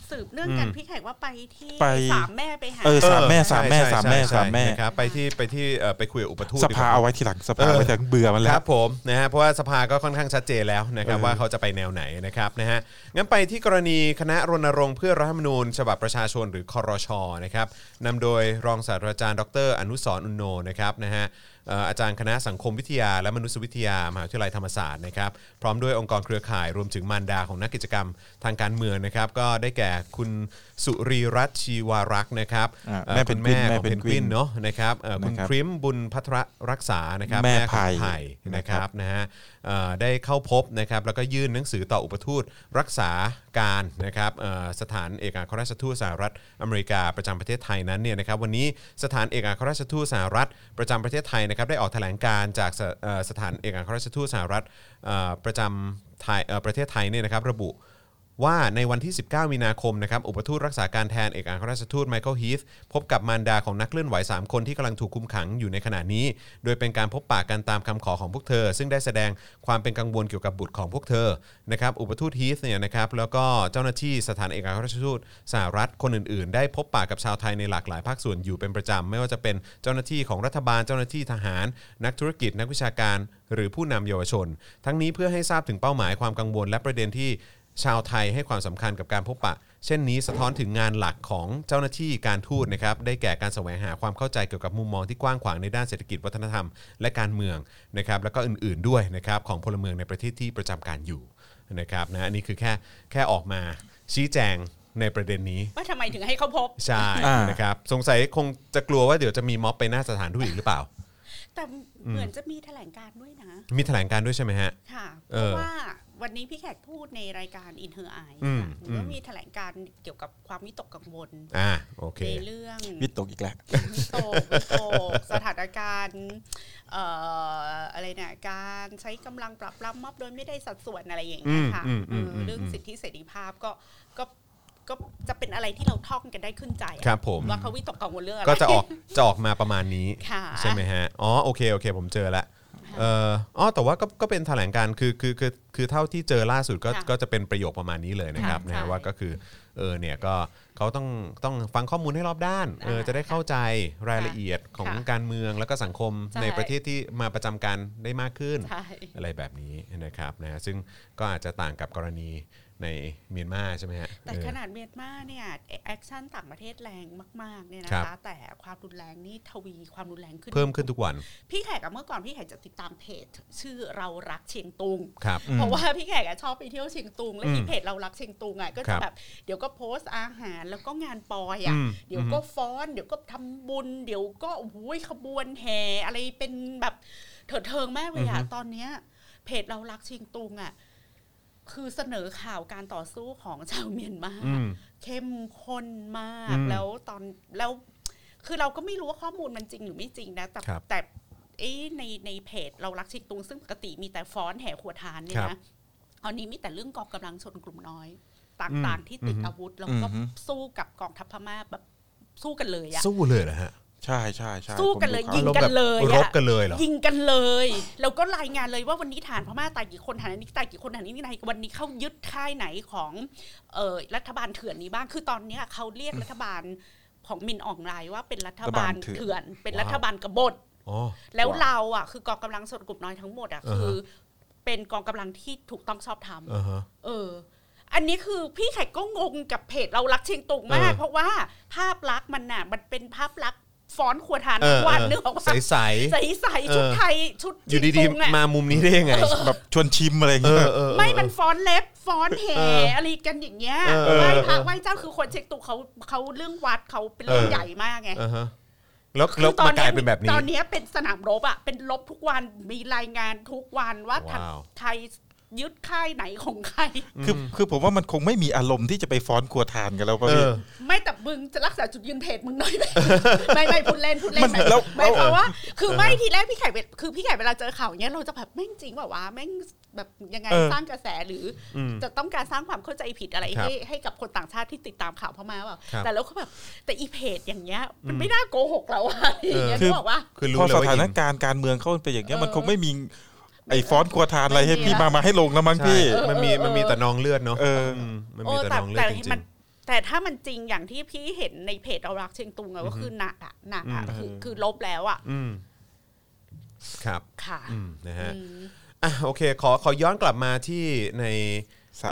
สืบเนื่องกัน อืม พี่แขกว่าไปที่ ไป สามแม่ไปหา เออสามแม่ เออ สามแม่ ใช่ สามแม่ ใช่ สามแม่ นะครับไปที่ไปที่เอ่อไปคุยกับอุปทูต สภา ดีก เอาไว้ทีหลังสภาเอาไว้ทีหลังเบื่อมันแล้ว ครับผมนะฮะเพราะว่าสภาก็ค่อนข้างชัดเจนแล้วนะครับ เออ ว่าเขาจะไปแนวไหนนะครับนะฮะงั้นไปที่กรณีคณะรณรงค์เพื่อรัฐธรรมนูญ ฉบับประชาชนหรือคอรชนะครับนำโดยรองศาสตราจารย์ดร อนุสรณ์อุนโนนะครับนะฮะเอ่ออาจารย์คณะสังคมวิทยา และมนุษยวิทยามหาวิทยาลัยธรรมศาสตร์นะครับพร้อมด้วยองค์กรเครือข่ายรวมถึงมารดาของนักกิจกรรมทางการเมืองนะครับก็ได้แก่คุณสุรีรัตน์ชีวารักษ์นะครับ อ่า เอ่อ แม่เพนกวิน คุณ แม่ แม่ของ เพ เพนนก ก วิ วิ น นเนาะนะครับเอ่อคุณ นะครับ พริมบุญพัทรรักษานะครับ แม่ ของ ไผ่ ไผ่นะครับนะฮะเอ่อได้เข้าพบนะครับแล้วก็ยื่นหนังสือต่ออุปทูตรักษาการนะครับเอ่อสถานเอกอัครราชทูตสหรัฐอเมริกาประจำประเทศไทยนั้นเนี่ยนะครับวันนี้สถานเอกอัครราชทูตสหรัฐประจำประเทศไทยนะครับได้ออกแถลงการณ์จากสเอ่อสถานเอกอัครราชทูตสหรัฐเอ่อประจำไทยเอ่อประเทศไทยเนี่ยนะครับระบุ ว่าในวันที่ 19 มีนาคมนะครับ อุปทูตรักษาการแทนเอกอัครราชทูตไมเคิลฮีธพบกับมารดาของนักเคลื่อนไหว 3 คนที่กำลังถูกคุมขังอยู่ในขณะนี้ โดยเป็นการพบปะกันตามคำขอของพวกเธอ ซึ่งได้แสดงความเป็นกังวลเกี่ยวกับบุตรของพวกเธอนะครับอุปทูตฮีธเนี่ยนะครับแล้วก็เจ้าหน้าที่สถานเอกอัครราชทูตสหรัฐคนอื่นๆ ได้พบปะกับชาวไทยในหลากหลายภาคส่วนอยู่เป็นประจำไม่ว่าจะเป็นเจ้าหน้าที่ของรัฐบาลเจ้าหน้าที่ทหาร นักธุรกิจนักวิชาการ หรือผู้นำเยาวชน ทั้งนี้เพื่อให้ทราบถึงเป้าหมายความกังวลและประเด็นที่ ชาวไทยให้ความสำคัญกับการพบปะ เช่นนี้สะท้อนถึงงานหลักของเจ้าหน้าที่การทูตนะครับได้แก่การแสวงหาความเข้าใจเกี่ยวกับมุมมองที่กว้างขวางในด้านเศรษฐกิจวัฒนธรรมและการเมืองนะครับแล้วก็อื่นๆด้วยนะครับของพลเมืองในประเทศที่ประจำการอยู่นะครับนะอันนี้คือแค่แค่ออกมาชี้แจงในประเด็นนี้ ว่าทำไมถึงให้เขาพบ ใช่นะครับสงสัยคงจะกลัวว่าเดี๋ยวจะมีม็อบไปหน้าสถานทูตอีกหรือเปล่า แต่เหมือนจะมีแถลงการณ์ด้วยนะ มีแถลงการณ์ด้วยใช่ไหมฮะ ค่ะ เพ เออ ราะว่าวันนี้พี่แขกพูดในรายการ In Her Eyes อืม ค่ะ อืม ว่ามีแถลงการณ์เกี่ยวกับความวิตกกังวล อ่าโอเค ในเรื่อง วิตกอีกแล้ว วิตกวิตกสถานการณ์เอ่ออะไรเนี่ยการใช้กำลังปรับปรำมอบโดยไม่ได้สัดส่วนอะไรอย่างเงี้ยค่ะ อืมอืมอืม เออเรื่อง อืม สิทธิเสรีภาพก็ก็ก็จะเป็นอะไรที่เราท่องกันได้ขึ้นใจอะ ครับผม ว่าเขาวิตกกังวลเรื่องอะไร ก็จะออกจะออกมาประมาณนี้ ค่ะ ใช่ไหมฮะ อ๋อโอเคโอเค ผมเจอละเ เอออ๋อแต่ว่าก็ก็เป็นแถลงการณ์คือคือคือคือเท่าที่เจอล่าสุดก็ ค่ะ ก็จะเป็นประโยคประมาณนี้เลยนะครับ ค่ะ นะฮะ ใช่ ว่าก็คือเออเนี่ยก็เขาต้องต้องฟังข้อมูลให้รอบด้านเออจะได้เข้าใจรายละเอียดของ ค่ะ การเมืองแล้วก็สังคม ใช่ ในประเทศที่มาประจำการได้มากขึ้น ใช่ อะไรแบบนี้นะครับนะฮะซึ่งก็อาจจะต่างกับกรณีในเมียนมาใช่ไหมฮะ แต่ เออ ขนาดเมียนมาเนี่ยแอคชั่นต่างประเทศแรงมากๆเนี่ยนะ ครั คะ บ แต่ความรุนแรงนี่ทวีความรุนแรงขึ้น เพิ่มขึ้นทุกวัน พี่แขกอะเมื่อก่อนพี่แขกจะติดตามเพจ ชื่อเรารักเชียงตุง ครับ เพราะ อืม ว่าพี่แขกอะชอบไปเที่ยวเชียงตุง แล้ว อืม ที่เพจเรารักเชียงตุงอะก็ ครั จะ บ แบบเดี๋ยวก็โพสต์อาหารแล้วก็งานปอยอะ อืม เดี๋ยวก็ฟ้อน เดี๋ยวก็ทำบุญ เดี๋ยวก็โอ้ยขบวนแห่อะไรเป็นแบบเถิดเทิงมากเลยอะ อือฮึ ตอนเนี้ยเพจเรารักเชียงตุงอะคือเสนอข่าวการต่อสู้ของชาวเมียนมา อืม เข้มข้นมาก อืม แล้วตอนแล้วคือเราก็ไม่รู้ว่าข้อมูลมันจริงหรือไม่จริงนะ แต่ ครับ แต่ไอ้ในในเพจเรารักชิกตุงซึ่งปกติมีแต่ฟ้อนแห่ขวทานเนี่ย ครั นะ บ ตอนนี้มีแต่เรื่องกองกำลังชนกลุ่มน้อย ต อื่ าม งๆที่ติด อือฮึ อาวุธ แล้วก็ อือฮึ สู้กับกองทัพพม่าแบบสู้กันเลยอะ สู้เลยเหรอฮะ ใช่ใช่ใช่ สู้กันเลย ยิงกันเลยอะ รบกันเลยเหรอ ยิงกันเลยแล้วก็รายงานเลยว่าวันนี้ฐานพม่าตายกี่คนฐานนี้ตายกี่คนฐานนี้นี่ไหนวันนี้เขายึดค่ายไหนของเอ่อรัฐบาลเถื่อนนี้บ้างคือตอนเนี้ยเขาเรียกรัฐบาลของมินอองไลน์ว่าเป็นรัฐบาลเถื่อน เป็นรัฐบาลกบฏ อ๋อ แล้วเราอ่ะคือกองกำลังส่วนกลุ่มน้อยทั้งหมดอ่ะ อ่าฮะ คือเป็นกองกำลังที่ถูกต้องชอบธรรม อ่าฮะ เออ อันนี้คือพี่ไข่ก็งงกับเพจเรารักเชียงตุงมาก เออ เพราะว่าภาพลักษณ์มันน่ะ มันเป็นภาพลักษณ์ฟ้อนขวดทาน เออ ทุกวัน เออ นึกออกว่า ใสๆ ใสใสชุด เออ ไทยชุด อยู่ เชีง ดี ตุงอะ ๆ มามุมนี้ได้ยังไง เออ แบบชวนชิมอะไรอย่างเงี้ย ไม่มันฟ้อนเล็บฟ้อนแห่ เอออ อะไรกันอย่างเงี้ย เออ ไหว้พระ เออ ไหว้เจ้าคือคนเชียงตุงเขาเขาเรื่องวัดเขาเป็นเรื่อง เออ ใหญ่มากไง อ่าฮะแล้ว คือ แล้ว ตอ มัน นกลายเป็นแบบนี้ ตอนนี้เป็นสนามรบอ่ะเป็นรบทุกวันมีรายงานทุกวันว่า ว้าว ไทยยึดค่ายไหนของใคร คือคือผมว่ามันคงไม่มีอารมณ์ที่จะไปฟ้อนครัวทานกันแล้วป่ะพี่ ไม่แต่มึงจะรักษาจุดยืนเพจมึงหน่อยไหม ไม่ไม่พูดเล่นพูดเล่น มันแล้ว ไม่เพราะว่า เออ คือไม่ทีแรกพี่ไข่เวคือพี่ไข่เวลาเจอข่าวเนี้ยเราจะแบบแม่งจริงแบบว่าวะแม่งแบบยังไง เออ สร้างกระแสหรืออ ม จะต้องการสร้างความเข้าใจผิดอะไร ครับ ให้ให้กับคนต่างชาติที่ติดตามข่าวพม่าเปล่า ครับ แต่เราก็แบบแต่อีเพจอย่างเงี้ย มัน อืม ไม่น่าโกหกเราอะอะไรอย่างเงี้ย คื นึกออกว่า พอสถานการณ์การเมืองเข้ามันเป็นอย่างเงี้ยมันคงไม่มีไอ้ฟ้อนครัวทานอะไรให้ ไม่มี พี่มา ละ มาให้ลงแล้วมั้งพี่ ใช่มันมีมันมีแต่นองเลือดเนาะ เออ มันมีแต่น้องเลือดจริง มันแต่ถ้ามันจริงอย่างที่พี่เห็นในเพจเรารักเชียงตุงอะก็คือหนักอะหนักอะ อืม คือคือลบแล้วอะ ๆอืมครับ ค่ะ อืมนะฮะ อืม อ่ะโอเคขอขอย้อนกลับมาที่ใน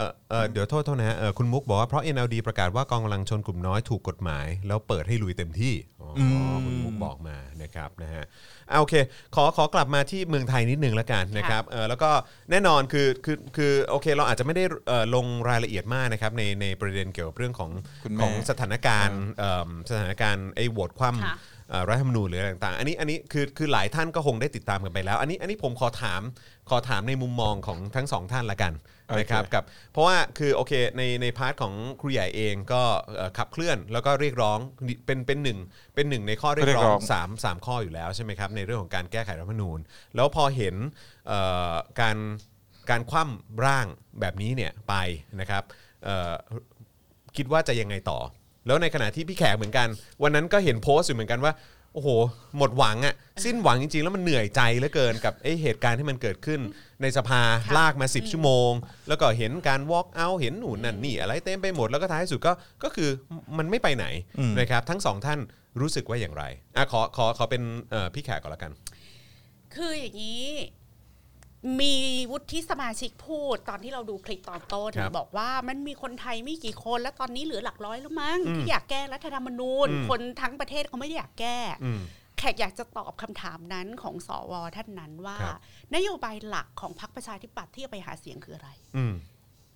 เอ่อเอ่อเดี๋ยวโทษโทษนะฮะเอ่อคุณมุกบอกว่าเพราะ NLD ประกาศว่ากองกำลังชนกลุ่มน้อยถูกกฎหมาย แล้วเปิดให้ลุยเต็มที่อ๋ออ ม คุณมุกบอกมานะครับนะฮะอ่ะโอเค ขอขอกลับมาที่เมืองไทยนิดนึงละกันนะครับ เออแล้วก็แน่นอนคือคือคือโอเคเราอาจจะไม่ได้เอ่อลงรายละเอียดมากนะครับในในประเด็นเกี่ยวกับเรื่องของ คุณแม่ ของสถานการณ์เอิ่มสถานการณ์ไอ้โหวตคว่ำเอ่อรัฐธรรมนูญหรืออะไรต่างๆอันนี้อันนี้คือคือหลายท่านก็คงได้ติดตามกันไปแล้ว อันนี้อันนี้ผมขอถามขอถามในมุมมองของทั้งสองท่านละกันนะครับกับเพราะว่าคือโอเคในในพาร์ทของครูใหญ่เองก็เอ่อขับเคลื่อนแล้วก็เรียกร้องเป็นเป็นหนึ่งเป็นหนึ่งในข้อเรียกร้อง สามสามข้ออยู่แล้วใช่ไหมครับในเรื่องของการแก้ไขรัฐธรรมนูญ แล้วพอเห็นเอ่อการการคว่ำร่างแบบนี้เนี่ยไปนะครับเอ่อคิดว่าจะยังไงต่อ แล้วในขณะที่พี่แขกเหมือนกัน วันนั้นก็เห็นโพสต์อยู่เหมือนกันว่า โอ้โห หมดหวังอะ่ะสิ้นหวังจริงๆ แล้วมันเหนื่อยใจเหลือเกินกับเอ้ยเหตุการณ์ที่มันเกิดขึ้นในสภาลากมา 10 ชั่วโมง แล้วก็เห็นการ walk out เห็นหนุนนั่นนี่อะไรเต็มไปหมดแล้วก็ท้ายสุดก็ก็คือมันไม่ไปไหน อืม นะครับทั้งสองท่านรู้สึกว่าอย่างไรอ่ะขอขอขอเป็นเอ่อพี่แขกก่อนละกัน คืออย่างนี้มีวุฒิสมาชิกพูด ตอนที่เราดูคลิปตอนต้น ครับ บอกว่ามันมีคนไทยไม่กี่คน แล้วตอนนี้เหลือหลักร้อยแล้วมั้ง อืม ที่อยากแก้รัฐธรรมนูญ อืม คนทั้งประเทศเขาไม่ได้อยากแก้ อืม แขกอยากจะตอบคำถามนั้นของสวท่านนั้นว่า ครับ นโยบายหลักของพรรคประชาธิปัตย์ที่จะไปหาเสียงคืออะไร อืม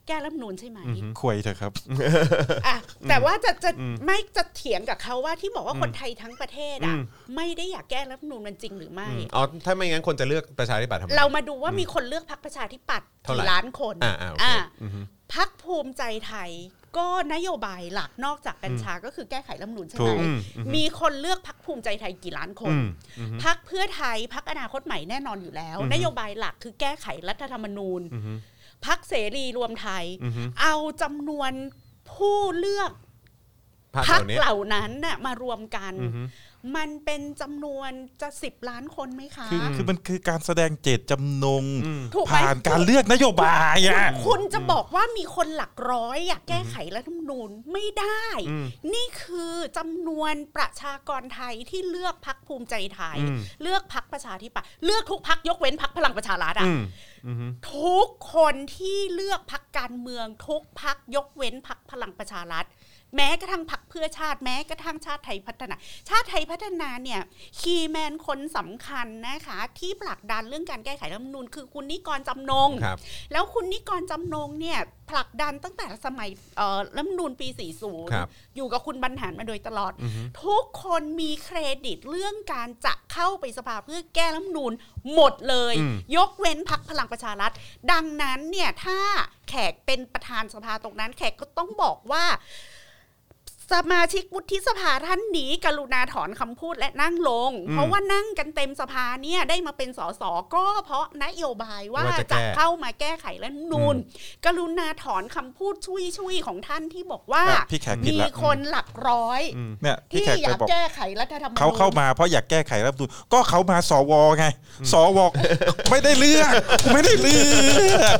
แก้รัฐธรรมนูญใช่ไหม ควยเถอะครับ อ่ะแต่ว่าจะจะ อืม ไม่จะเถียงกับเขาว่าที่บอกว่า อืม คนไทยทั้งประเทศอ่ะ อืม ไม่ได้อยากแก้รัฐธรรมนูญมันจริงหรือไม่ อืมเอาถ้าไม่งั้นคนจะเลือกประชาธิปัตย์ทำไม เรามาดูว่ามีคนเลือกพักประชาธิปัตย์ เท่าไหร่ กี่ล้านคน อ่าอ่าโอเค อ่า อือฮึ พักภูมิใจไทย ก็นโยบายหลักนอกจากกัญชาก็คือแก้ไขรัฐธรรมนูญใช่ ถู ไหม กอืมอือฮึ มีคนเลือกพักภูมิใจไทยกี่ล้านคน อืมอือฮึ พักเพื่อไทยพักอนาคตใหม่แน่นอนอยู่แล้ว อือฮึ นโยบายหลักคือแก้ไขรัฐธรรมนูญ อืม พักเสรีรวมไทย อือฮึ เอาจำนวนผู้เลือก พรรค พัก เหล่าเหล่านี้นั้นน่ะมารวมกัน อือฮึ มันเป็นจำนวนจะสิบล้านคนไหมคะ คือคือมันคือการแสดงเจตจำนง ถูกไหม ผ่านการเลือกนโยบายอ่ะ คุณจะบอกว่ามีคนหลักร้อยอยากแก้ไขรัฐธรรมนูญไม่ได้ อืม นี่คือจำนวนประชากรไทยที่เลือกพักภูมิใจไทย อืม เลือกพักประชาธิปัตย์เลือกทุกพักยกเว้นพักพลังประชารัฐอะ อืมอืม ทุกคนที่เลือกพักการเมือง ทุกพักยกเว้นพักพลังประชารัฐ แม้กระทั่งพักเพื่อชาติแม้กระทั่งชาติไทยพัฒนา ชาติไทยพัฒนาเนี่ยคีย์แมนคนสำคัญนะคะ ที่ผลักดันเรื่องการแก้ไขรัฐธรรมนูญคือคุณนิกรจำนง ครับ แล้วคุณนิกรจำนงเนี่ยผลักดันตั้งแต่สมัยเอ่อรัฐธรรมนูญปี ครับ 40 อยู่กับคุณบรรหารมาโดยตลอด อือฮึ ทุกคนมีเครดิตเรื่องการจะเข้าไปสภาเพื่อแก้รัฐธรรมนูญหมดเลย อืม ยกเว้นพักพลังประชารัฐ ดังนั้นเนี่ยถ้าแขกเป็นประธานสภาตรงนั้น แขกก็ต้องบอกว่า สมาชิกวุฒิสภาท่านนี้ กรุณาถอนคำพูดและนั่งลง อืม เพราะว่านั่งกันเต็มสภาเนี่ยได้มาเป็นสสก็เพราะนโยบายว่า ว่าจะแก้ จะเข้ามาแก้ไขรัฐธรรมนูญกรุณาถอนคำพูดช่วยๆของท่านที่บอกว่า อ่ะพี่แขกผิด มี ละ คนหลักร้อย เนี่ยพี่ ที่ แขก อ ไป ยาก บอก แก้ไขรัฐธรรมนูญ เขาเข้ามาเพราะอยากแก้ไขรัฐธรรมนูญก็เขามาสวไงสวไม่ได้เลือกกูไม่ได้เลือก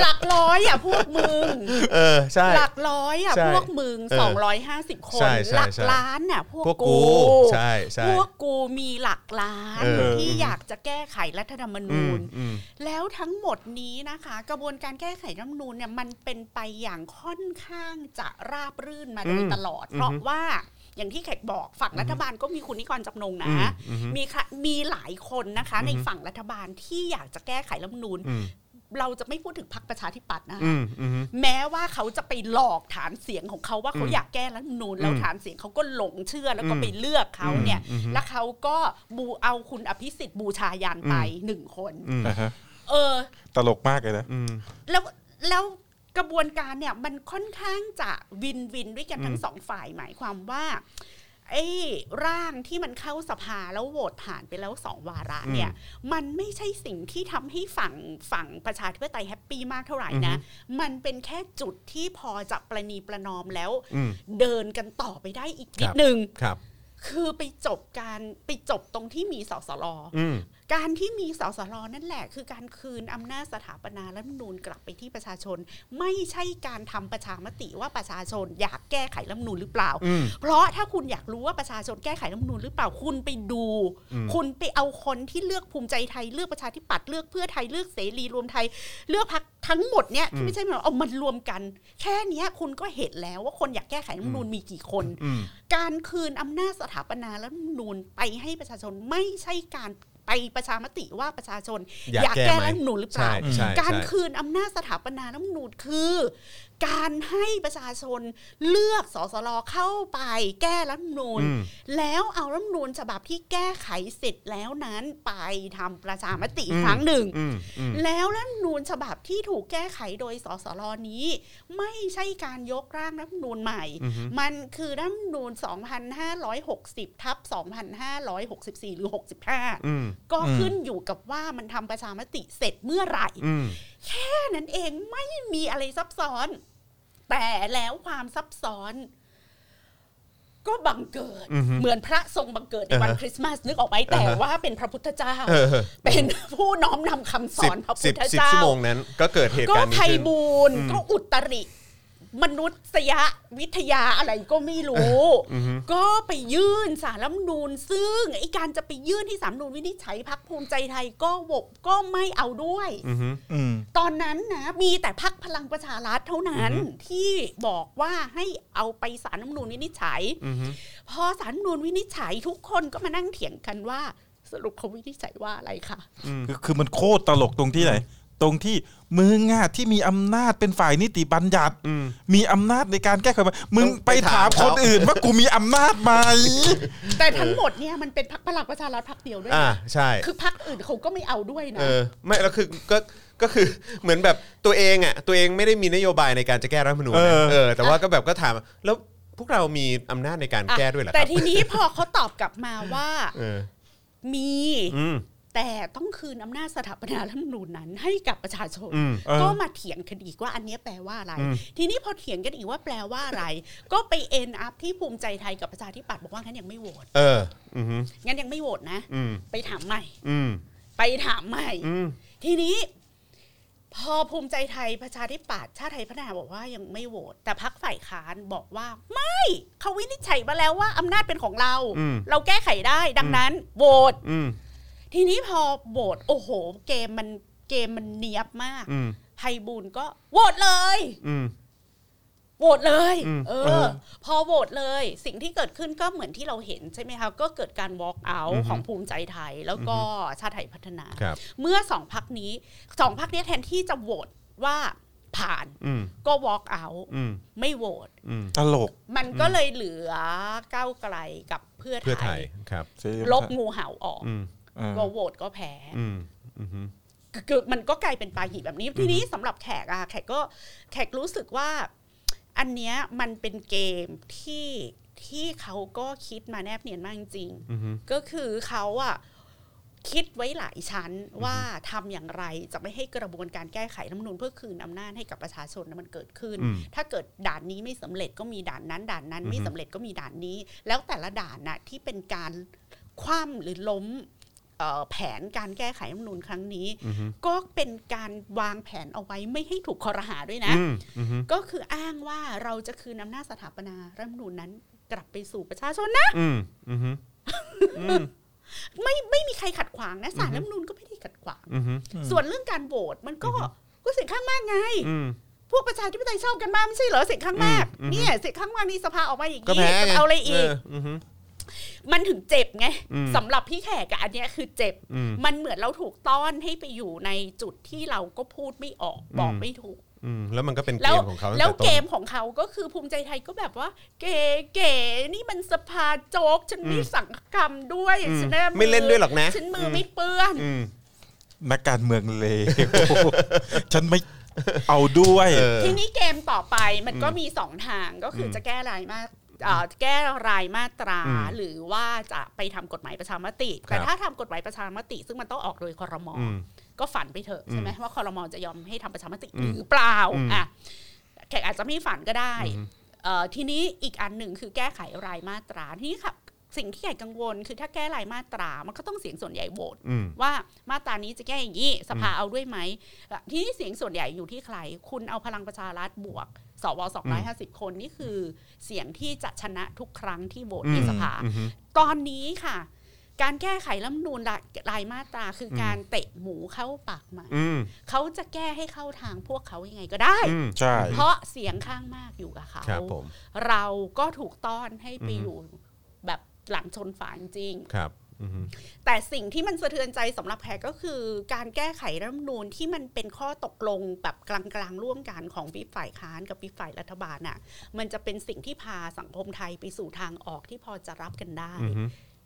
หลักร้อยอ่ะพวกมึง เออใช่ หลักร้อยอ่ะ ใช่ พวกมึง เออ สองร้อยห้าสิบคน ใช่ใช่ หลัก ใช่ ล้านอ่ะพวก พวกกู กู ใช่ใช่ พวกกูมีหลักล้าน เออ ที่อยากจะแก้ไขรัฐธรรม อื นู ม ญ อืม แล้วทั้งหมดนี้นะคะ กระบวนการแก้ไขรัฐธรรมนูญเนี่ยมันเป็นไปอย่างค่อนข้างจะราบรื่นมาโดย อืม ตลอด อืม เพราะว่าอย่างที่แขกบอกฝั่งรัฐบาลก็มีคุณนิกรจำนงนะ อืมอืม มีค่ะมีหลายคนนะคะ ใน อืม ฝั่งรัฐบาลที่อยากจะแก้ไขรัฐธรรมนูญ อืม เราจะไม่พูดถึงพรรคประชาธิปัตย์นะคะ อืมอืม แม้ว่าเขาจะไปหลอกฐานเสียงของเขาว่าเขา อืม อยากแก้รัฐธรรมนูญแล้ว อืม ฐานเสียงเขาก็หลงเชื่อแล้วก็ อืม ไปเลือกเขาเนี่ย อืมอืม แล้วเขาก็บูเอาคุณอภิสิทธิ์บูชายันไปหนึ่งคน อืมอ่าฮะ เออ ตลกมากเลยนะ แล้วแล้วกระบวนการเนี่ยมันค่อนข้างจะวินวินด้วยกัน อืม ทั้งสองฝ่ายหมายความว่าไอ้ร่างที่มันเข้าสภาแล้วโหวตผ่านไปแล้วสองวาระเนี่ย มันไม่ใช่สิ่งที่ทำให้ฝั่งฝั่งประชาธิปไตยแฮปปี้มากเท่าไหร่นะ อือฮึ มันเป็นแค่จุดที่พอจะประนีประนอมแล้ว อืม เดินกันต่อไปได้อีกนิดครับ นึง ครับ คือไปจบการไปจบตรงที่มีสสล อืม การที่มีสสรนั่นแหละ คือการคืนอำนาจสถาปนารัฐธรรมนูญกลับไปที่ประชาชน ไม่ใช่การทำประชามติว่าประชาชนอยากแก้ไขรัฐธรรมนูญหรือเปล่า อืม เพราะถ้าคุณอยากรู้ว่าประชาชนแก้ไขรัฐธรรมนูญหรือเปล่าคุณไปดู อืม คุณไปเอาคนที่เลือกภูมิใจไทยเลือกประชาธิปัตย์เลือกเพื่อไทยเลือกเสรีรวมไทย เลือกพักทั้งหมดเนี่ยที่ไม่ใช่หมายว่าเอามันรวมกัน แค่เนี้ยคุณก็เห็นแล้วว่าคนอยากแก้ไขรัฐธรรมนูญมีกี่คน อืม การคืนอำนาจสถาปนาและนูนไปให้ประชาชนไม่ใช่การไปประชามติว่าประชาชน อยากแก้ไหม รัฐธรรมนูญหรือเปล่า ใช่ใช่ การ ใช่ คืนอำนาจสถาปนารัฐธรรมนูญคือ การให้ประชาชนเลือกสสรเข้าไปแก้รัฐธรรมนูญ อืม แล้วเอารัฐธรรมนูญฉบับที่แก้ไขเสร็จแล้วนั้นไปทำประชามติอี อื ก ม ครั้งหนึ่ง อืมอืม แล้วรัฐธรรมนูญฉบับที่ถูกแก้ไขโดยสสรนี้ ไม่ใช่การยกร่างรัฐธรรมนูญใหม่ อือฮึ มันคือรัฐธรรมนูญ 2560 ทับ 2564 หรือ อืม 65 ก็ขึ้นอยู่กับว่ามันทำประชามติเสร็จเมื่อไหร่ อืม แค่นั้นเองไม่มีอะไรซับซ้อน แต่แล้วความซับซ้อน ก็บังเกิด อือฮึ เหมือนพระทรงบังเกิดในวัน อ่าฮะ คริสต์มาสนึกออกไหมแต่ อ่าฮะ ว่าเป็นพระพุทธเจ้า เออ เป็นผู้น้อมนำคำส สิ อบ นพระพุ สิ ท บ ธ สิบ เจ้า ชั่วโมงนั้น ก็เกิดเหตุ ก็ การณ์นี้ ไพ ขึ้น บูลย์ก็อุตริ มนุษยวิทยาอะไรก็ไม่รู้ อือฮึ ก็ไปยื่นสารรัฐธรรมนูนซึ่งไอการจะไปยื่นที่สารรัฐธรรมนูนวินิจฉัยพักภูมิใจไทยก็บกก็ไม่เอาด้วย อือฮึ อืม ตอนนั้นนะมีแต่พักพลังประชารัฐเท่านั้น อือฮึ ที่บอกว่าให้เอาไปสารรัฐธรรมนูนวินิจฉัย อือฮึ พอสารรัฐธรรมนูนวินิจฉัยทุกคนก็มานั่งเถียงกันว่า สรุปเขาวินิจฉัยว่าอะไรค่ะ คือคือมันโคตรตลกตรงที่ไหน ตรงที่มึงอ่ะที่มีอำนาจเป็นฝ่ายนิติบัญญัติ มีอำนาจในการแก้ไขมามึงไปถามคนอื่นว่ากูมีอำนาจไหม แต่ทั้งหมดเนี่ยมันเป็นพักพลังประชารัฐพักเดียวด้วย อ่า นะ ใช่ คือพักอื่นเขาก็ไม่เอาด้วยนะ เออไม่แล้วคือก็ก็คือเหมือนแบบตัวเองอ่ะตัวเองไม่ได้มีนโยบายในการจะแก้รัฐธรรมนูญนะ เออ เออแต่ว่าก็แบบก็ถามแล้วพวกเรามีอำนาจในการ อ่ะ แก้ด้วยเหรอครับ แต่ทีนี้พอเขาตอบกลับมาว่า เออ มี อืม แต่ต้องคืนอำนาจสถาปนารัฐธรรมนูญนั้นให้กับประชาชน อืมเออ ก็มาเถียงกันอีกว่าอันเนี้ยแปลว่าอะไร อืม ทีนี้พอเถียงกันอีกว่าแปลว่าอะไร ก็ไปเอ็นอัพที่ภูมิใจไทยกับประชาธิปัตย์บอกว่างั้นยังไม่โหวต เออ อือฮึ งั้นยังไม่โหวตนะ อืม ไปถามใหม่ อืม ไปถามใหม่ อืม ทีนี้พอภูมิใจไทยประชาธิปัตย์ชาติไทยพัฒนาบอกว่ายังไม่โหวตแต่พักฝ่ายค้านบอกว่า ไม่เขาวินิจฉัยมาแล้วว่าอำนาจเป็นของเรา อืม เราแก้ไขได้ดังนั้นโหวต อืม ทีนี้พอโหวตโอ้โห เกมมันเกมมันเนียบมาก อืม ไพบูลย์ก็โหวตเลย อืม โหวตเลย อืม เอ เอ อ อ พอโหวตเลย สิ่งที่เกิดขึ้นก็เหมือนที่เราเห็นใช่ไหมคะ ก็เกิดการ walk อื out อฮึ ของภูมิใจไทย แล้วก็ชาติไทยพัฒนา ครับ เมื่อสองพักนี้สองพักนี้ยแทนที่จะโหวตว่าผ่าน อืม ก็ walk out อืม ไม่โหวต ตลก มันก็เลยเหลือก้าวไกลกับเพื่อ เพื่อ ไท ไท ย ยครับ ลบงูเห่าออก อืมอ่า ก็โหวตก็แพ้ อืมอือฮึ คือมันก็กลายเป็นปาหีแบบนี้ทีนี้สำหรับแขกอะแขกก็แขกรู้สึกว่า อันเนี้ยมันเป็นเกมที่ที่เขาก็คิดมาแนบเนียนมากจริงๆ ก็คือเขาอะคิดไว้หลายชั้นว่าทำอย่างไรจะไม่ให้กระบวนการแก้ไขรัฐธรรมนูญเพื่อคืนอำนาจให้กับประชาชนนะมันเกิดขึ้น อืม ถ้าเกิดด่านนี้ไม่สำเร็จก็มีด่านนั้น ด่านนั้น อือฮึ ไม่สำเร็จก็มีด่านนี้ แล้วแต่ละด่านน่ะที่เป็นการคว่ำหรือล้มเอ่อแผนการแก้ไขรัฐธรรมนูญครั้งนี้ อือฮึ ก็เป็นการวางแผนเอาไว้ไม่ให้ถูกคอรหาด้วยนะ อืมอือฮึ ก็คืออ้างว่าเราจะคืนอำนาจสถาปนารัฐธรรมนูญนั้น กลับไปสู่ประชาชนนะ อืมอือฮึ ไม่ไม่มีใครขัดขวางนะสาร อือฮึ รัฐธรรมนูญก็ไม่ได้ขัดขวาง อือฮึอืม ส่วนเรื่องการโหวตมันก็ก็เสียงข้างมากไง อืม พวกประชาธิปไตยชอบกันมากไม่ใช่เหรอเสียงข้างมาก อืมอือฮึ เนี่ยเสียงข้างมากนี่สภาออกมาอย่าง ก็ นี้ แพ้ง จะเอาอะไรอีก อือฮึ มันถึงเจ็บไง อืม สำหรับพี่แขกอะอันเนี้ยคือเจ็บ อืม มันเหมือนเราถูกต้อนให้ไปอยู่ในจุดที่เราก็พูดไม่ออกบอก อืม ไม่ถูก อืมแล้วมันก็เป็นเก แล้ว มของเขาตั้ง แล้ว ต่ต้น เกมของเขาก็คือภูมิใจไทยก็แบบว่า เก๋เก๋นี่มันสภาโจ๊กฉันมี อืม สังคกรรมด้วย อืม ฉันะ ไม่เล่นด้วยหรอกนะ ฉันมือไม่เปื้อน นักการเมืองเลว ฉันไม่เอาด้วย ทีนี้เกมต่อไปมันก็ อืม มีสองทางก็คืออ ม จะแก้รายมาเอ่อแก้รายมาตรา อืม หรือว่าจะไปทำกฎหมายประชามติ แต่ ครับ ถ้าทำกฎหมายประชามติ ซึ่งมันต้องออกโดยคอรมอ อืม ก็ฝันไปเถอะใช่ไหม อืม ว่าคอรมอจะยอมให้ทำประชามติ อืม หรือเปล่า อืม อ่ะแขกอาจจะไม่ฝันก็ได้ อืม เอ่อทีนี้อีกอันหนึ่งคือแก้ไขรายมาตราที่นี่ค่ะ สิ่งที่ใหญ่กังวล คือถ้าแก้รายมาตรา มันก็ต้องเสียงส่วนใหญ่โหวต อืม ว่ามาตรานี้จะแก้อย่างนี้สภา อืม เอาด้วยไหมเอ่อทีนี้เสียงส่วนใหญ่อยู่ที่ใคร คุณเอาพลังประชารัฐบวกสวสองร้อยห้าสิบคนนี่คือเสียงที่จะชนะทุกครั้งที่โหวตใน อืม สภา อือฮึ ตอนนี้ค่ะ การแก้ไขรัฐธรรมนูลรายมาตราคืออ ม การเตะหมูเข้าปากหมา อืม เขาจะแก้ให้เข้าทางพวกเขายังไงก็ได้ อืมใช่ เพราะเสียงข้างมากอยู่กับเขา ครับผม เราก็ถูกต้อนให้ไป อือฮึ อยู่แบบหลังชนฝาจริง ครับ อือฮึ ๆแต่สิ่งที่มันสะเทือนใจสำหรับแพรก็คือ การแก้ไขรัฐธรรมนูญที่มันเป็นข้อตกลงแบบกลางๆร่วมกันของวิปฝ่ายค้านกับวิปฝ่ายรัฐบาลน่ะ มันจะเป็นสิ่งที่พาสังคมไทยไปสู่ทางออกที่พอจะรับกันได้ อือฮึ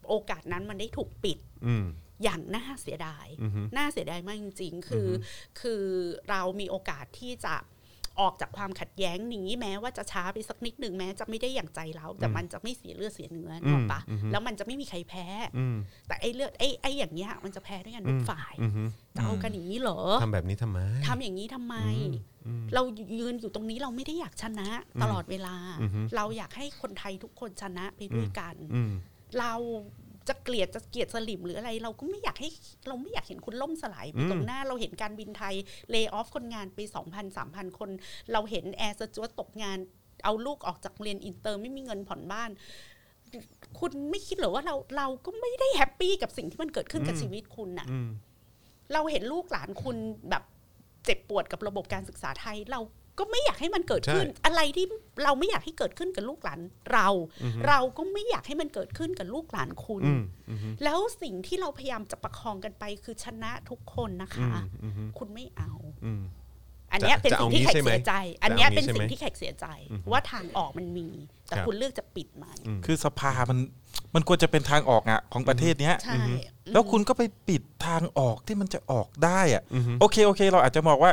โอกาสนั้นมันได้ถูกปิด อืม อย่างน่าเสียดาย อือฮึ น่าเสียดายมากจริงๆ คืออ อฮึ คือเรามีโอกาสที่จะออกจากความขัดแย้งนี้แม้ว่าจะช้าไปสักนิดหนึ่งแม้จะไม่ได้อย่างใจเรา แต่ อืม มันจะไม่เสียเลือดเสียเนื้อนึกออกปะ อืมอือฮึ แล้วมันจะไม่มีใครแพ้ อืม แต่ไอ้เลือดไอ้ไอ้อย่างเงี้ยมันจะแพ้ด้วยกันทุกฝ่าย อือฮึ จะเอากันอย่างนี้เหรอ ทำแบบนี้ทำไม ทำอย่างนี้ทำไม อืม เรายืนอยู่ตรงนี้เราไม่ได้อยากชนะ อืม ตลอดเวลา อือฮึ เราอยากให้คนไทยทุกคนชนะไปด้วยกัน อืม เราจะเกลียดจะเกลียดสลิมหรืออะไร เราก็ไม่อยากให้เราไม่อยากเห็นคุณล่มสลายไป อืม ตรงหน้า เราเห็นการบินไทยเล y o ออฟคนงานไป2,000 3,000 คน เราเห็นแอร์สจวตตกงาน เอาลูกออกจากเรียนอินเตอร์ไม่มีเงินผ่อนบ้าน คุณไม่คิดเหรอว่าเราเราก็ไม่ได้แฮปปี้กับสิ่งที่มันเกิดขึ้นกับ อืม ชีวิตคุณน่ะ อืม เราเห็นลูกหลานคุณแบบเจ็บปวดกับระบบการศึกษาไทย เราก็ไม่อยากให้มันเกิดขึ้น ใช่ อะไรที่เราไม่อยากให้เกิดขึ้นกับลูกหลานเรา อือฮึ เราก็ไม่อยากให้มันเกิดขึ้นกับลูกหลานคุณ อืมอืม แล้วสิ่งที่เราพยายามจะประคองกันไปคือชนะทุกคนนะคะ อืมอือฮึ คุณไม่เอา อืม อันเนี้ยเป็นสิ่งที่แขกเสียใจ จะเอาอันงี้ใช่ไหมเนี้ย จะเอางี้ เป็นสิ่ ใช่ ง ไหม ที่แขกเสียใจ อือฮึ ว่าทางออกมันมี แต่ ครับ คุณเลือกจะปิดมัน คือสภามันมันควรจะเป็นทางออกอะของประเทศเนี้ย ใช่ แล้วคุณก็ไปปิดทางออกที่มันจะออกได้อะโอเคโอเค เราอาจจะบอกว่า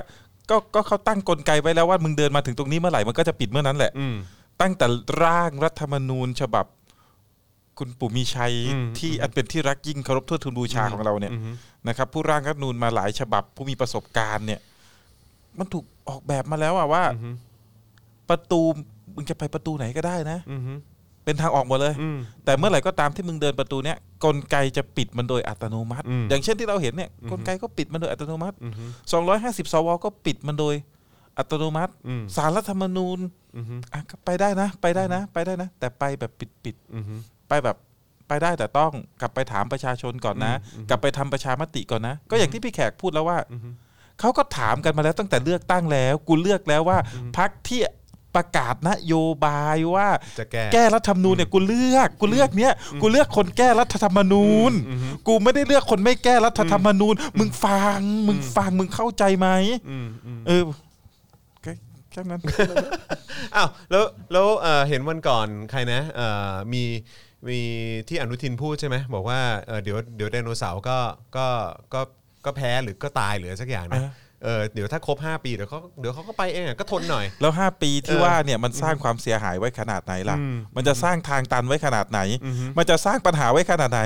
ก็ก็เขาตั้งกลไกไว้แล้วว่ามึงเดินมาถึงตรงนี้เมื่อไหร่มันก็จะปิดเมื่อนั้นแหละตั้งแต่ร่างรัฐธรรมนูญฉบับ คุณปู่มีชัยที่อันเป็นที่รักยิ่งเคารพทั่วทูนบูชา อืม ของเราเนี่ย อือฮึ นะครับผู้ร่างรัฐธรรมนูญมาหลายฉบับ ผู้มีประสบการณ์เนี่ย มันถูกออกแบบมาแล้วอะว่าประตูมึงจะไปประตูไหนก็ได้นะเป็นทางออกหมดเลย แต่เมื่อไหร่ก็ตามที่มึงเดินประตูเนี้ยกลไกจะปิดมันโดยอัตโนมัติ อย่างเช่นที่เราเห็นเนี่ยกลไกก็ปิดมันโดยอัตโนมัติ 250 สว ก็ปิดมันโดยอัตโนมัติสารรัฐธรรมนูญอ่ะก็ไปได้นะ ไปได้นะ ไปได้นะ แต่ไปแบบปิดปิดๆไปแบบไปได้แต่ต้องกลับไปถามประชาชนก่อนนะ กลับไปทำประชามติก่อนนะ ก็อย่างที่พี่แขกพูดแล้วว่าเขาก็ถามกันมาแล้วตั้งแต่เลือกตั้งแล้ว กูเลือกแล้วว่าพักที่ประกาศนโยบายว่า จะแก้ แก้รัฐธรรมนูญเนี่ยกูเลือกกูเลือกเนี่ยกูเลือกคนแก้รัฐธรรมนูญ กูไม่ได้เลือกคนไม่แก้รัฐธรรมนูญ มึงฟัง มึงฟังมึงเข้าใจไหมเออแค่แค่นั้น อ้าวแล้วแล้วเอ่อเห็นวันก่อนใครนะเอ่อมีมีที่อนุทินพูดใช่ไหมบอกว่าเอ่อเดี๋ยวเดี๋ยวไดโนเสาร์ก็ก็ก็ก็แพ้หรือก็ตายหรือสักอย่างนะ อ่า เออเดี๋ยวถ้าครบ 5 ปีเดี๋ยวเขาเดี๋ยวเขาก็ไปเองอะก็ทนหน่อย แล้ว 5 ปีที่ เออ ว่าเนี่ยมันสร้างความเสียหายไว้ขนาดไหนล่ะ อืม มันจะสร้างทางตันไว้ขนาดไหน มันจะสร้างปัญหาไว้ขนาดไหน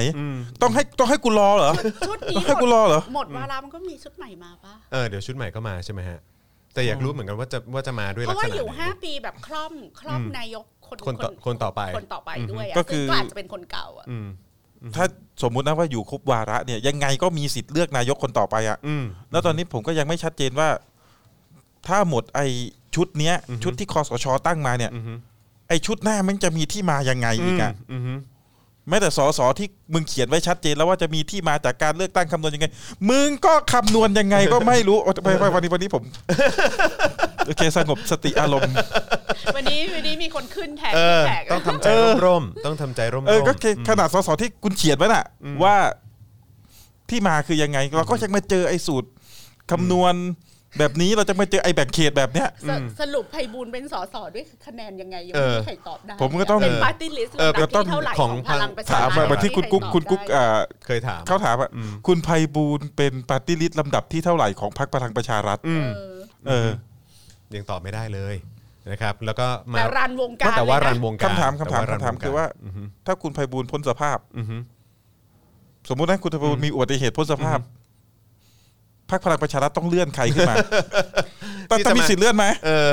ต้องให้ต้องให้กูรอเหรอ ชุด ต้ นี้ องให้กูรอเหรอ หมดวาระมันก็มีชุดใหม่มาปะ เออเดี๋ยวชุดใหม่ก็มาใช่ไหมฮะ แต่อยากรู้เหมือนกันว่าจะว่าจะมาด้วย เพ ลัก ราะ ษ ว่า ณะ อยู่ ไหน ห้าปีแบบคล่อมคล่อม อืม นายกคน คนต่อคนต่อไป คนต่อไป อือฮึ ด้วยอะ ก็ ซึ่ง คือ ก็อาจจะเป็นคนเก่าอะ ถ้าสมมุตินะว่าอยู่ครบวาระเนี่ยยังไงก็มีสิทธิ์เลือกนายกคนต่อไปอะ่ะแล้วตอนนี้ผมก็ยังไม่ชัดเจนว่า ถ้าหมดไอชุดเนี้ย ชุดที่คอสชตั้งมาเนี่ยไอชุดหน้ามันจะมีที่มายังไงอีกอะ่ะแม้แต่สสที่มึงเขียนไว้ชัดเจนแล้วว่าจะมีที่มาจากการเลือกตั้งคำนวณยังไง มึงก็คำนวณยังไงก็ไม่รู้โอ๊ยไปไปวันนี้วันนี้ผม โอเคสงบสติอารมณ์ วันนี้วันนี้มีคนขึ้นแทน เออ พี่แขก ต้องทำใจร่มๆต้องทำใจร่มๆ เออก็คือขนาดสสที่คุณเขียนไว้น่ะ ว่าที่มาคือยังไง เราก็ยังมาเจอไอ้สูตรคำนวณแบบนี้เราจะมาเจอไอ้แบ่งเขตแบบเนี้ย สสรุปไพบูลย์เป็นสสด้วยคะแนนยังไงยัง เอ ไม่ อ มีใครตอบได้ ผมก็ต้อง เป็นปาร์ตี้ลิสต์ เออก็ ระ ต้ ดั อบ ง ที่เท่าไหร่ ข ข อ อง งพลังประชา ถาม รัฐ ว่าเหมือนที่คุณกุ๊กคุณกุ๊กอ่า เคยถาม เขาถามอ่ะคุณไพบูลย์เป็นปาร์ตี้ลิสต์ลำดับที่เท่าไหร่ของพรรคพลังประชารัฐเออ ยังตอบไม่ได้เลยนะครับ แล้วก็มา แต่รันวงการ แต่ว่า เลยะ รันวงการ คำถามคำถาม แต่รัน คำถาม วงกร คือว่า ถ้าคุณไพบูลย์พ้นสภาพสมมุตินะคุณไพบูลย์มีอุบัติเหตุพ้นสภาพพรรคพลังประชารัฐต้องเลื่อนใคร ขึ้นมา ต้อง ที่ ต้องมี จะา สิทธิ์เลื่อนไหม เออ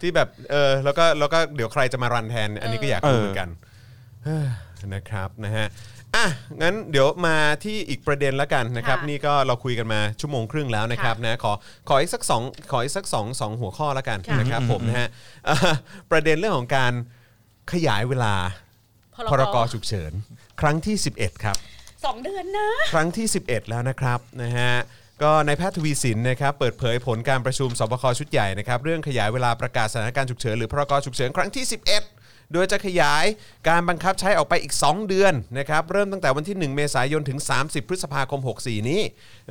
ที่แบบเออแล้วก็แล้วก็เดี๋ยวใครจะมารันแทน อันนี้ก็อยากรู้เหมือนกัน นะครับนะฮะอ่ะงั้นเดี๋ยวมาที่อีกประเด็นละกันนะครับ ค่ะ นี่ก็เราคุยกันมาชั่วโมงครึ่งแล้วนะครับนะขอขออีกสักสองขออีกสักสองสองหัวข้อละกัน ค่ะ นะครับผมนะฮะเอ่อประเด็นเรื่องของการขยายเวลา พรก พรกฉุกเฉิน ครั้งที่ 11 ครับ สองเดือนนะ ครั้งที่ 11 แล้วนะครับนะฮะก็นายแพทย์ทวีสินนะครับเปิดเผยผลการประชุมสบคชุดใหญ่นะครับเรื่องขยายเวลาประกาศสถานการณ์ฉุกเฉินหรือพรกฉุกเฉินครั้งที่ 11 โดยจะขยายการบังคับใช้ออกไปอีก 2 เดือนนะครับเริ่มตั้งแต่วันที่ 1 เมษายนถึง 30 พฤษภาคม 64 นี้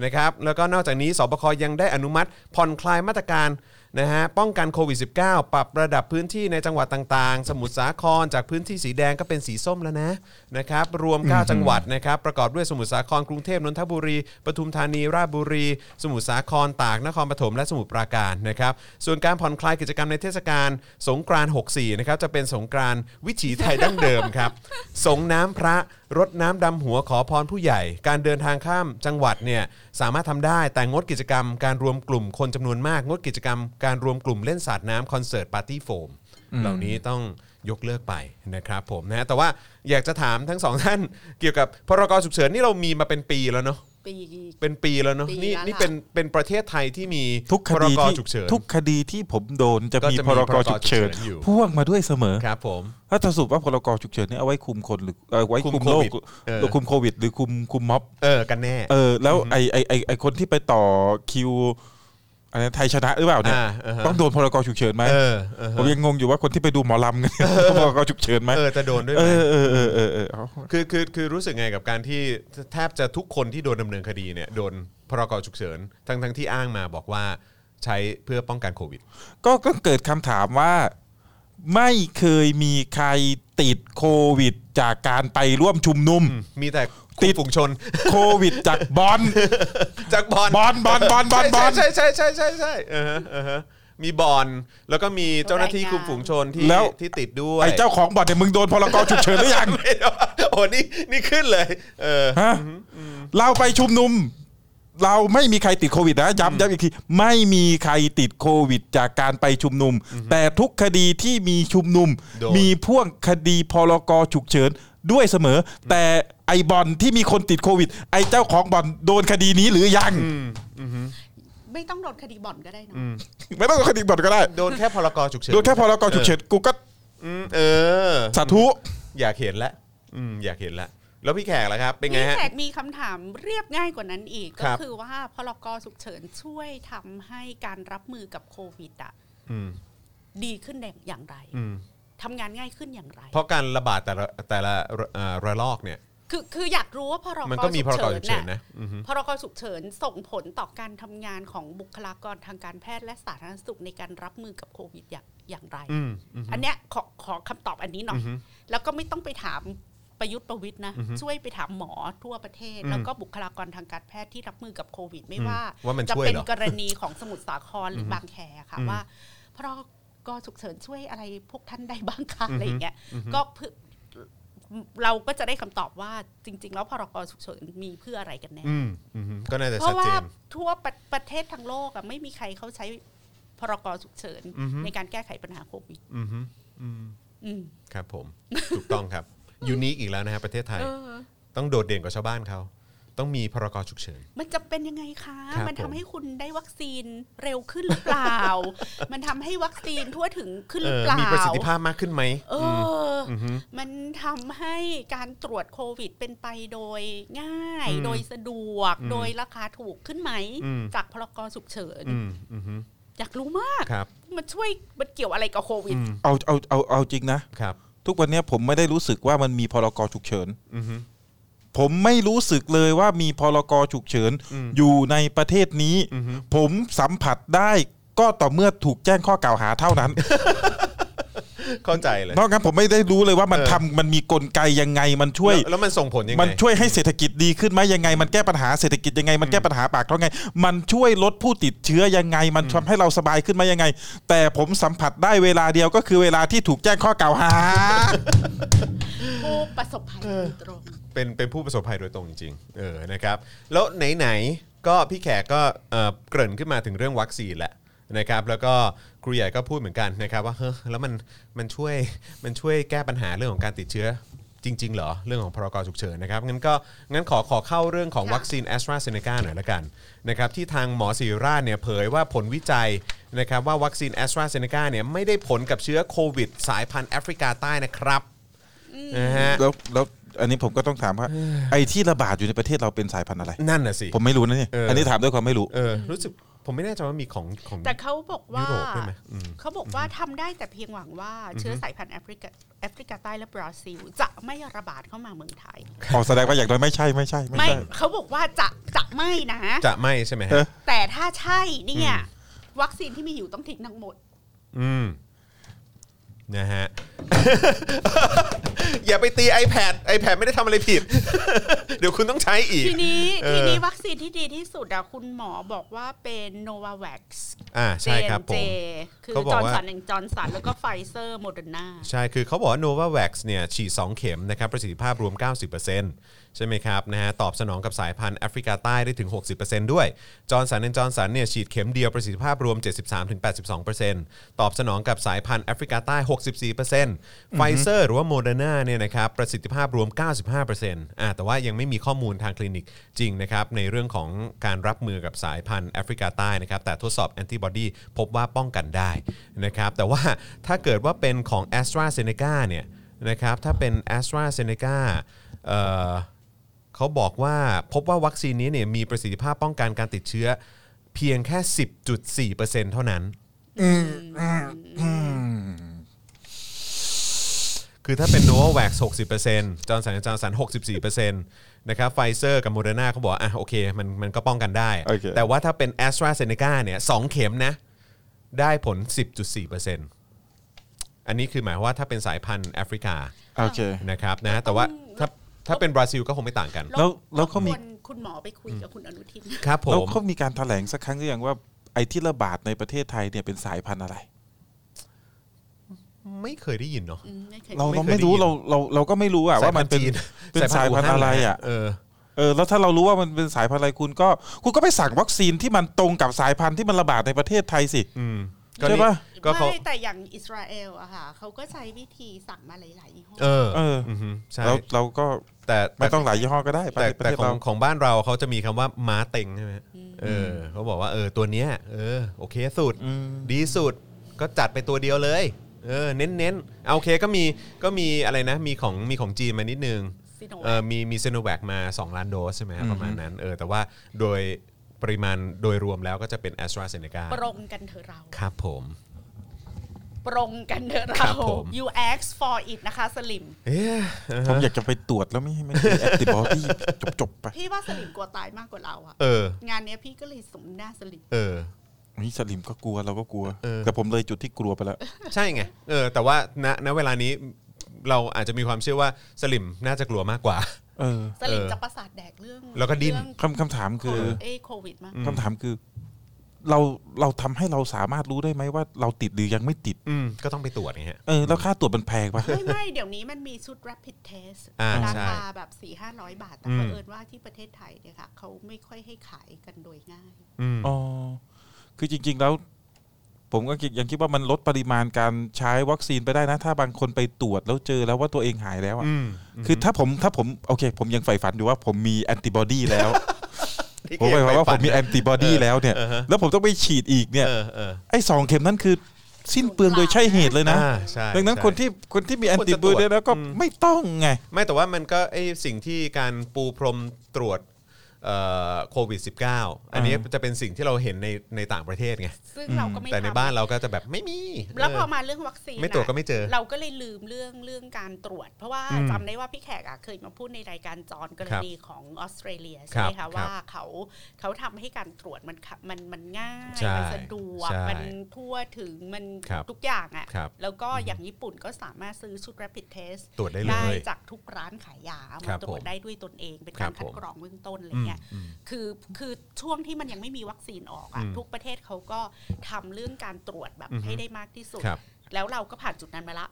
นะครับแล้วก็นอกจากนี้สบคยังได้อนุมัติผ่อนคลายมาตรการ นะฮะป้องกันโควิด -19 ปรับระดับพื้นที่ในจังหวัดต่างๆ สมุทรสาครจากพื้นที่สีแดงก็เป็นสีส้มแล้วนะนะครับรวม 9 จังหวัดนะครับประกอบด้วยสมุทรสาครกรุงเทพนนทบุรีปทุมธานีราชบุรี สมุทรสาครตากนครปฐมและสมุทรปราการนะครับส่วนการผ่อนคลายกิจกรรมในเทศกาลสงกรานต์64นะครับจะเป็นสงกรานต์วิถีไทยดั้งเดิมครับ สงน้ำพระรดน้ำดำหัวขอพรผู้ใหญ่ การเดินทางข้ามจังหวัดเนี่ยสามารถทำได้แต่งดกิจกรรมการรวมกลุ่มคนจำนวนมาก งดกิจกรรมการรวมกลุ่มเล่นสาดน้ำคอนเสิร์ตปาร์ตี้โฟม อืม เหล่านี้ต้องยกเลิกไปนะครับผมนะแต่ว่าอยากจะถามทั้งสองท่านเกี่ยวกับพรกฉุกเฉินนี่เรามีมาเป็นปีแล้วเนาะ ปี เป็นปีแล้วเนาะ ปี นี่ แล้ว นี่ ล่ะ เป็นเป็นประเทศไทยที่มี ทุกค พร ดี ก ที่ ฉุกเฉิน ทุกคดีที่ผมโดนจะ ก็ มี จะมี พรก พรก ฉุกเฉิน ฉุกเฉินอยู่ พ่วงมาด้วยเสมอ ครับผม ถ้าจะสรุปว่าพรกฉุกเฉินเนี่ยเอาไว้คุมคนหรือเอ่อไว้ คุม คุมโรค โควิดเออ หรือคุมโควิด หรือคุมคุมม็อบ เออกันแน่ เออแล้วไอไอไอไอคนที่ไปต่อคิวอะไรไทยชนะหรือเปล่าเนี่ย อ่าอ่าฮะ ต้องโดนพรกฉุกเฉินไหม เออเออฮะ ผมยังงงอยู่ว่าคนที่ไปดูหมอลำกันเนี่ยต้องพรกฉุกเฉินไหม เออจะโดนด้วยไห เอ ม อเออเออเออเออเอา คือคือคือรู้สึกไงกับการที่แทบจะทุกคนที่โดนดำเนินคดีเนี่ยโดนพรกฉุกเฉินทั้งทั้งที่อ้างมาบอกว่าใช้เพื่อป้องกันโควิด ก็ก็เกิดคำถามว่าไม่เคยมีใครติดโควิดจากการไปร่วมชุมนุม มีแต่ ติด ฝูงชน โควิดจากบอล จากบอล บอลบอลบอลบอลบอล ใช่ใช่ใช่ใช่ใช่ใช่เออฮะเออฮะมีบอลแล้วก็มีเจ้าหน้าที่คุมฝูงชนที่ แล้ว ที่ติดด้วย ไอ้เจ้าของบอลเนี่ยมึงโดนพรกฉุกเฉินหรือยัง ไม่โดนโ นี่นี่ขึ้นเลย เออ ฮะเราไปชุมนุม เราไม่มีใครติดโควิดนะย้ำย้ำอีกทีไม่มีใครติดโควิดจากการไปชุมนุม แต่ทุกคดีที่มีชุมนุม โดน มีพ่วงคดีพรกฉุกเฉินด้วยเสมอ แต่ไอบอลที่มีคนติดโควิด ไอเจ้าของบอลโดนคดีนี้หรือยัง ไม่ต้องโดนคดีบ่อนก็ได้เนอะ ไม่ต้องโดนคดีบอลก็ได้ โดนแค่พลกรฉุกเฉิน โดนแค่พรกฉุกเฉินกูก็ มเออ สาธุ อยากเห็นละอืมอยากเห็นละแล้วพี่แขกล่ะครับ เป็นไง พี่ ฮะ แขกมีคำถามเรียบง่ายกว่านั้นอีก ค ก็ รับ คือว่าพลกรฉุกเฉินช่วยทำให้การรับมือกับโควิดอะ อืม ดีขึ้นได้อย่างไร อืม ทำงานง่ายขึ้นอย่างไร เพราะการระบาดแต่ละแต่ละเอ่อระลอกเนี่ย คือคืออยากรู้ว่าพรก มันก็มีพรกฉุกเฉิน น่ะ นะอือฮึ พรกฉุกเฉินส่งผลต่อการทำงานของบุคลากรทางการแพทย์และสาธารณสุขในการรับมือกับโควิดอย่างอย่างไร อืมอือฮึ อันเนี้ยขอขอคำตอบอันนี้หน่อย อือฮึ แล้วก็ไม่ต้องไปถามประยุทธ์ประวิทย์นะ อือฮึ ช่วยไปถามหมอทั่วประเทศ อืม แล้วก็บุคลากรทางการแพทย์ที่รับมือกับโควิด ไม่ อืม ว่า ว่ามัน จะ ช่วย เป็น เหรอก รณีของสมุทรสาครหรืออ อฮึ บางแคค่ะ อืม ว่าพรกฉุกเฉินช่วยอะไรพวกท่านได้บ้างคะ อือฮึ อะไรอย่างเงี้ย อือฮึ ก็เพื่อ เราก็จะได้คำตอบว่าจริง ๆ แล้วพรกฉุกเฉินมีเพื่ออะไรกันแน่ อืมอืมก็น่าเพจะชัด ราะ เจ ว่าน ทั่วประประเทศทั้งโลกอะไม่มีใครเขาใช้พรกฉุกเฉิน อือฮึ ในการแก้ไขปัญหาโควิด อืมฮึอืม อืม ครับผม ถูกต้องครับ ยูนิคอีกแล้วนะฮะประเทศไทย เออ ต้องโดดเด่นกว่าชาวบ้านเขา ต้องมีพรกฉุกเฉิน มันจะเป็นยังไงคะ ครับ มันทำ ผม ให้คุณได้วัคซีนเร็วขึ้นหรือเป ล่า มันทำให้วัคซีนทั่วถึงขึ้นหรือเปล่า เออมี มี ประสิทธิภาพมากขึ้นไหม เอออ มอือฮึ มันทำให้การตรวจโควิดเป็นไปโดยง่าย อืม โดยสะดวก อืม โดยราคาถูกขึ้นไหม อืม จากพรกฉุกเฉิน อืมอืมฮึ อยากรู้มาก ครับ มันช่วยมันเกี่ยวอะไรกับโควิด เอาเอาเอาเอาจริงนะ ครับ ทุกวันเนี้ยผมไม่ได้รู้สึกว่ามันมีพรกฉุกเฉิน อืมฮึ ผมไม่รู้สึกเลยว่ามีพรกฉุกเฉิน อืม อยู่ในประเทศนี้ อือฮึ ผมสัมผัสได้ก็ต่อเมื่อถูกแจ้งข้อกล่าวหาเท่านั้น เข้าใจเลย นอกนั้นผมไม่ได้รู้เลยว่ามันทำมันมีกลไกยังไงมันช่วย แล้วแล้วมันส่งผลยังไง มันช่วยให้เศรษฐกิจดีขึ้นไหมยังไง มันแก้ปัญหาเศรษฐกิจยังไง มันแก้ปัญหาปากท้องไง มันช่วยลดผู้ติดเชื้อยังไง มันทำให้เราสบายขึ้นไหมยังไง แต่ผมสัมผัสได้เวลาเดียวก็คือเวลาที่ถูกแจ้งข้อกล่าวหา ผู้ประสบภัยโดยตรง เป็นเป็นผู้ประสบภัยโดยตรงจริงๆ เออ นะครับ แล้วไหนๆ ก็พี่แขกก็เอ่อเกริ่นขึ้นมาถึงเรื่องวัคซีนแหละนะครับ แล้วก็ครูใหญ่ก็พูดเหมือนกันนะครับว่าเฮ้อแล้วมันมันช่วยมันช่วยแก้ปัญหาเรื่องของการติดเชื้อจริง ๆ เหรอ เรื่องของพรกฉุกเฉินนะครับ งั้นก็งั้นขอขอเข้าเรื่องของวัคซีนแอสตราเซเนกาหน่อยละกันนะครับที่ทางหมอศิริราชเนี่ยเผยว่าผลวิจัยนะครับว่าวัคซีนแอสตราเซเนกาเนี่ยไม่ได้ผลกับเชื้อโควิดสายพันธุ์แอฟริกาใต้นะครับ นะฮะ แล้วแล้วอันนี้ผมก็ต้องถามว่าไอ้ที่ระบาดอยู่ในประเทศเราเป็นสายพันธุ์อะไร นั่นน่ะสิ ผมไม่รู้นะเนี่ย เอออั อันนี้ถามด้วยความไม่รู้ เออรู้สึกผมไม่แน่ใจว่ามีของของ แต่เขาบอกว่า ยุโรปด้วยไหมอืม เขาบอกว่าทำได้แต่เพียงหวังว่าเชื้อสายพันธุ์แอฟริกาแอฟริกาใต้และบราซิล จะไม่ระบาดเข้ามาเมืองไทย ออกแสดงว่าอย่างน้อยไม่ใช่ไม่ใช่ไม่ ไม่ ใช่ เขาบอกว่าจะจะไม่นะ จะไม่ใช่ไหมฮะ แต่ถ้าใช่เนี่ยวัคซีนที่มีอยู่ต้องทิ้งทั้งหมด อืมนะ ฮะ อย่าไปตี iPad iPad ไม่ได้ทำอะไรผิ ด เดี๋ยวคุณต้องใช้อีก ทีนี้ เออ ทีนี้วัคซีนที่ดีที่สุดอะคุณหมอบอกว่าเป็นโนวาแว็กซ์ อ่าใช่ครับผ เจ ม คือ เขาบ จ อ อก ร์น ว่า สันแองจอร์นสันแล้วก็ไฟเซอร์โมเดอร์นา ใช่ คือเขาบอกว่า Novavax เนี่ยฉีด 2 เข็มนะครับประสิทธิภาพรวม 90%ใช่ไหมครับนะฮะตอบสนองกับสายพันธุ์แอฟริกาใต้ได้ถึง 60%ด้วยจอร์นสันและจอร์นสันเนี่ยฉีดเข็มเดียวประสิทธิภาพรวม 73-82%ตอบสนองกับสายพันธุ์แอฟริกาใต้ 64%ไฟเซอร์หรือว่าโมเดอร์นาเนี่ยนะครับประสิทธิภาพรวม 95%อ่าแต่ว่ายังไม่มีข้อมูลทางคลินิกจริงนะครับในเรื่องของการรับมือกับสายพันธุ์แอฟริกาใต้นะครับแต่ทดสอบแอนติบอดีพบว่าป้องกันได้นะครับแต่ว่าถ้าเกิดว่าเป็นของ a s t r a z เซ e c a เนี่ยนะครับถ้าเป็น a s t r a z เซ e c a เอ่อเขาบอกว่าพบว่าวัคซีนนี้เนี่ยมีประสิทธิภาพป้องกันการติดเชื้อเพียงแค่ 10.4%เท่านั้น คือถ้าเป็น n o v a v a x 60%จอร์นสันจอร์นสัน64%นะครับไฟเซอร์กับโมเดอร์นาเขาบอกว่าอ่ะโอเคมันมันก็ป้องกันได้ โอเค แต่ว่าถ้าเป็น a s t r a z เซ e c a เนี่ยสองเข็มนะ ได้ผล 10.4%อันนี้คือหมายความว่าถ้าเป็นสายพันธุ์แอฟริกา โอเค นะครับนะแต่ว่าถ้าถ้าเป็นบราซิลก็คงไม่ต่างกัน แล้วแล้วเขามี รบกนคุณหมอไปคุยกับคุณอนุทิน ครับผม แล้วเขามีการแถลงสักครั้งหรือยังว่าไอ้ที่ระบาดในประเทศไทยเนี่ยเป็นสายพันธุ์อะไร ไม่เคยได้ยินเนาะ เราเราไม่รู้เราเราเราก็ไม่รู้อะ สาย ว่า พันธุ์ มันเป็น จีน เป็นสา สายยพั พันนธุ์ ธุ์อะไร อู่ฮั่น อะ น่ะเออ เออ แล้วถ้าเรารู้ว่ามันเป็นสายพันธุ์อะไรคุณก็คุณก็ไปสั่งวัคซีนที่มันตรงกับสายพันธุ์ที่มันระบาดในประเทศไทยสิใช่ปะ ไม่แต่อย่างอิสราเอลอะค่ะเขาก็ใช้วิธีสั่งมาหลายๆยี่ห้อ เออ เออ อฮึใช่ แล้วเราก็ แต่ ไม่ต้องหลายยี่ห้อก็ได้ประ แต่ เทศ แต่ ประเทศ ของ เรา ของบ้านเราเขาจะมีคำว่าม้าเต็งใช่ไหมเออเขาบอกว่าเออตัวเนี้ยเออโอเคสุด ดีสุดก็จัดไปตัวเดียวเลย เออเน้นเน้นๆเอาโอเคก็มีก็มีอะไรนะ มีของมีของจีนมานิดนึง Sinovac เออมีมีซีโนแวคมา 2 ล้านโดสใช่ไหมฮะ อืม ประมาณนั้นเออแต่ว่าโดยปริมาณโดยรวมแล้วก็จะเป็นแอสตราเซเนกา ปรงกันเถอะเรา ครับผม ปรงกันเถอะ ครั เรา บผม you ask for it นะคะสลิม เอ๊ะอ่า ผม ฮะ อยากจะไปตรวจแล้วไม่ให้มันมีแอตติบอดีจบๆไป พี่ว่าสลิมกลัวตายมากกว่าเราอะ เออ งานเนี้ยพี่ก็เลยสมหน้าสลิม เออ นี่สลิมก็กลัวเราก็กลัว แต่ผมเลยจุดที่กลัวไปแล้ว ใช่ไง เออ แต่ว่าณณเวลานี้เราอาจจะมีความเชื่อว่าสลิมน่าจะกลัวมากกว่า เออ สลิมจะประสาทแดกเรื่อง แล้วก็ดิ้น เรื่อง คำคำถามคือ เอ้ยโควิดมาก คำถามคือ เราเราทำให้เราสามารถรู้ได้ไหมว่าเราติดหรือยังไม่ติด อืมก็ต้องไปตรวจไงฮะ เออแล้วค่าตรวจมันแพงปะ ไม่ไม่เดี๋ยวนี้มันมีชุด rapid test อ่า รา ใช่ คาแบบ4ี่ห้าร้อยบาทแต่ อืม เผอิญว่าที่ประเทศไทยเนี่ยค่ะเขาไม่ค่อยให้ขายกันโดยง่าย อ๋อ คือจริง ๆ แล้ว ผมก็คิดยังคิดว่ามันลดปริมาณการใช้วัคซีนไปได้นะ ถ้าบางคนไปตรวจแล้วเจอแล้วว่าตัวเองหายแล้วอะ อืม คือถ้าผมถ้าผมโอเค ผมยังใฝ่ฝันอยู่ว่าผมมีแอนติบอดี แล้ว ที่ ผมหมายความว่า ใฝ่ ผ ฝั ม น มีแอนติบอดี เออ แล้วเนี่ย เออฮะ แล้วผมต้องไปฉีดอีกเนี่ย เออเออ ไอ้สองเข็มนั้นคือสิ้นเปลืองโดยใช่เหตุเลยนะ อ่าใช่ ดังนั้น ใช่ คนที่คนที่มีแอนติบอดีแล้วก็ไม่ต้องไง ไม่แต่ว่ามันก็ไอสิ่งที่การปูพรมตรวจเอ่อโควิด -19 อันนี้จะเป็นสิ่งที่เราเห็นในในต่างประเทศไง ซึ่งเราก็ไม่ แต่ใน ทำ บ้านเราก็จะแบบไม่มี แล้วพอมาเรื่องวัคซีน ไม่ตรวจ ะ ก็ไม่เจอ เราก็เลยลืมเรื่องเรื่องการตรวจ เพราะว่า อืม จำได้ว่าพี่แขกอะเคยมาพูดในรายการจอนกรณีของออสเตรเลียใช่ไหม ครั คะ บ ว่าเขาเขาทำให้การตรวจมันขะมันมันง่าย ใช่ มันสะดวก ใช่ มันทั่วถึงมัน ครับ ทุกอย่างอะ ครับ แล้วก็อย่างญี่ปุ่นก็สามารถซื้อชุด rapid test ตรวจได้เลย จากทุกร้านขายยาเอา ครั มา บ ตรวจ ผม ได้ด้วยตนเองเป็น ครั การ บ คัด ผม กรองเบื้องต้นอะไร อืม เงี้ย อืม คือคือช่วงที่มันยังไม่มีวัคซีนออกอะ อืม ทุกประเทศเขาก็ทำเรื่องการตรวจแบบ อือฮึ ให้ได้มากที่สุด ครับ แล้วเราก็ผ่านจุดนั้นมาละ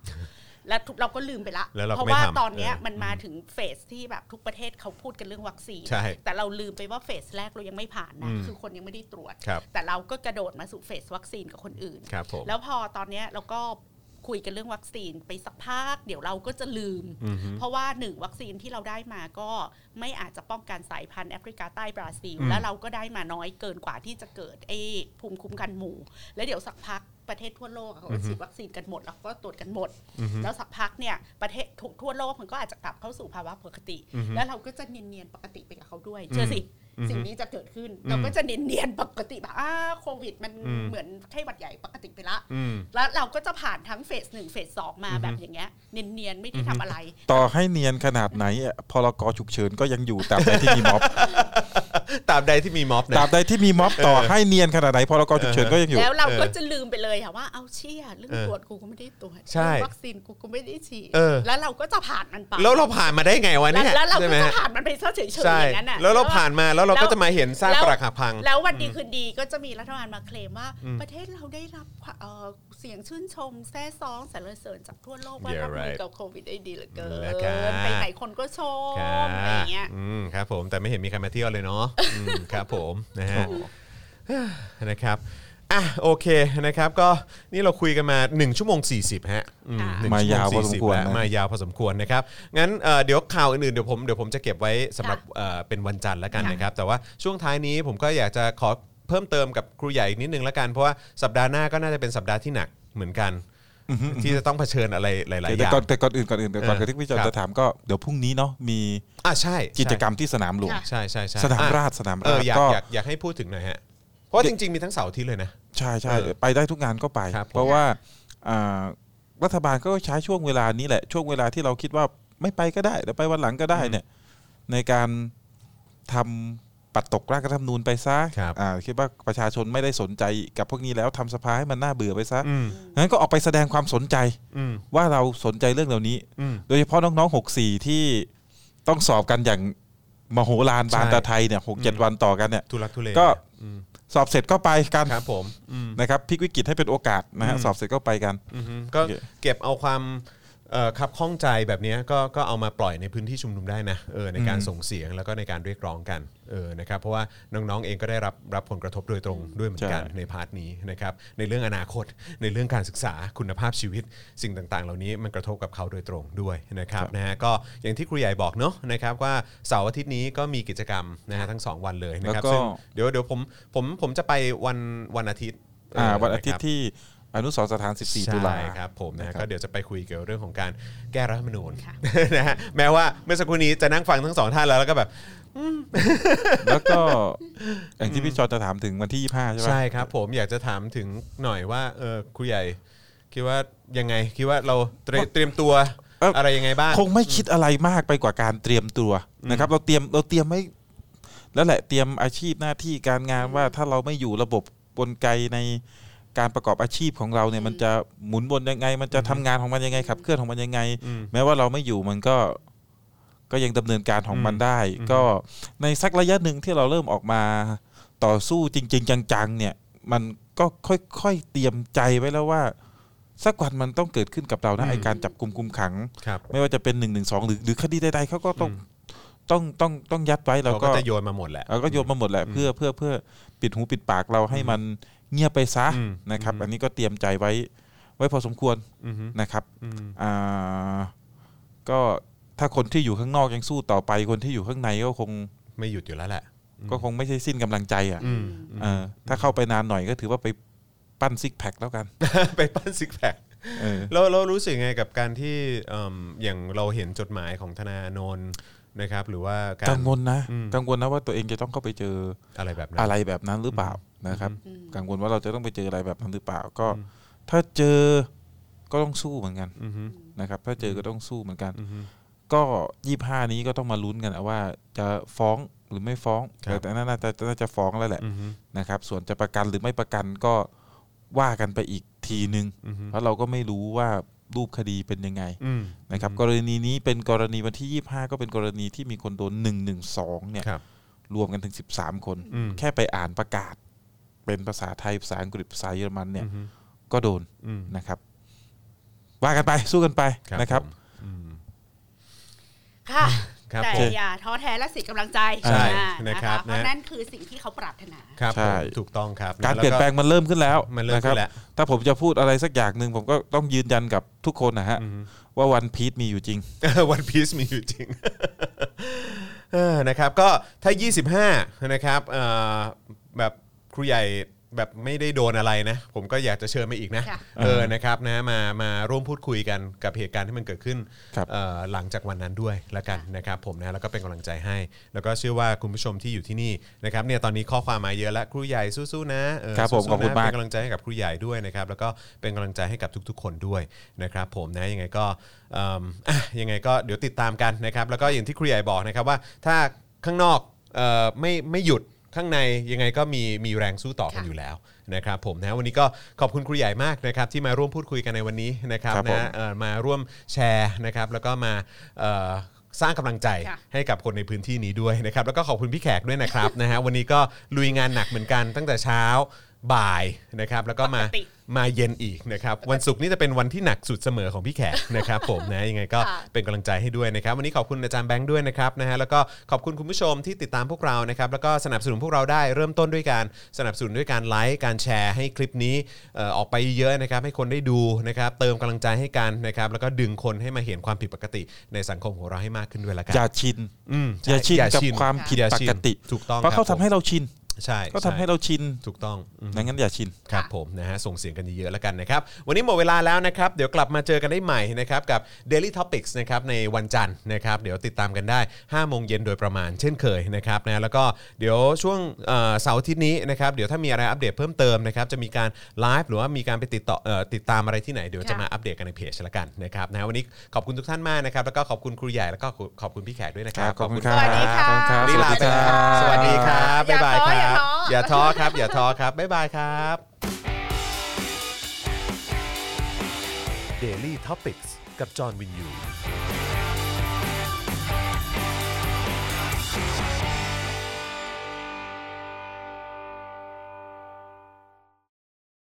และทุกเราก็ลืมไปละ แล้วเราก็ เพราะ ไม่ ว่า ทำ ตอนเนี้ย เออ มันมาถึงเฟสที่แบบทุกประเทศเขาพูดกันเรื่องวัคซีน ใช่ แต่เราลืมไปว่าเฟสแรกเรายังไม่ผ่านนะ อืม คือคนยังไม่ได้ตรวจ ครับ แต่เราก็กระโดดมาสู่เฟสวัคซีนกับคนอื่น ครับผม แล้วพอตอนเนี้ยเราก็คุยกันเรื่องวัคซีนไปสักพักเดี๋ยวเราก็จะลืม อือฮึ เพราะว่าหนึ่งวัคซีนที่เราได้มาก็ไม่อาจจะป้องกันสายพันธุ์แอฟริกาใต้บราซิล อืม แล้วเราก็ได้มาน้อยเกินกว่าที่จะเกิดไอ้ภูมิคุ้มกันหมู่ แล้วเดี๋ยวสักพักประเทศทั่วโลกอะเขา อือฮึ ฉีดวัคซีนกันหมดแล้วก็ตรวจกันหมด อือฮึ แล้วสักพักเนี่ยประเทศทุกทั่วโลกมันก็อาจจะกลับเข้าสู่ภาวะปกติ อือฮึ แล้วเราก็จะเนียนๆปกติไปกับเขาด้วยเชื่อสิ อือฮึ สิ่งนี้จะเกิดขึ้น อืม เราก็จะเนียนๆปกติแบบอ้าโควิดมัน อืม เหมือนไข้หวัดใหญ่ปกติไปละ อืม แล้วเราก็จะผ่านทั้งเฟสหนึ่งเฟสสองมา อือฮึ แบบอย่างเงี้ยเนียนๆไม่ได้ทำอะไร ต่อให้เนียนขนาดไหนอะพรกฉุกเฉินก็ยังอยู่ ตามใดที่มีม็อบ ตราบใดที่มีม็อบนะ ตราบใดที่มีม็อบต่อให้เนียนขนาดไหนพรกฉุกเฉินก็ยังอยู่ แล้วเราก็จะลืมไปเลยค่ะว่าเอาเชี่ยเรื่องตรวจกูก็ไม่ได้ตรวจ ใช่ เรื่องวัคซีนกูก็ไม่ได้ฉีด เออ แล้วเราก็จะผ่านมันไป แล้วเราผ่านมาได้ไงวะเนี่ย แล้วเรา ใช่ ก็ ไหม จะ ฮะ ผ่านมันไปซะเฉยๆ ใช่ อย่างนั้นน่ะ แล้วเราผ่านมาแล้วเราก็ แล้ว จะมาเห็นซาก แล้ว ปรักหักพัง แล้ววันดีคืนดีก็จะมีรัฐบาลมาเคลมว่า อืม ประเทศเราได้รับเอ่อเสียงชื่นชมแซ่ซ้องสรรเสริญจากทั่วโลกว่า Yeah, รับมือ right กับโควิดได้ดีเหลือเกิน นะครับ ไปไหนคนก็ชมอะไรอย่างเงี้ย อืมครับผมแต่ไม่เห็นมีใครมาเที่ยวเลยเนาะ อืมครับผมนะฮะนะครับอ่ะโอเคนะครับ ก็นี่เราคุยกันมา 1 ชั่วโมง 40 ฮะอืมหนึ่ง มา ชั่โง ยาวพอสมคว40รแล้ว นะ มายาวพอสมควรนะครับงั้นเอ่อเดี๋ยวข่าวอื่นๆเดี๋ยวผมเดี๋ยวผมจะเก็บไว้สำหรับเอ่อเป็นวันจันทร์แล้วกันนะครับ แต่ว่าช่วงท้ายนี้ผมก็อยากจะขอเพิ่มเติมกับครูใหญ่อีกนิดนึงแล้วกันเพราะว่าสัปดาห์หน้าก็น่าจะเป็นสัปดาห์ที่หนักเหมือนกัน ที่จะต้องเผชิญอะไรหลายๆอ แต่ ย่าง ก่อนแต่ก่อนอื่นก่อนอื่นแต่ก่อน เออ ที่พี่จอน ครับ จะถามก็เดี๋ยวพรุ่งนี้เนาะมี อ่ะใช่ใช่ กิจกรรมที่สนามหลวง ใช่ใช่ใช่ สนาม อ่ะ ราชสนาม เออราช อยาก ก็ อยากอยากให้พูดถึงหน่อยฮะ เพราะจริงๆ มีทั้งเสาร์อาทิตย์เลยนะ ใช่ใช่ เออ ไปได้ทุกงานก็ไป เพราะว่าอ่ารัฐบาลก็ใช้ช่วงเวลานี้แหละช่วงเวลาที่เราคิดว่าไม่ไปก็ได้เดี๋ยวไปวันหลังก็ได้เนี่ย ในการทำปัดตกร่างรัฐธรรมนูญไปซะอ่าคิดว่าประชาชนไม่ได้สนใจกับพวกนี้แล้วทำสภาให้มันน่าเบื่อไปซะ อืม งั้นก็ออกไปแสดงความสนใจ อืม ว่าเราสนใจเรื่องเหล่านี้ อืม โดยเฉพาะน้องๆ 6 4 ที่ต้องสอบกันอย่างมโหฬารบานตาไทยเนี่ยหกเจ็ด อืม วันต่อกันเนี่ย ทุลักทุเล ก็ อืม สอบเสร็จก็ไปกัน ครับผม นะครับพลิกวิกฤตให้เป็นโอกาสนะฮะ อืม สอบเสร็จก็ไปกัน อือฮึก็เก็บเอาความเอ่อขับข้องใจแบบเนี้ยก็ก็เอามาปล่อยในพื้นที่ชุมนุมได้นะเออในการ อืม ส่งเสียงแล้วก็ในการเรียกร้องกันเออนะครับเพราะว่าน้องๆเองก็ได้รับรับผลกระทบโดยตรงด้วยเหมือนกัน ใช่ ในพาร์ทนี้นะครับในเรื่องอนาคตในเรื่องการศึกษาคุณภาพชีวิต สิ่งต่างๆ เหล่านี้มันกระทบกับเขาโดยตรงด้วยนะครับนะฮะก็อย่างที่ครูใหญ่บอกเนอะนะครับว่าเสาร์อาทิตย์นี้ก็มีกิจกรรมนะฮะทั้งสองวันเลยนะครับ แล้วก็ ซึ่งเดี๋ยวเดี๋ยวผมผมผมจะไปวันวันอาทิตย์เ อ่าวันอาทิต นะครับ ย์ที่อนุสรณ์สถาน 14 ตุลา ใช่ครับผมนะฮะก็เดี๋ยวจะไปคุยเกี่ยวเรื่องของการแก้รัฐธรรมนูญ นะฮะแม้ว่าเมื่อสักครู่นี้จะนั่งฟังทั้งสองท่านแล้วแล้วก็แบบ แล้วก็ อย่างที่พี่จอจะถามถึงวันที่ 25 ใช่ไหม ใช่ครับผมอยากจะถามถึงหน่อยว่าเออครูใหญ่ คิดว่ายังไง คิดว่าเราเตรียมเตรียมตัวอะไรยังไงบ้าง คงไม่คิดอะไรมากไปกว่าการเตรียมตัวนะครับ เราเตรียมเราเตรียมไม่แล้วแหละเตรียมอาชีพหน้าที่การงานว่าถ้าเราไม่อยู่ระบบกลไกในการประกอบอาชีพของเราเนี่ยมันจะหมุนวนยังไง มันจะทำงานของมันยังไงขับเคลื่อนของมันยังไง อืม แม้ว่าเราไม่อยู่มันก็ก็ยังดำเนินการของมันได้ ก็ในสักระยะหนึ่งที่เราเริ่มออกมาต่อสู้จริง ๆ จังๆเนี่ย มันก็ค่อยๆเตรียมใจไว้แล้วว่า สักวันมันต้องเกิดขึ้นกับเรานะไอการจับกลุ่มคุมขัง ครับ ไม่ว่าจะเป็นหนึ่งหนึ่งสองหรือหรือคดีใดๆเขาก็ต้องต้องต้องต้องยัดไว้เราก็ เขาก็จะโยนมาหมดแหละ เราก็โยนมาหมดแหละเพื่อเพื่อเพื่อปิดหูปิดปากเราให้มันเงียบไปซะนะครับ อันนี้ก็เตรียมใจไว้ ไว้พอสมควร อือฮึ นะครับ อืม อ่าก็ถ้าคนที่อยู่ข้างนอกยังสู้ต่อไปคนที่อยู่ข้างในก็คง ไม่หยุดอยู่แล้วแหละ ก็คงไม่ใช่สิ้นกำลังใจอ่ะ อืม เออถ้าเข้าไปนานหน่อยก็ถือว่าไปปั้นซิกแพคแล้วกัน ไปปั้นซิกแพค เออ เราเรารู้สึกไงกับการที่เอิ่มอย่างเราเห็นจดหมายของธนาโนนท์นะครับ หรือว่าการ กังวลนะกังวลนะว่าตัวเองจะต้องเข้าไปเจอ อะไรแบบนั้น อะไรแบบนั้นหรือเปล่านะครับ กังวลว่าเราจะต้องไปเจออะไรแบบนั้นหรือเปล่าก็ ถ้าเจอก็ต้องสู้เหมือนกัน อือฮึ นะครับ ถ้าเจอก็ต้องสู้เหมือนกัน ก็ยี่ห้านี้ก็ต้องมาลุ้นกันนะว่าจะฟ้องหรือไม่ฟ้อง ครับ แต่น่าจะน่าจะฟ้องแล้วแหละ อือฮึ นะครับ ส่วนจะประกันหรือไม่ประกันก็ว่ากันไปอีกทีนึง อือฮึ เพราะเราก็ไม่รู้ว่ารูปคดีเป็นยังไง อืม นะครับ กรณีนี้เป็นกรณีวันที่ 25 ก็เป็นกรณีที่มีคนโดน 112 เนี่ย ครับ รวมกันถึง 13 คน อืม แค่ไปอ่านประกาศ เป็นภาษาไทย ภาษาอังกฤษภาษาเยอรมันเนี่ย อือฮึ ก็โดน อืม นะครับ ว่ากันไปสู้กันไปนะครับ ค่ะ ครับ แต่ ผม อย่าท้อแท้และเสิกำลังใจ ใช่ อ่า นะครับ เพราะ นะ นั่นคือสิ่งที่เขาปรารถนา ครับ ใช่ ผมถูกต้องครับะ กาวรเปลี่ยนแปลงมันเริ่มขึ้นแล้ว มันเริ่ม ะค ขึ้ บ นแล้ว ถ้าผมจะพูดอะไรสักอย่างหนึ่งผมก็ต้องยืนยันกับทุกคนนะฮะ ว่าวันพี e มีอยู่จริง วันพีซมีอยู่จริง เออนะครับก็ถ้า 25 นะครับเอ่อแบบครูใหญ่แบบไม่ได้โดนอะไรนะ ผมก็อยากจะเชิญมาอีกนะ ค่ะ เออนะครับนะมามาร่วมพูดคุยกันกับเหตุการณ์ที่มันเกิดขึ้น ครับ เอ่อหลังจากวันนั้นด้วยละกันนะครับผมนะแล้วก็เป็นกำลังใจให้ แล้วก็เชื่อว่าคุณผู้ชมที่อยู่ที่นี่นะครับเนี่ยตอนนี้ข้อความมาเยอะแล้วครูใหญ่สู้ๆนะเออ ครับผม สู้ๆนะ ขอบคุณมาก เป็นกำลังใจให้กับครูใหญ่ด้วยนะครับแล้วก็เป็นกำลังใจให้กับทุก ๆ คนด้วยนะครับผมนะยังไงก็เอิ่ม อ่ะยังไงก็เดี๋ยวติดตามกันนะครับแล้วก็อย่างที่ครูใหญ่บอกนะครับว่าถ้าข้างนอกเอ่อไม่ไม่หยุดข้างในยังไงก็มีมีแรงสู้ต่อกันอยู่แล้วนะครับผมนะวันนี้ก็ขอบคุณครูใหญ่มากนะครับที่มาร่วมพูดคุยกันในวันนี้นะครับ ครับผม นะเอ่อมาร่วมแชร์นะครับแล้วก็มาเอ่อสร้างกำลังใจ ค่ะ ให้กับคนในพื้นที่นี้ด้วยนะครับ แล้วก็ขอบคุณพี่แขกด้วยนะครับ นะฮะวันนี้ก็ลุยงานหนักเหมือนกันตั้งแต่เช้าบ่ายนะครับ แล้วก็มามาเย็นอีกนะครับ วันศุกร์นี่จะเป็นวันที่หนักสุดเสมอของพี่แขกนะครับ ผมนะยังไงก็เป็นกำลังใจให้ด้วยนะครับ วันนี้ขอบคุณอาจารย์แบงค์ด้วยนะครับนะฮะแล้วก็ขอบคุณคุณผู้ชมที่ติดตามพวกเรานะครับแล้วก็สนับสนุนพวกเราได้เริ่มต้นด้วยการสนับสนุนด้วยการไลค์การแชร์ให้คลิปนี้เอ่อออกไปเยอะนะครับ ให้คนได้ดูนะครับ เติมกำลังใจให้กันนะครับแล้วก็ดึงคนให้มาเห็นความผิดปกติในสังคมของเราให้มากขึ้นด้วยละกัน อย่าชิน อืม อย่าชิน ใอย่ กับความผิด อย่ ป ชิน กติ ถูกต้อง เพราะ ค เขา บผทำม ให้เราชิน ใช่ ก็ทำให้เราชิน ถูกต้อง ดังนั้นอย่าชิน ครับผมนะฮะส่งเสียงกันเยอะๆแล้วกันนะครับ วันนี้หมดเวลาแล้วนะครับ เดี๋ยวกลับมาเจอกันได้ใหม่นะครับ กับ Daily Topics นะครับในวันจันทร์นะครับ เดี๋ยวติดตามกันได้5โมงเย็นโดยประมาณเช่นเคยนะครับนะแล้วก็เดี๋ยวช่วงเอ่อเสาร์อาทิตย์นี้นะครับเดี๋ยวถ้ามีอะไรอัปเดตเพิ่มเติมนะครับจะมีการไลฟ์หรือว่ามีการไปติดต่อเอ่อติดตามอะไรที่ไหนเดี๋ยวจะมาอัปเดตกันในเพจละกันนะครับนะฮะวันนี้ขอบคุณทุกท่านมากนะครับแล้วก็ขอบคุณครูใหญ่แล้วก็ขอบคุณพี่แขกด้วยนะครับ ครับขอบคุณครับสวัสดีค่ะ นี่ลาไปแล้วครับ สวัสดีครับ บ๊ายบายครับ อ อย่ า ย่า ท้ ท้ อ อครับ อย่าท้อครับ บ๊ายบายครับ Daily Topics กับจอห์นวินยู